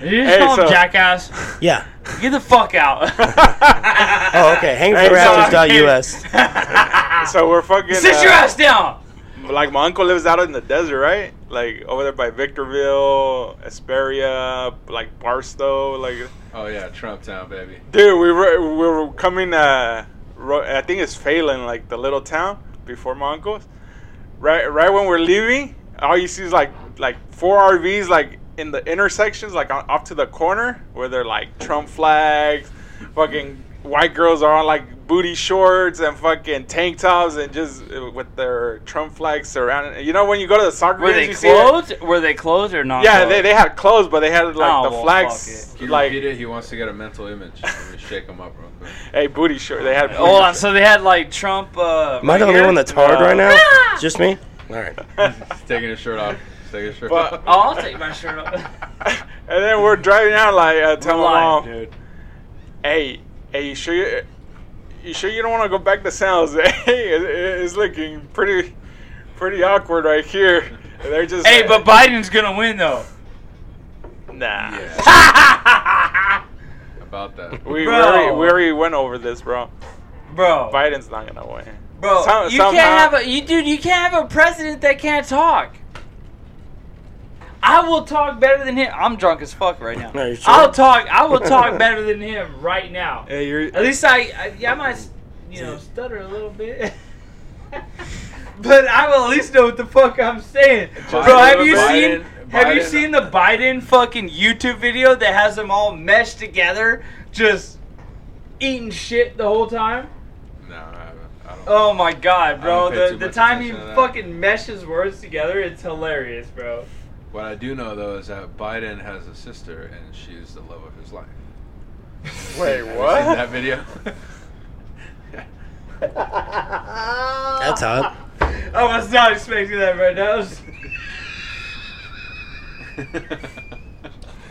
Speaker 1: You just
Speaker 3: Hey,
Speaker 1: call him
Speaker 3: so-
Speaker 1: jackass.
Speaker 5: Yeah.
Speaker 1: Get the fuck out.
Speaker 5: Oh, okay.
Speaker 3: Hey, so-
Speaker 5: Hangforrasslers.us.
Speaker 4: Ah.
Speaker 3: so we're fucking.
Speaker 1: Sit
Speaker 3: uh,
Speaker 1: your ass down.
Speaker 3: Like my uncle lives out in the desert, right? Like over there by Victorville, Asperia, like Barstow, like.
Speaker 4: Oh yeah, Trump town, baby.
Speaker 3: Dude, we were we were coming. Uh, ro- I think it's Phelan, like the little town before my uncle's. Right, right when we're leaving, all you see is like like four RVs, like in the intersections, like on, off to the corner where they're like Trump flags, fucking white girls are on like booty shorts and fucking tank tops and just uh, with their Trump flags surrounding. You know when you go to the soccer
Speaker 1: Were
Speaker 3: games,
Speaker 1: they
Speaker 3: you see it?
Speaker 1: clothed? Were they clothed or not?
Speaker 3: Yeah, they, they had clothes, but they had like
Speaker 1: Oh,
Speaker 3: the
Speaker 1: well,
Speaker 3: flags,
Speaker 1: fuck
Speaker 4: He
Speaker 3: like
Speaker 4: repeated he wants to get a mental image. Let me shake him up real quick.
Speaker 3: hey booty short. They had booty
Speaker 1: Hold on.
Speaker 3: shorts.
Speaker 1: So they had like Trump. Uh,
Speaker 5: Am I the only
Speaker 1: right
Speaker 5: one
Speaker 1: here?
Speaker 5: that's hard
Speaker 3: No.
Speaker 5: right now? Just me? All right.
Speaker 4: He's taking his shirt off. He's taking his shirt
Speaker 3: But-
Speaker 4: off.
Speaker 1: Oh, I'll take my shirt off.
Speaker 3: and then we're driving out like uh, tell
Speaker 1: We're
Speaker 3: my
Speaker 1: live,
Speaker 3: mom,
Speaker 1: dude.
Speaker 3: hey, hey, you sure you, you sure you don't want to go back to San Jose? It- it's looking pretty, pretty awkward right here. And they're just
Speaker 1: Hey, but
Speaker 3: like,
Speaker 1: Biden's gonna win though.
Speaker 3: nah.
Speaker 4: Yeah, about that.
Speaker 3: We, we
Speaker 1: Bro.
Speaker 3: already, we already went over this, bro.
Speaker 1: Bro,
Speaker 3: Biden's not gonna win.
Speaker 1: bro,
Speaker 3: Some-
Speaker 1: you
Speaker 3: somehow-
Speaker 1: can't have a you dude. You can't have a president that can't talk. I will talk better than him. I'm drunk as fuck right now.
Speaker 5: No, you sure?
Speaker 1: I'll talk. I will talk better than him right now.
Speaker 3: Hey, you're.
Speaker 1: At least I, I, yeah, I might, you know, stutter a little bit. but I will at least know what the fuck I'm saying.
Speaker 4: Biden-
Speaker 1: Bro, have you
Speaker 4: Biden-
Speaker 1: seen? Have you
Speaker 4: Biden-
Speaker 1: seen the Biden fucking YouTube video that has them all meshed together, just eating shit the whole time?
Speaker 4: No, I haven't. I don't.
Speaker 1: Oh my god, bro!
Speaker 4: I don't pay
Speaker 1: The
Speaker 4: too
Speaker 1: the
Speaker 4: much
Speaker 1: time he
Speaker 4: attention to that.
Speaker 1: fucking meshes words together, it's hilarious, bro.
Speaker 4: What I do know though is that Biden has a sister and she's the love of his life.
Speaker 3: Wait,
Speaker 4: Have you
Speaker 3: what?
Speaker 4: Seen that video?
Speaker 5: That's hot.
Speaker 1: I was not expecting that right now.
Speaker 5: I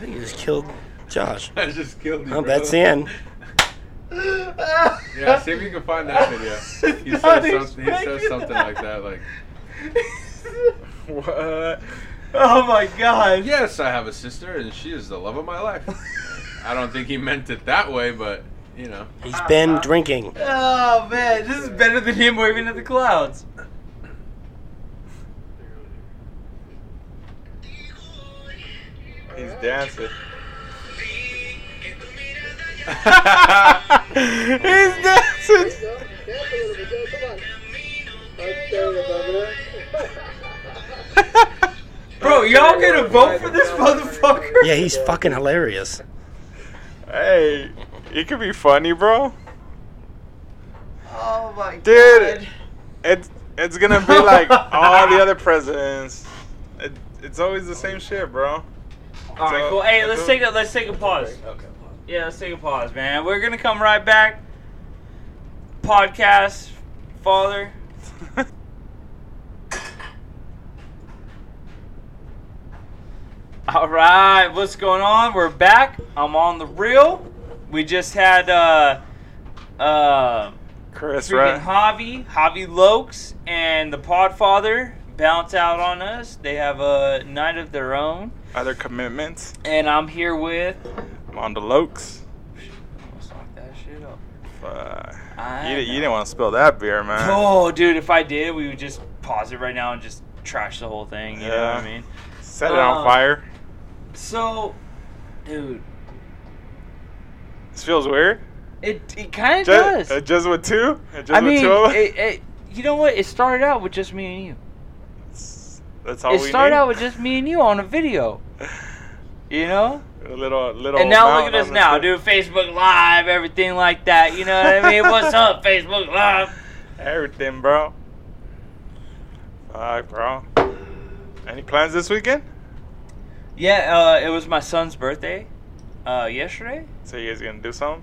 Speaker 5: think you just killed Josh.
Speaker 4: I just killed you.
Speaker 5: Well,
Speaker 4: bro.
Speaker 5: that's the end.
Speaker 4: Yeah, see if you can find that video. He
Speaker 1: Not
Speaker 4: says something. He
Speaker 1: expecting
Speaker 4: says something
Speaker 1: that.
Speaker 4: like that, like. What?
Speaker 1: Oh my god.
Speaker 4: Yes, I have a sister, and she is the love of my life. I don't think he meant it that way, but you know.
Speaker 5: He's been drinking.
Speaker 1: Oh man, this is better than him waving at the clouds.
Speaker 3: He's dancing. He's
Speaker 2: There you
Speaker 3: dancing.
Speaker 2: go. Dance a little bit, Joe. Come on. Right there, Governor.
Speaker 1: Bro, y'all gonna vote for this motherfucker?
Speaker 5: Yeah, he's fucking hilarious.
Speaker 3: Hey, it could be funny, bro.
Speaker 1: Oh my
Speaker 3: Dude.
Speaker 1: god.
Speaker 3: It's it's gonna be like all the other presidents. It, it's always the same shit, bro.
Speaker 1: Alright, cool. Hey, let's take a let's take a pause.
Speaker 4: Okay.
Speaker 1: Yeah, let's take a pause, man. We're gonna come right back. Podcast, father. All right, what's going on? We're back. I'm on the reel. We just had uh, uh,
Speaker 3: Chris,
Speaker 1: freaking
Speaker 3: right?
Speaker 1: Javi, Javi Lokes, and the Podfather bounce out on us. They have a night of their own,
Speaker 3: Other commitments.
Speaker 1: and I'm here with.
Speaker 3: I'm on the Lokes.
Speaker 1: Let's knock that shit up.
Speaker 3: Uh,
Speaker 1: I
Speaker 3: you, di- you
Speaker 1: know.
Speaker 3: didn't want to spill that beer, man.
Speaker 1: Oh, dude, if I did, we would just pause it right now and just trash the whole thing. You know what I
Speaker 3: Yeah.
Speaker 1: mean?
Speaker 3: Set it on
Speaker 1: Uh,
Speaker 3: fire.
Speaker 1: So, dude,
Speaker 3: This feels weird.
Speaker 1: it it kind of
Speaker 3: Just,
Speaker 1: does.
Speaker 3: uh, just with two? Uh, Just
Speaker 1: I
Speaker 3: with
Speaker 1: mean,
Speaker 3: two of us?
Speaker 1: it, it, you know what? It started out with just me and you.
Speaker 3: That's- That's all
Speaker 1: it
Speaker 3: Oh, we
Speaker 1: started
Speaker 3: need.
Speaker 1: out with just me and you on a video. You know?
Speaker 3: a little, little.
Speaker 1: and now look
Speaker 3: amount
Speaker 1: at us
Speaker 3: on
Speaker 1: now,
Speaker 3: the-
Speaker 1: dude. Facebook Live, everything like that. You know what I mean? What's up, Facebook Live?
Speaker 3: Everything, bro. Fuck, bro. Any plans this weekend?
Speaker 1: Yeah, uh, it was my son's birthday uh, yesterday.
Speaker 3: So you guys gonna do something?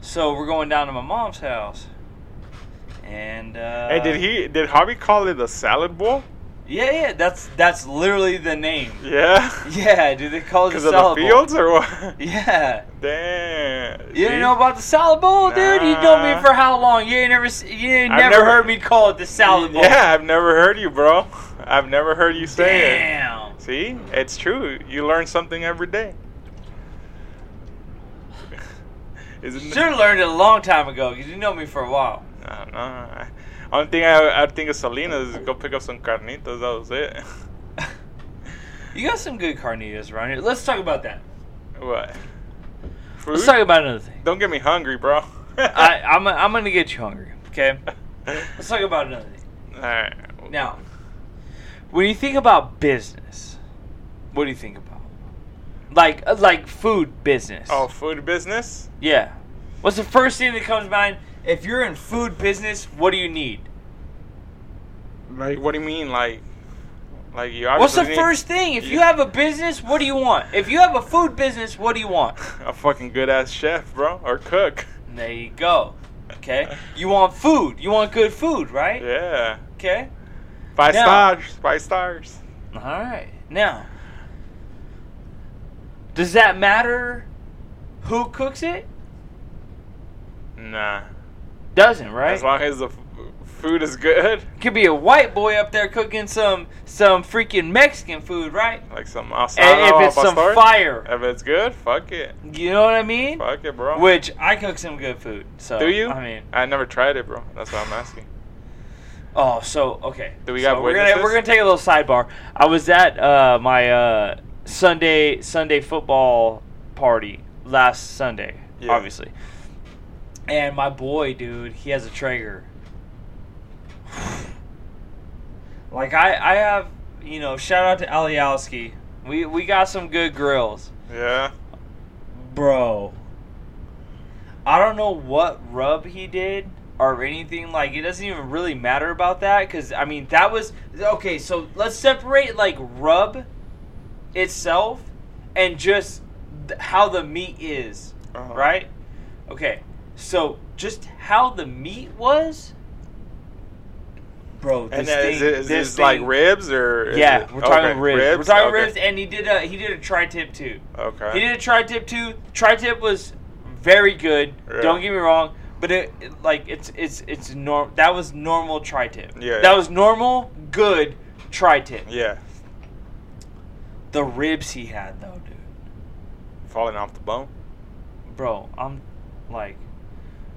Speaker 1: So we're going down to my mom's house. And uh,
Speaker 3: hey, did he? Did Harvey call it the salad bowl?
Speaker 1: Yeah, yeah. That's that's literally the name.
Speaker 3: Yeah.
Speaker 1: Yeah, dude. They call it a
Speaker 3: Because of
Speaker 1: salad
Speaker 3: the
Speaker 1: bowl.
Speaker 3: fields or what?
Speaker 1: Yeah.
Speaker 3: Damn.
Speaker 1: You
Speaker 3: See?
Speaker 1: didn't know about the salad bowl, dude. You know
Speaker 3: Nah.
Speaker 1: me for how long? You ain't never, s- you ain't
Speaker 3: I've
Speaker 1: never,
Speaker 3: never-
Speaker 1: heard me call it the salad bowl.
Speaker 3: Yeah, I've never heard you, bro. I've never heard you say it.
Speaker 1: Damn.
Speaker 3: See, it's true. You learn something every day. Isn't
Speaker 1: Should have learned it a long time ago because you know me for a while.
Speaker 3: I don't know. I- Only thing I I think of Salinas is go pick up some carnitas. That was it.
Speaker 1: You got some good carnitas around here. Let's talk about that.
Speaker 3: what? Food?
Speaker 1: Let's talk about another thing.
Speaker 3: Don't get me hungry, bro.
Speaker 1: I, I'm, I'm gonna get you hungry. Okay. Let's talk about another thing.
Speaker 3: All right.
Speaker 1: Now, when you think about business, what do you think about? Like uh, like food business.
Speaker 3: Oh, food business.
Speaker 1: yeah. What's the first thing that comes to mind? If you're in food business, what do you need?
Speaker 3: Like, what do you mean, like, like you?
Speaker 1: What's the
Speaker 3: obviously need
Speaker 1: first thing? If you have a business, what do you want? If you have a food business, what do you want?
Speaker 3: A fucking good ass chef, bro, or cook.
Speaker 1: There you go. Okay. You want food. You want good food, right?
Speaker 3: Yeah.
Speaker 1: Okay.
Speaker 3: Five
Speaker 1: Now-
Speaker 3: stars. Five stars.
Speaker 1: All right. Now, does that matter who cooks it?
Speaker 3: Nah.
Speaker 1: Doesn't, right?
Speaker 3: As long as the f- food is good,
Speaker 1: Could be a white boy up there cooking some some freaking Mexican food, right?
Speaker 3: like some asado,
Speaker 1: And if it's some
Speaker 3: pastor,
Speaker 1: fire,
Speaker 3: if it's good, fuck it,
Speaker 1: you know what I mean?
Speaker 3: fuck it, bro.
Speaker 1: Which I cook some good food. So
Speaker 3: Do you?
Speaker 1: I mean,
Speaker 3: I never tried it, bro. That's what I'm asking.
Speaker 1: oh, so okay.
Speaker 3: Do we
Speaker 1: So
Speaker 3: got
Speaker 1: we're gonna,
Speaker 3: witnesses?
Speaker 1: we're gonna take a little sidebar. I was at uh, my uh, Sunday Sunday football party last Sunday,
Speaker 3: Yeah.
Speaker 1: obviously. And my boy, dude, he has a Traeger. Like I, I have, you know, shout out to Aliowski. We we got some good grills,
Speaker 3: Yeah.
Speaker 1: bro. I don't know what rub he did or anything. Like it doesn't even really matter about that because I mean that was okay. So let's separate like rub itself and just th- how the meat is,
Speaker 3: Uh-huh.
Speaker 1: right? Okay, so just how the meat was, bro. This
Speaker 3: And
Speaker 1: thing,
Speaker 3: is it, is
Speaker 1: this
Speaker 3: this like
Speaker 1: thing-
Speaker 3: ribs or? is
Speaker 1: yeah,
Speaker 3: it-
Speaker 1: we're talking
Speaker 3: okay,
Speaker 1: ribs. We're talking
Speaker 3: okay.
Speaker 1: ribs, and he did a he did a tri tip too.
Speaker 3: Okay.
Speaker 1: He did a tri tip too. Tri tip was very good.
Speaker 3: Yeah.
Speaker 1: Don't get me wrong, but it, it- like it's it's it's norm. That was normal tri tip.
Speaker 3: Yeah,
Speaker 1: That
Speaker 3: yeah.
Speaker 1: was normal good tri-tip.
Speaker 3: Yeah,
Speaker 1: The ribs he had though, dude.
Speaker 3: falling off the bone.
Speaker 1: Bro, I'm like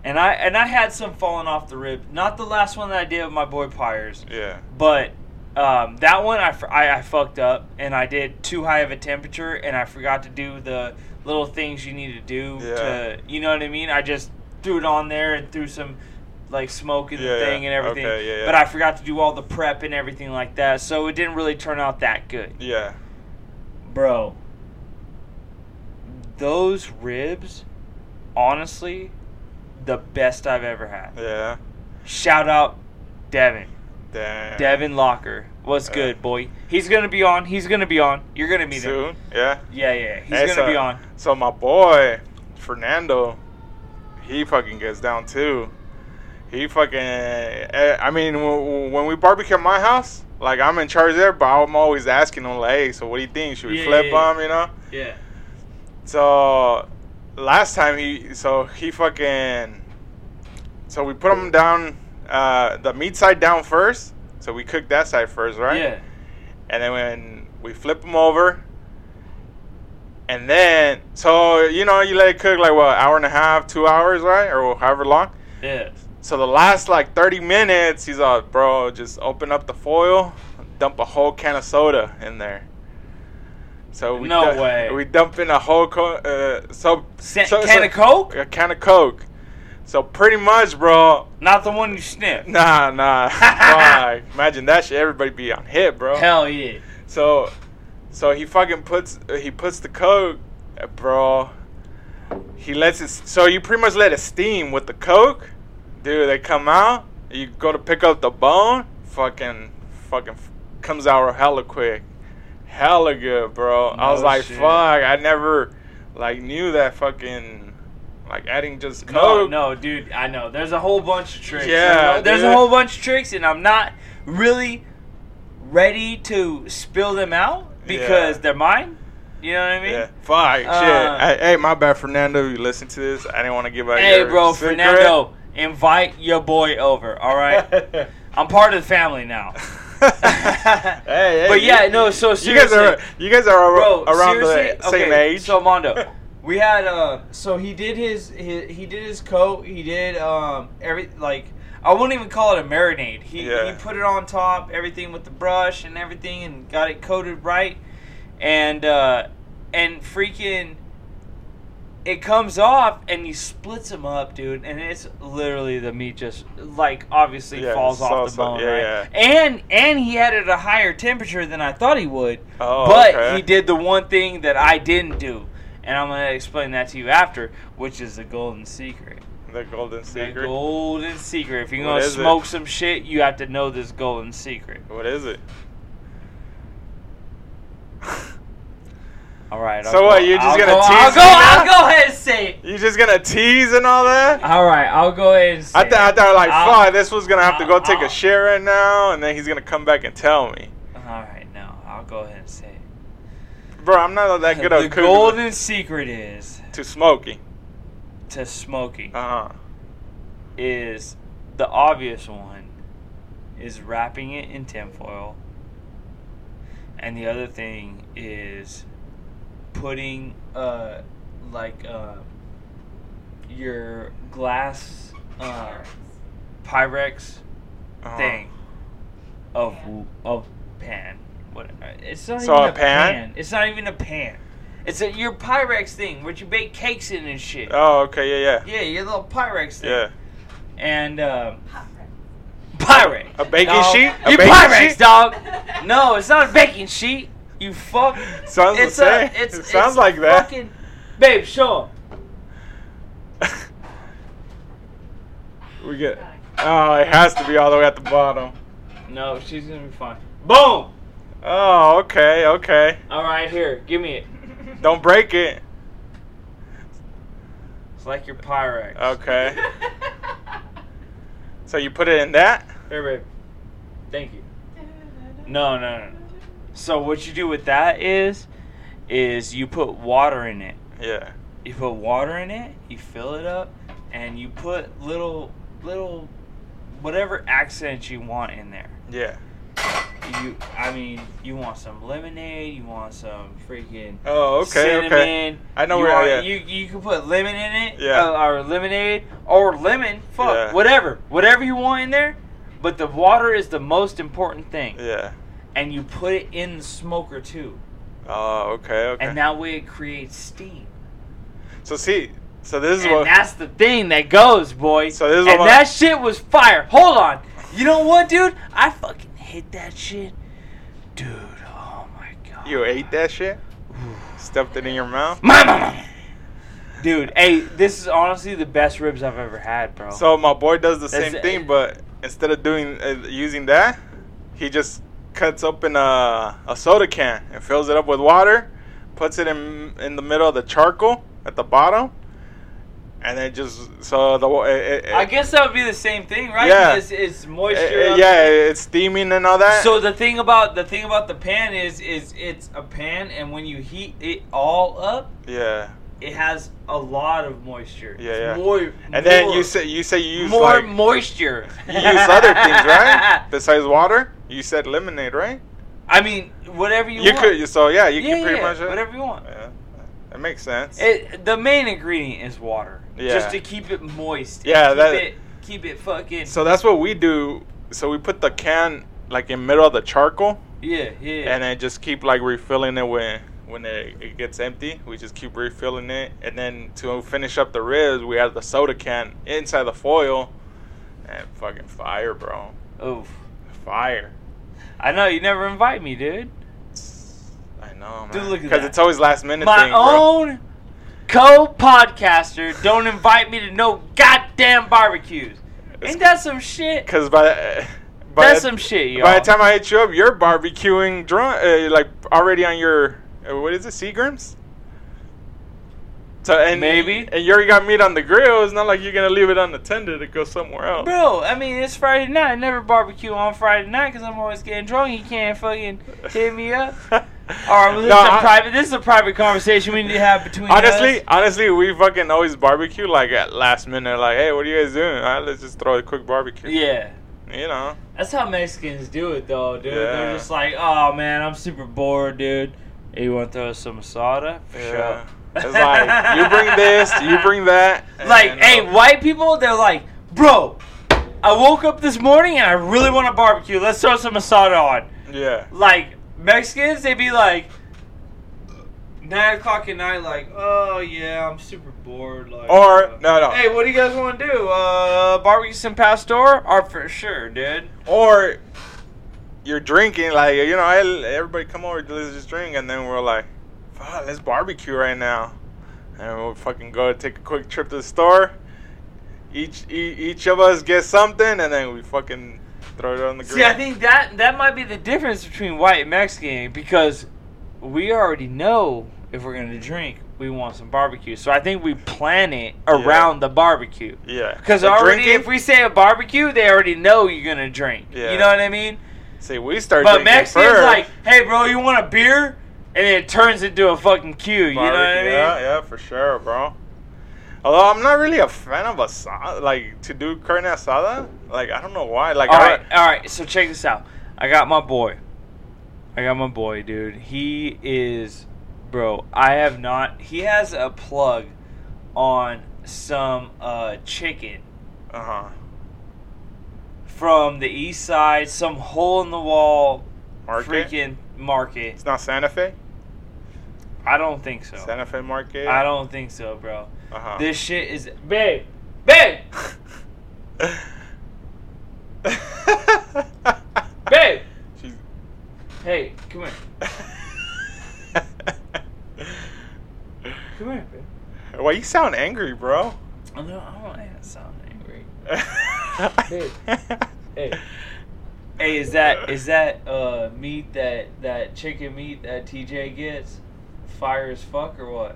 Speaker 1: and I and I had some falling off the rib. Not the last one that I did with my boy Pyres,
Speaker 3: Yeah,
Speaker 1: but um, that one I, f- I- I fucked up and I did too high of a temperature and I forgot to do the little things you need to do
Speaker 3: Yeah.
Speaker 1: to you know what I mean. I just threw it on there and threw some like smoke in
Speaker 3: Yeah,
Speaker 1: the thing and
Speaker 3: yeah.
Speaker 1: everything.
Speaker 3: Okay, yeah, yeah.
Speaker 1: But I forgot to do all the prep and everything like that, so it didn't really turn out that good,
Speaker 3: yeah.
Speaker 1: bro. Those ribs, honestly, the best I've ever had.
Speaker 3: Yeah.
Speaker 1: Shout out, Devin.
Speaker 3: Damn.
Speaker 1: Devin Locker. What's
Speaker 3: Uh,
Speaker 1: good, boy? He's gonna be on. He's gonna be on. You're gonna meet him.
Speaker 3: Soon. Yeah.
Speaker 1: Yeah, yeah. He's
Speaker 3: Hey,
Speaker 1: gonna
Speaker 3: so,
Speaker 1: be on.
Speaker 3: So my boy Fernando, he fucking gets down too. He fucking. eh, I mean, w- when we barbecue at my house, like I'm in charge there, but I'm always asking him, like, hey, so what do you think? Should we
Speaker 1: Yeah,
Speaker 3: flip
Speaker 1: yeah, yeah.
Speaker 3: him? You know.
Speaker 1: Yeah.
Speaker 3: So last time he so he fucking so we put him down uh, the meat side down first. So we cooked that side first, right?
Speaker 1: Yeah.
Speaker 3: And then when we flip him over, and then so you know you let it cook like what hour and a half, two hours, right, or however long.
Speaker 1: Yeah.
Speaker 3: So the last like 30 minutes, he's like, bro, just open up the foil, dump a whole can of soda in there. So we
Speaker 1: No way.
Speaker 3: We dump in a whole co- uh, so,
Speaker 1: Sa-
Speaker 3: so
Speaker 1: can
Speaker 3: so-
Speaker 1: of Coke?
Speaker 3: a can of Coke. So pretty much, bro.
Speaker 1: Not the one you sniffed.
Speaker 3: Nah, nah. Fuck. Imagine that shit. Everybody be on hit, bro.
Speaker 1: Hell yeah.
Speaker 3: So, so he fucking puts uh, he puts the coke, uh, bro. He lets it. So you pretty much let it steam with the coke, dude. They come out. You go to pick up the bone. Fucking, fucking f- comes out hella quick, hella good, bro. I
Speaker 1: No
Speaker 3: was like,
Speaker 1: shit.
Speaker 3: fuck, I never like knew that fucking like adding just
Speaker 1: No,
Speaker 3: coke.
Speaker 1: no, dude. I know. There's a whole bunch of tricks. There's
Speaker 3: Yeah,
Speaker 1: a- There's
Speaker 3: dude.
Speaker 1: a whole bunch of tricks, and I'm not really ready to spill them out because
Speaker 3: Yeah.
Speaker 1: they're mine. You know what I mean?
Speaker 3: Yeah. Fuck, shit.
Speaker 1: Uh,
Speaker 3: Hey, hey, my bad, Fernando. You listen to this? I didn't want to give out.
Speaker 1: Hey,
Speaker 3: your
Speaker 1: bro,
Speaker 3: secret.
Speaker 1: Fernando, invite your boy over. All right. I'm part of the family now.
Speaker 3: hey, hey,
Speaker 1: But
Speaker 3: you-
Speaker 1: yeah, no, so
Speaker 3: you guys are
Speaker 1: seriously.
Speaker 3: you guys are ar-
Speaker 1: bro,
Speaker 3: around the
Speaker 1: seriously?
Speaker 3: same
Speaker 1: Okay,
Speaker 3: age.
Speaker 1: So Mondo, we had uh, so he did his, his he did his coat. He did um every like I wouldn't even call it a marinade. He
Speaker 3: Yeah.
Speaker 1: he put it on top, everything with the brush and everything, and got it coated right, and uh and freaking. It comes off and he splits him up, dude, and it's literally the meat just like obviously
Speaker 3: Yeah,
Speaker 1: falls off
Speaker 3: salsa,
Speaker 1: the bone,
Speaker 3: yeah,
Speaker 1: right?
Speaker 3: yeah.
Speaker 1: And and he had it at a higher temperature than I thought he would
Speaker 3: Oh,
Speaker 1: but
Speaker 3: okay.
Speaker 1: he did the one thing that I didn't do, and I'm gonna explain that to you after, which is the golden secret.
Speaker 3: the golden
Speaker 1: The
Speaker 3: secret.
Speaker 1: golden secret. If you're
Speaker 3: What
Speaker 1: gonna
Speaker 3: is it?
Speaker 1: smoke some shit, you have to know this golden secret.
Speaker 3: what is it?
Speaker 1: All right.
Speaker 3: So what, you're just
Speaker 1: I'll
Speaker 3: gonna
Speaker 1: go, I'll
Speaker 3: tease
Speaker 1: go.
Speaker 3: me
Speaker 1: I'll
Speaker 3: now?
Speaker 1: go ahead and say it.
Speaker 3: You just gonna tease and all that?
Speaker 1: All right. I'll go ahead and say
Speaker 3: I, th- I thought like,
Speaker 1: I'll-
Speaker 3: fuck, this was gonna have to go
Speaker 1: I'll-
Speaker 3: take
Speaker 1: I'll-
Speaker 3: a shit right now, and then he's gonna come back and tell me,
Speaker 1: it. All right. No. I'll go ahead and say it.
Speaker 3: bro, I'm not that good
Speaker 1: The
Speaker 3: at
Speaker 1: golden secret is
Speaker 3: to smoking.
Speaker 1: to smoking
Speaker 3: Uh huh.
Speaker 1: is the obvious one is wrapping it in tinfoil. And the other thing is putting uh like uh your glass uh Pyrex
Speaker 3: Uh-huh.
Speaker 1: thing of of pan. What it's not
Speaker 3: So
Speaker 1: even
Speaker 3: a
Speaker 1: a
Speaker 3: pan?
Speaker 1: pan? It's not even a pan. It's a, your Pyrex thing, which you bake cakes in and shit.
Speaker 3: Oh, okay, yeah, yeah,
Speaker 1: Yeah, your little Pyrex thing.
Speaker 3: yeah.
Speaker 1: And um, Pyrex.
Speaker 3: A baking
Speaker 1: dog.
Speaker 3: sheet? A
Speaker 1: you
Speaker 3: baking
Speaker 1: Pyrex,
Speaker 3: sheet?
Speaker 1: dog. No, it's not a baking sheet. You fuck.
Speaker 3: Sounds the
Speaker 1: it's
Speaker 3: same.
Speaker 1: A, it's,
Speaker 3: It sounds
Speaker 1: it's
Speaker 3: like that.
Speaker 1: Fucking, babe, show 'em.
Speaker 3: we get. Oh, it has to be all the way at the bottom.
Speaker 1: No, she's gonna be fine. Boom.
Speaker 3: Oh, okay, okay.
Speaker 1: All right, here, give me it.
Speaker 3: Don't break it.
Speaker 1: It's like your Pyrex.
Speaker 3: Okay. So you put it in that?
Speaker 1: Here, babe. Thank you. No, no, no. no. So what you do with that is, is you put water in it.
Speaker 3: Yeah.
Speaker 1: you put water in it, you fill it up, and you put little little whatever accent you want in there.
Speaker 3: Yeah.
Speaker 1: You, I mean, you want some lemonade? You want some freaking
Speaker 3: Oh, okay,
Speaker 1: cinnamon?
Speaker 3: okay. I know
Speaker 1: you
Speaker 3: where-
Speaker 1: want-
Speaker 3: yeah.
Speaker 1: you you can put lemon in it.
Speaker 3: Yeah.
Speaker 1: uh, or lemonade or lemon. Fuck,
Speaker 3: Yeah.
Speaker 1: whatever, whatever you want in there. But the water is the most important thing,
Speaker 3: Yeah.
Speaker 1: and you put it in the smoker too,
Speaker 3: Oh, okay, okay.
Speaker 1: and that way it creates steam.
Speaker 3: so see, so this is
Speaker 1: and
Speaker 3: what.
Speaker 1: that's the thing that goes, boy.
Speaker 3: So this is
Speaker 1: and
Speaker 3: what my-
Speaker 1: that shit was fire. Hold on. You know what, dude? I fucking hate that shit. Dude, oh my god.
Speaker 3: You ate that shit? Stuffed it in your mouth?
Speaker 1: Mama! Dude, hey, this is honestly the best ribs I've ever had, bro.
Speaker 3: So my boy does the
Speaker 1: That's-
Speaker 3: same thing, but instead of doing uh, using that, he just cuts open a, a soda can and fills it up with water, puts it in in the middle of the charcoal at the bottom, and then just so the wa- it, it,
Speaker 1: I guess that would be the same thing, right?
Speaker 3: Yeah.
Speaker 1: It's, it's
Speaker 3: it-
Speaker 1: moisture.
Speaker 3: it-
Speaker 1: up-
Speaker 3: yeah, eh, it's steaming and all that.
Speaker 1: So the thing about the thing about the pan is is it's a pan and when you heat it all up,
Speaker 3: yeah,
Speaker 1: it has a lot of moisture.
Speaker 3: Yeah,
Speaker 1: It's
Speaker 3: yeah.
Speaker 1: More,
Speaker 3: and then
Speaker 1: more-
Speaker 3: you say you say you use
Speaker 1: more
Speaker 3: like,
Speaker 1: moisture.
Speaker 3: you use other things, right? Besides water, you said lemonade, right?
Speaker 1: I mean, whatever you,
Speaker 3: You
Speaker 1: want.
Speaker 3: could, so yeah, you
Speaker 1: yeah,
Speaker 3: can pretty
Speaker 1: yeah,
Speaker 3: much uh,
Speaker 1: whatever you want.
Speaker 3: Yeah, that makes sense.
Speaker 1: It, the main ingredient is water,
Speaker 3: Yeah.
Speaker 1: just to keep it moist. and
Speaker 3: Yeah,
Speaker 1: keep
Speaker 3: that-
Speaker 1: it, keep it fucking.
Speaker 3: So that's what we do. So we put the can like in middle of the charcoal,
Speaker 1: yeah, yeah.
Speaker 3: and then just keep like refilling it when when it, it gets empty. We just keep refilling it, and then to finish up the ribs, we add the soda can inside the foil, and fucking fire, bro,
Speaker 1: Oof.
Speaker 3: fire.
Speaker 1: I know you never invite me, dude.
Speaker 3: I know,
Speaker 1: Dude, look at
Speaker 3: because
Speaker 1: that.
Speaker 3: it's always last minute
Speaker 1: My
Speaker 3: thing, bro.
Speaker 1: own co-podcaster don't invite me to no goddamn barbecues.
Speaker 3: It's-
Speaker 1: Ain't that some shit?
Speaker 3: Because by by
Speaker 1: That's
Speaker 3: the-
Speaker 1: some shit, y'all.
Speaker 3: by the time I hit you up, you're barbecuing drunk, uh, like already on your uh, what is it, Seagrams? So and
Speaker 1: Maybe.
Speaker 3: and you already got meat on the grill. It's not like you're gonna leave it unattended to go somewhere else.
Speaker 1: Bro, I mean, it's Friday night. I never barbecue on Friday night because I'm always getting drunk. You can't fucking hit me up.
Speaker 3: All
Speaker 1: All right, well, this,
Speaker 3: no,
Speaker 1: is a
Speaker 3: I-
Speaker 1: private, this is a private conversation we need to have between
Speaker 3: honestly,
Speaker 1: us.
Speaker 3: honestly, we fucking always barbecue like at last minute. Like, hey, what are you guys doing? All right, let's just throw a quick barbecue.
Speaker 1: Yeah.
Speaker 3: you know.
Speaker 1: That's how Mexicans do it, though, dude.
Speaker 3: Yeah.
Speaker 1: They're just like, oh, man, I'm super bored, dude. Hey, you want to throw us some asada? For
Speaker 3: Yeah.
Speaker 1: sure.
Speaker 3: It's like you bring this, you bring that. and
Speaker 1: Like,
Speaker 3: then,
Speaker 1: hey,
Speaker 3: uh,
Speaker 1: white people, they're like, bro, I woke up this morning and I really want to barbecue. Let's throw some asada on.
Speaker 3: Yeah.
Speaker 1: like Mexicans, they'd be like nine o'clock at night, like, oh yeah, I'm super bored. Like,
Speaker 3: Or
Speaker 1: uh,
Speaker 3: no, no.
Speaker 1: hey, what do you guys want to do? Uh, barbecue some pastor? Or for sure, dude.
Speaker 3: or you're drinking like you know "Hey, everybody come over let's just drink and then we're like fuck let's barbecue right now and we'll fucking go take a quick trip to the store each e- each of us get something and then we fucking throw it on the grill
Speaker 1: See, I think that that might be the difference between white and Mexican because we already know if we're gonna drink, we want some barbecue. So I think we plan it around the barbecue.
Speaker 3: yeah
Speaker 1: Because
Speaker 3: The
Speaker 1: already,
Speaker 3: drinking-
Speaker 1: if we say a barbecue, they already know you're gonna drink.
Speaker 3: Yeah.
Speaker 1: You know what I mean?
Speaker 3: see we start
Speaker 1: But
Speaker 3: drinking
Speaker 1: Mexicans
Speaker 3: first.
Speaker 1: like, hey, bro, you want a beer? And it turns into a fucking queue. You know what I
Speaker 3: Barbecue,
Speaker 1: mean?
Speaker 3: yeah, yeah, for sure, bro. Although I'm not really a fan of asada, like to do carne asada. Like I don't know why. Like
Speaker 1: all
Speaker 3: I-
Speaker 1: right, all right. So check this out. I got my boy. I got my boy, dude. He is, bro. I have not. He has a plug on some uh, chicken
Speaker 3: uh-huh.
Speaker 1: from the east side, some hole in the wall,
Speaker 3: Market?
Speaker 1: freaking market.
Speaker 3: It's not Santa Fe.
Speaker 1: I don't think so.
Speaker 3: Santa Fe Market.
Speaker 1: I don't think so, bro.
Speaker 3: Uh-huh.
Speaker 1: This shit is babe, babe, babe.
Speaker 3: She's-
Speaker 1: Hey, come here, come here, babe.
Speaker 3: Why you sound angry, bro?
Speaker 1: I don't, I don't wanna sound angry.
Speaker 3: hey.
Speaker 1: Hey. Hey, is that is that uh meat that that chicken meat that TJ gets fire as fuck or what?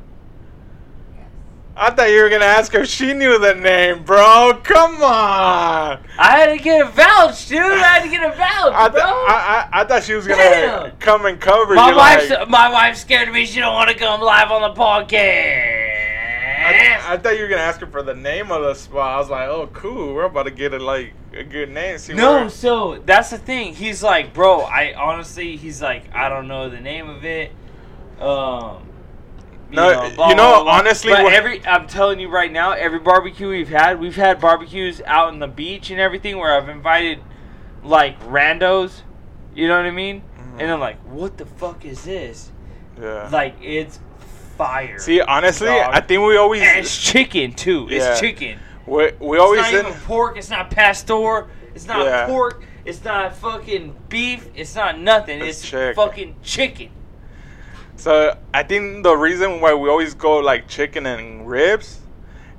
Speaker 3: I thought you were gonna ask her if she knew the name, bro. Come on.
Speaker 1: I had to get a vouch, dude. I had to get a vouch,
Speaker 3: I, th-
Speaker 1: bro.
Speaker 3: I, I I thought she was gonna
Speaker 1: Damn.
Speaker 3: come and cover
Speaker 1: my
Speaker 3: you.
Speaker 1: wife's
Speaker 3: like,
Speaker 1: my wife's scared of me. She don't want to come live on the podcast. Yes.
Speaker 3: I, I thought you were gonna ask him for the name of the spot. I was like, oh, cool. We're about to get a, like a good name. See
Speaker 1: No,
Speaker 3: where-
Speaker 1: so that's the thing. He's like, bro, I honestly, he's like, I don't know the name of it. Um, you
Speaker 3: No,
Speaker 1: know,
Speaker 3: you
Speaker 1: blah,
Speaker 3: know,
Speaker 1: blah, blah.
Speaker 3: honestly,
Speaker 1: but
Speaker 3: what-
Speaker 1: every I'm telling you right now, every barbecue we've had, we've had barbecues out on the beach and everything where I've invited like randos, you know what I mean? And they're like, what the fuck is this?
Speaker 3: Mm-hmm. Yeah.
Speaker 1: Like it's fire.
Speaker 3: See, honestly,
Speaker 1: Dog.
Speaker 3: I think we always
Speaker 1: and it's chicken too.
Speaker 3: Yeah.
Speaker 1: It's chicken.
Speaker 3: we, we always
Speaker 1: it's not
Speaker 3: end-
Speaker 1: even pork. It's not pastor. It's not
Speaker 3: Yeah.
Speaker 1: pork. It's not fucking beef. It's not nothing.
Speaker 3: It's
Speaker 1: It's,
Speaker 3: chicken.
Speaker 1: fucking chicken.
Speaker 3: So I think the reason why we always go like chicken and ribs,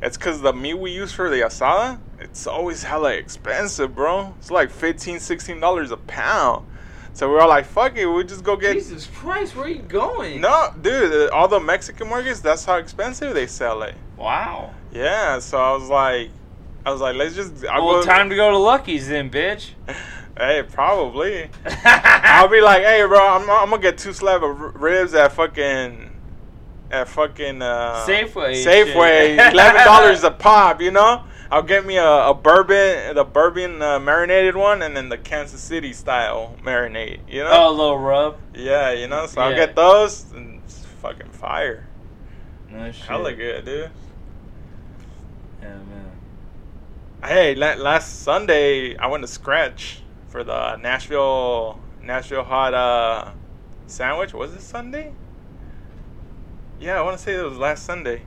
Speaker 3: it's because the meat we use for the asada, it's always hella expensive, bro. It's like 15 dollars a pound. So we're all like, fuck it, we just go get.
Speaker 1: Jesus Christ, where are you going?
Speaker 3: No, dude, all the Mexican markets, that's how expensive they sell it.
Speaker 1: Wow.
Speaker 3: Yeah, so I was like, I was like, let's just. I'll
Speaker 1: well,
Speaker 3: go-
Speaker 1: time to go to Lucky's then, bitch.
Speaker 3: Hey, probably. I'll be like, hey, bro, I'm, I'm gonna get two slab of r- ribs at fucking, at fucking uh,
Speaker 1: Safeway and
Speaker 3: Safeway,
Speaker 1: shit.
Speaker 3: eleven dollars a pop. You know, I'll get me a, a bourbon, the bourbon uh, marinated one, and then the Kansas City style marinade. You
Speaker 1: oh, a
Speaker 3: know,
Speaker 1: little rub.
Speaker 3: yeah, you know. So I'll
Speaker 1: Yeah.
Speaker 3: get those. And it's fucking fire.
Speaker 1: No shit.
Speaker 3: Hella good, dude.
Speaker 1: Yeah, man.
Speaker 3: Hey, la- last Sunday I went to Scratch for the Nashville Nashville hot uh, sandwich. Was it Sunday? Yeah, I want to say it was last Sunday.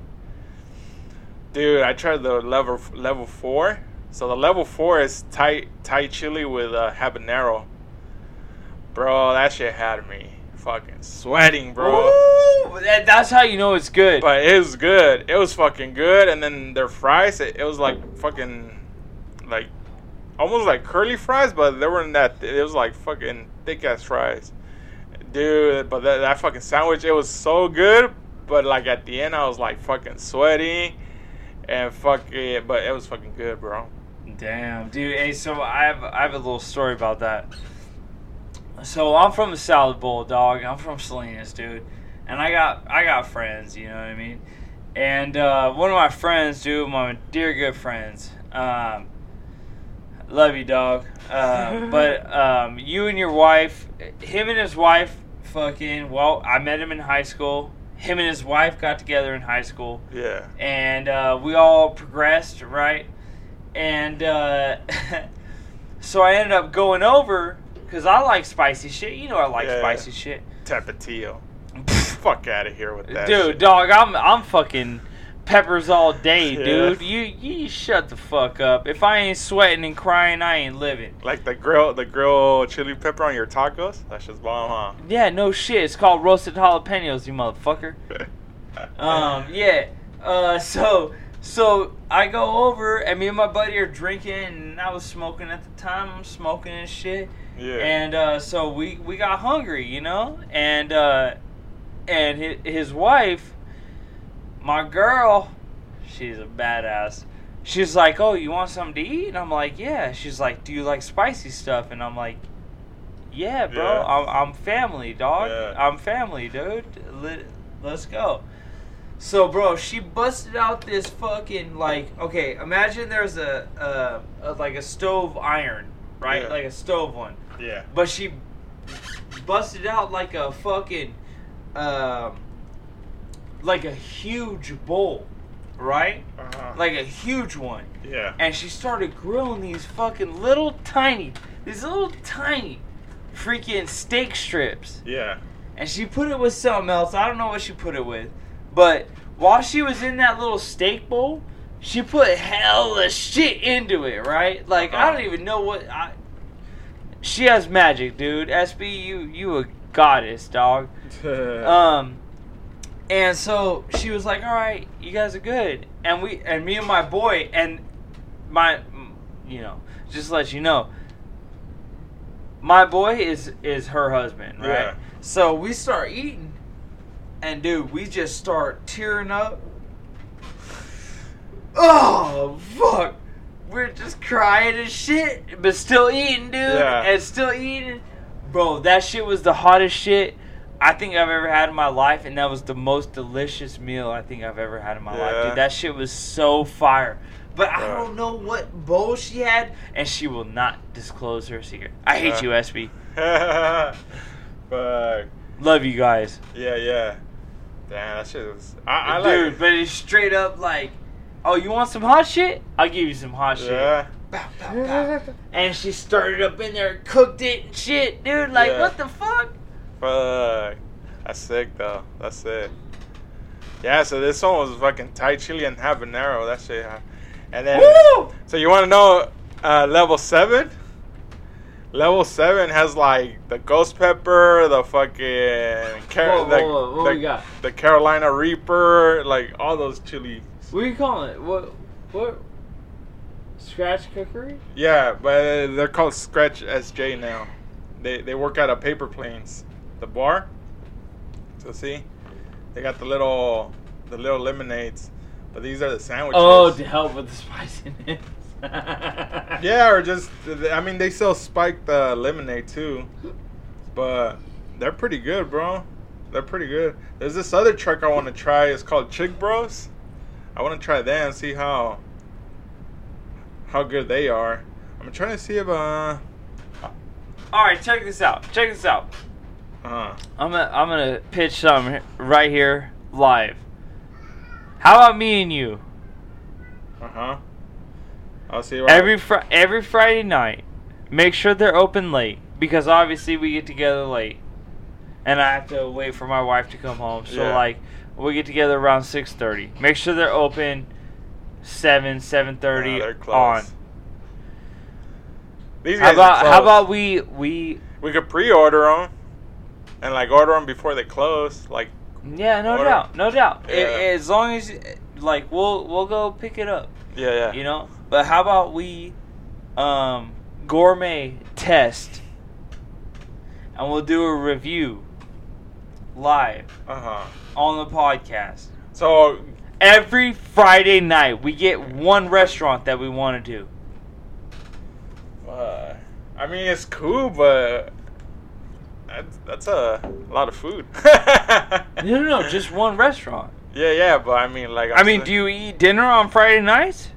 Speaker 3: Dude, I tried the level level four. So the level four is Thai Thai chili with uh, habanero. Bro, that shit had me fucking sweating, bro.
Speaker 1: Ooh, that, that's how you know it's good.
Speaker 3: But it was good. It was fucking good. And then their fries, it, it was like fucking, like, almost like curly fries, but they weren't that. It was like fucking thick ass fries, dude. But that, that fucking sandwich, it was so good. But like at the end, I was like fucking sweaty, and fuck it. But it was fucking good, bro.
Speaker 1: Damn, dude. Hey, so I have I have a little story about that. So I'm from the salad bowl, dog. I'm from Salinas, dude, and I got I got friends. You know what I mean? And uh, one of my friends, dude, my dear good friends. Um, love you, dog. Uh, but um, you and your wife, him and his wife, fucking. Well, I met him in high school. Him and his wife got together in high school
Speaker 3: Yeah.
Speaker 1: and uh, we all progressed, right? And uh, so I ended up going over because I like spicy shit. You know, I like
Speaker 3: Yeah.
Speaker 1: spicy shit,
Speaker 3: Tapatio. fuck out of here with that.
Speaker 1: dude.
Speaker 3: shit.
Speaker 1: Dog, I'm I'm fucking peppers all day,
Speaker 3: Yeah.
Speaker 1: dude. You you shut the fuck up. If I ain't sweating and crying, I ain't living.
Speaker 3: Like the grill, the grill chili pepper on your tacos. That's just bomb,
Speaker 1: Yeah, no shit. It's called roasted jalapenos, you motherfucker.
Speaker 3: huh?
Speaker 1: Um, yeah. Uh, so so I go over and me and my buddy are drinking and I was smoking at the time. I'm smoking and shit.
Speaker 3: Yeah.
Speaker 1: And uh, so we we got hungry, you know, and uh, and his, his wife, my girl, she's a badass. She's like, "Oh, you want something to eat?" And I'm like, "Yeah." She's like, "Do you like spicy stuff?" And I'm like, "Yeah, bro.
Speaker 3: Yeah.
Speaker 1: I'm, I'm family, dog.
Speaker 3: Yeah.
Speaker 1: I'm family, dude. Let, let's go." So, bro, she busted out this fucking like. Okay, imagine there's a, uh, a like a stove iron, right?
Speaker 3: Yeah.
Speaker 1: Like a stove one.
Speaker 3: yeah.
Speaker 1: But she busted out like a fucking, um, like a huge bowl, right?
Speaker 3: Uh-huh.
Speaker 1: Like a huge one.
Speaker 3: yeah.
Speaker 1: And she started grilling these fucking little tiny, these little tiny freaking steak strips.
Speaker 3: Yeah.
Speaker 1: And she put it with something else. I don't know what she put it with. But while she was in that little steak bowl, she put hella shit into it, right? Like, I don't even know what. I, she has magic, dude. SB, you you a goddess, dog.
Speaker 3: Uh.
Speaker 1: Um, and so she was like, "All right, you guys are good." And we and me and my boy and my, you know, just to let you know, my boy is is her husband, right?
Speaker 3: Yeah.
Speaker 1: So we start eating, and dude, we just start tearing up. Oh fuck. We're just crying and shit, but still eating, dude,
Speaker 3: Yeah.
Speaker 1: and still eating. Bro, that shit was the hottest shit. I think I've ever had in my life, and that was the most delicious meal I think I've ever had in my life,
Speaker 3: Yeah.
Speaker 1: dude. That shit was so fire. But I
Speaker 3: Yeah.
Speaker 1: don't know what bowl she had, and she will not disclose her secret. I hate
Speaker 3: Yeah.
Speaker 1: you, SB.
Speaker 3: Fuck.
Speaker 1: Love you guys.
Speaker 3: Yeah, yeah. Damn, that shit was. I, I
Speaker 1: Dude,
Speaker 3: like.
Speaker 1: but it's straight up like, oh, you want some hot shit? I'll give you some hot shit.
Speaker 3: Yeah.
Speaker 1: Bow, bow, bow. and she started up in there, cooked it and shit, dude. Like,
Speaker 3: Yeah.
Speaker 1: what the fuck?
Speaker 3: Fuck. That's sick though. That's it. Yeah, so this one was fucking Thai chili and habanero. That shit. huh? And then.
Speaker 1: Woo!
Speaker 3: So you want to know uh, level seven? Level seven has like the ghost pepper, the fucking Car-
Speaker 1: Whoa, whoa,
Speaker 3: the,
Speaker 1: whoa, what
Speaker 3: the-
Speaker 1: we got?
Speaker 3: the Carolina Reaper, like all those chili.
Speaker 1: What are you calling it? What? What? Scratch cookery?
Speaker 3: Yeah, but they're called Scratch SJ now. They they work out of paper planes, the bar. So see, they got the little the little lemonades, but these are the sandwiches.
Speaker 1: Oh, to help with the spiciness. yeah.
Speaker 3: Yeah, or just I mean they still spike the lemonade too, but they're pretty good, bro. They're pretty good. There's this other truck I want to try. It's called Chick Bros. I want to try that and see how how good they are. I'm trying to see if uh
Speaker 1: All right, check this out. Check this out.
Speaker 3: uh
Speaker 1: I'm gonna, I'm gonna pitch some h- right here live. How about me and you?
Speaker 3: uh huh. I'll Oh, see. What
Speaker 1: Every fr- every Friday night, make sure they're open late because obviously we get together late, and I have to wait for my wife to come home. So
Speaker 3: Yeah.
Speaker 1: like we get together around six thirty. Make sure they're open seven seven thirty
Speaker 3: they're
Speaker 1: on.
Speaker 3: close. These guys
Speaker 1: How
Speaker 3: are
Speaker 1: about how
Speaker 3: close.
Speaker 1: about we we
Speaker 3: we could pre-order them and like order them before they close, like
Speaker 1: yeah no
Speaker 3: Order.
Speaker 1: doubt no doubt I-
Speaker 3: Yeah.
Speaker 1: as long as like we'll we'll go pick it up
Speaker 3: yeah yeah.
Speaker 1: you know but how about we um gourmet test and we'll do a review live
Speaker 3: Uh huh.
Speaker 1: on the podcast
Speaker 3: So
Speaker 1: every Friday night we get one restaurant that we want to do
Speaker 3: Uh, I mean, it's cool, but that's, that's a lot of food.
Speaker 1: no no no just one restaurant
Speaker 3: Yeah, yeah, but I mean, like,
Speaker 1: I mean do you eat dinner on Friday nights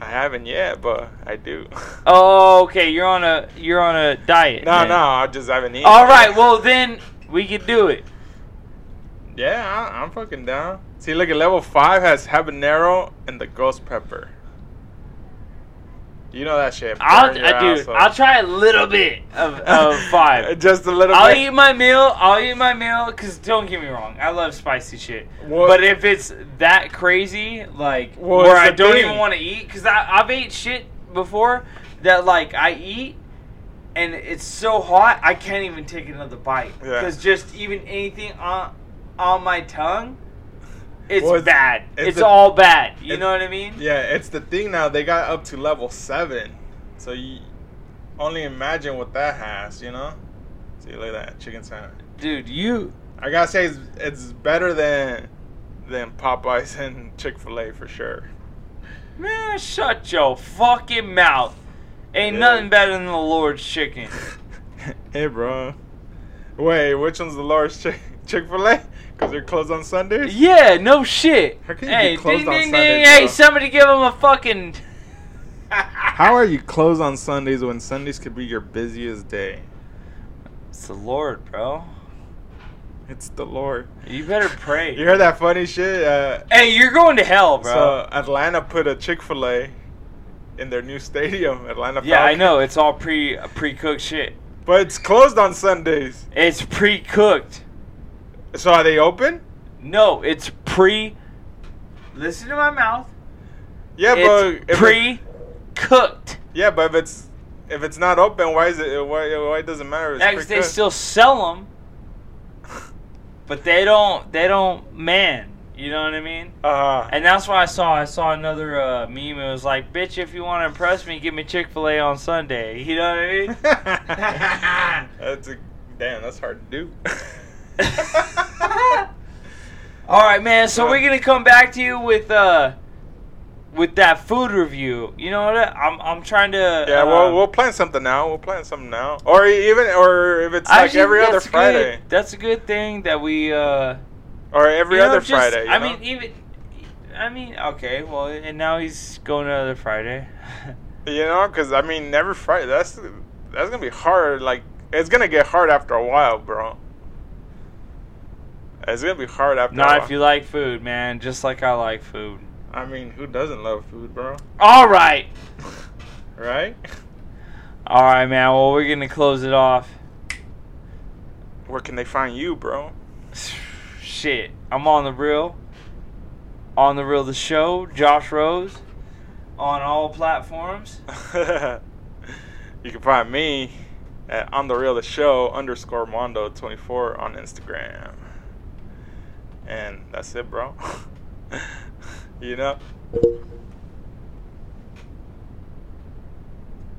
Speaker 3: I haven't yet, but I do.
Speaker 1: oh okay you're on a you're on a diet
Speaker 3: no,
Speaker 1: then.
Speaker 3: no, I just haven't eaten.
Speaker 1: All right,
Speaker 3: yet.
Speaker 1: well then we could do it.
Speaker 3: yeah, I, I'm fucking down. See, look at level five has habanero and the ghost pepper. You know that shit.
Speaker 1: I'll
Speaker 3: burn your
Speaker 1: I, dude,
Speaker 3: asshole.
Speaker 1: I'll try a little bit of, of five.
Speaker 3: just a little
Speaker 1: I'll
Speaker 3: bit.
Speaker 1: eat my meal. I'll eat my meal because don't get me wrong, I love spicy shit.
Speaker 3: Well-
Speaker 1: but if it's that crazy, like
Speaker 3: Well,
Speaker 1: where
Speaker 3: it's
Speaker 1: I
Speaker 3: the
Speaker 1: don't
Speaker 3: thing.
Speaker 1: even want to eat, because I've ate shit before that like I eat and it's so hot I can't even take another bite
Speaker 3: Yeah.
Speaker 1: because just even anything on on my tongue, it's
Speaker 3: Well, it's-
Speaker 1: bad. It's,
Speaker 3: it's the-
Speaker 1: all bad. You
Speaker 3: it's-
Speaker 1: know what I mean?
Speaker 3: Yeah, it's the thing now. They got up to level seven, so you only imagine what that has, you know. See, look at that chicken sandwich.
Speaker 1: Dude, you
Speaker 3: I gotta say, it's, it's better than than Popeyes and Chick Fil A for sure.
Speaker 1: Man, shut your fucking mouth. Ain't
Speaker 3: Yeah.
Speaker 1: nothing better than the Lord's chicken.
Speaker 3: hey, bro. Wait, which one's the largest Chick Chick Fil A? Cause they're closed on Sundays.
Speaker 1: yeah, no shit.
Speaker 3: How can you be
Speaker 1: hey,
Speaker 3: closed
Speaker 1: ding,
Speaker 3: on
Speaker 1: ding,
Speaker 3: Sunday,
Speaker 1: ding. Hey,
Speaker 3: bro?
Speaker 1: somebody give him a fucking.
Speaker 3: How are you closed on Sundays when Sundays could be your busiest day?
Speaker 1: It's the Lord, bro.
Speaker 3: It's the Lord.
Speaker 1: You better pray.
Speaker 3: You heard that funny shit? Uh,
Speaker 1: hey, you're going to hell, bro.
Speaker 3: So Atlanta put a Chick Fil A in their new stadium, Atlanta.
Speaker 1: yeah, I
Speaker 3: Falcons.
Speaker 1: know. It's all pre pre cooked shit.
Speaker 3: But it's closed on Sundays.
Speaker 1: It's pre cooked.
Speaker 3: So are they open?
Speaker 1: No, it's pre. Listen to my mouth.
Speaker 3: Yeah,
Speaker 1: It's
Speaker 3: but if it-
Speaker 1: pre cooked.
Speaker 3: yeah, but if it's if it's not open, why is it? Why why does it matter? if It's
Speaker 1: Next, they
Speaker 3: pre-cooked?
Speaker 1: still sell them, but they don't. They don't man. You know what I mean?
Speaker 3: Uh-huh.
Speaker 1: And that's why I saw. I saw another uh, meme. It was like, "Bitch, if you want to impress me, give me Chick Fil A on Sunday." You know what I mean?
Speaker 3: that's a damn. That's hard to do.
Speaker 1: All right, man. So
Speaker 3: Yeah.
Speaker 1: we're gonna come back to you with uh, with that food review. You know what? I'm I'm trying to.
Speaker 3: Yeah, well,
Speaker 1: um,
Speaker 3: we'll plan something now. We'll plan something now, or e, even, or if it's like
Speaker 1: actually,
Speaker 3: every other
Speaker 1: that's
Speaker 3: Friday,
Speaker 1: Good. That's a good thing that we. Uh,
Speaker 3: or every
Speaker 1: you know,
Speaker 3: other
Speaker 1: just-
Speaker 3: Friday. you
Speaker 1: I
Speaker 3: know?
Speaker 1: mean, even. I mean, okay, well, and now he's going to other Friday. e
Speaker 3: You know, because I mean, every Friday that's that's gonna be hard. Like it's gonna get hard after a while, bro. It's gonna be hard after. a
Speaker 1: Not
Speaker 3: while.
Speaker 1: if you like food, man. Just like I like food.
Speaker 3: I mean, who doesn't love food, bro?
Speaker 1: All right,
Speaker 3: Right?
Speaker 1: all right, man. Well, we're gonna close it off.
Speaker 3: Where can they find you, bro?
Speaker 1: Shit, I'm on the real. On the real, the show. Josh Rose, on all platforms.
Speaker 3: you can find me at on the real the show underscore mondo twenty four on Instagram. And that's it, bro. you know.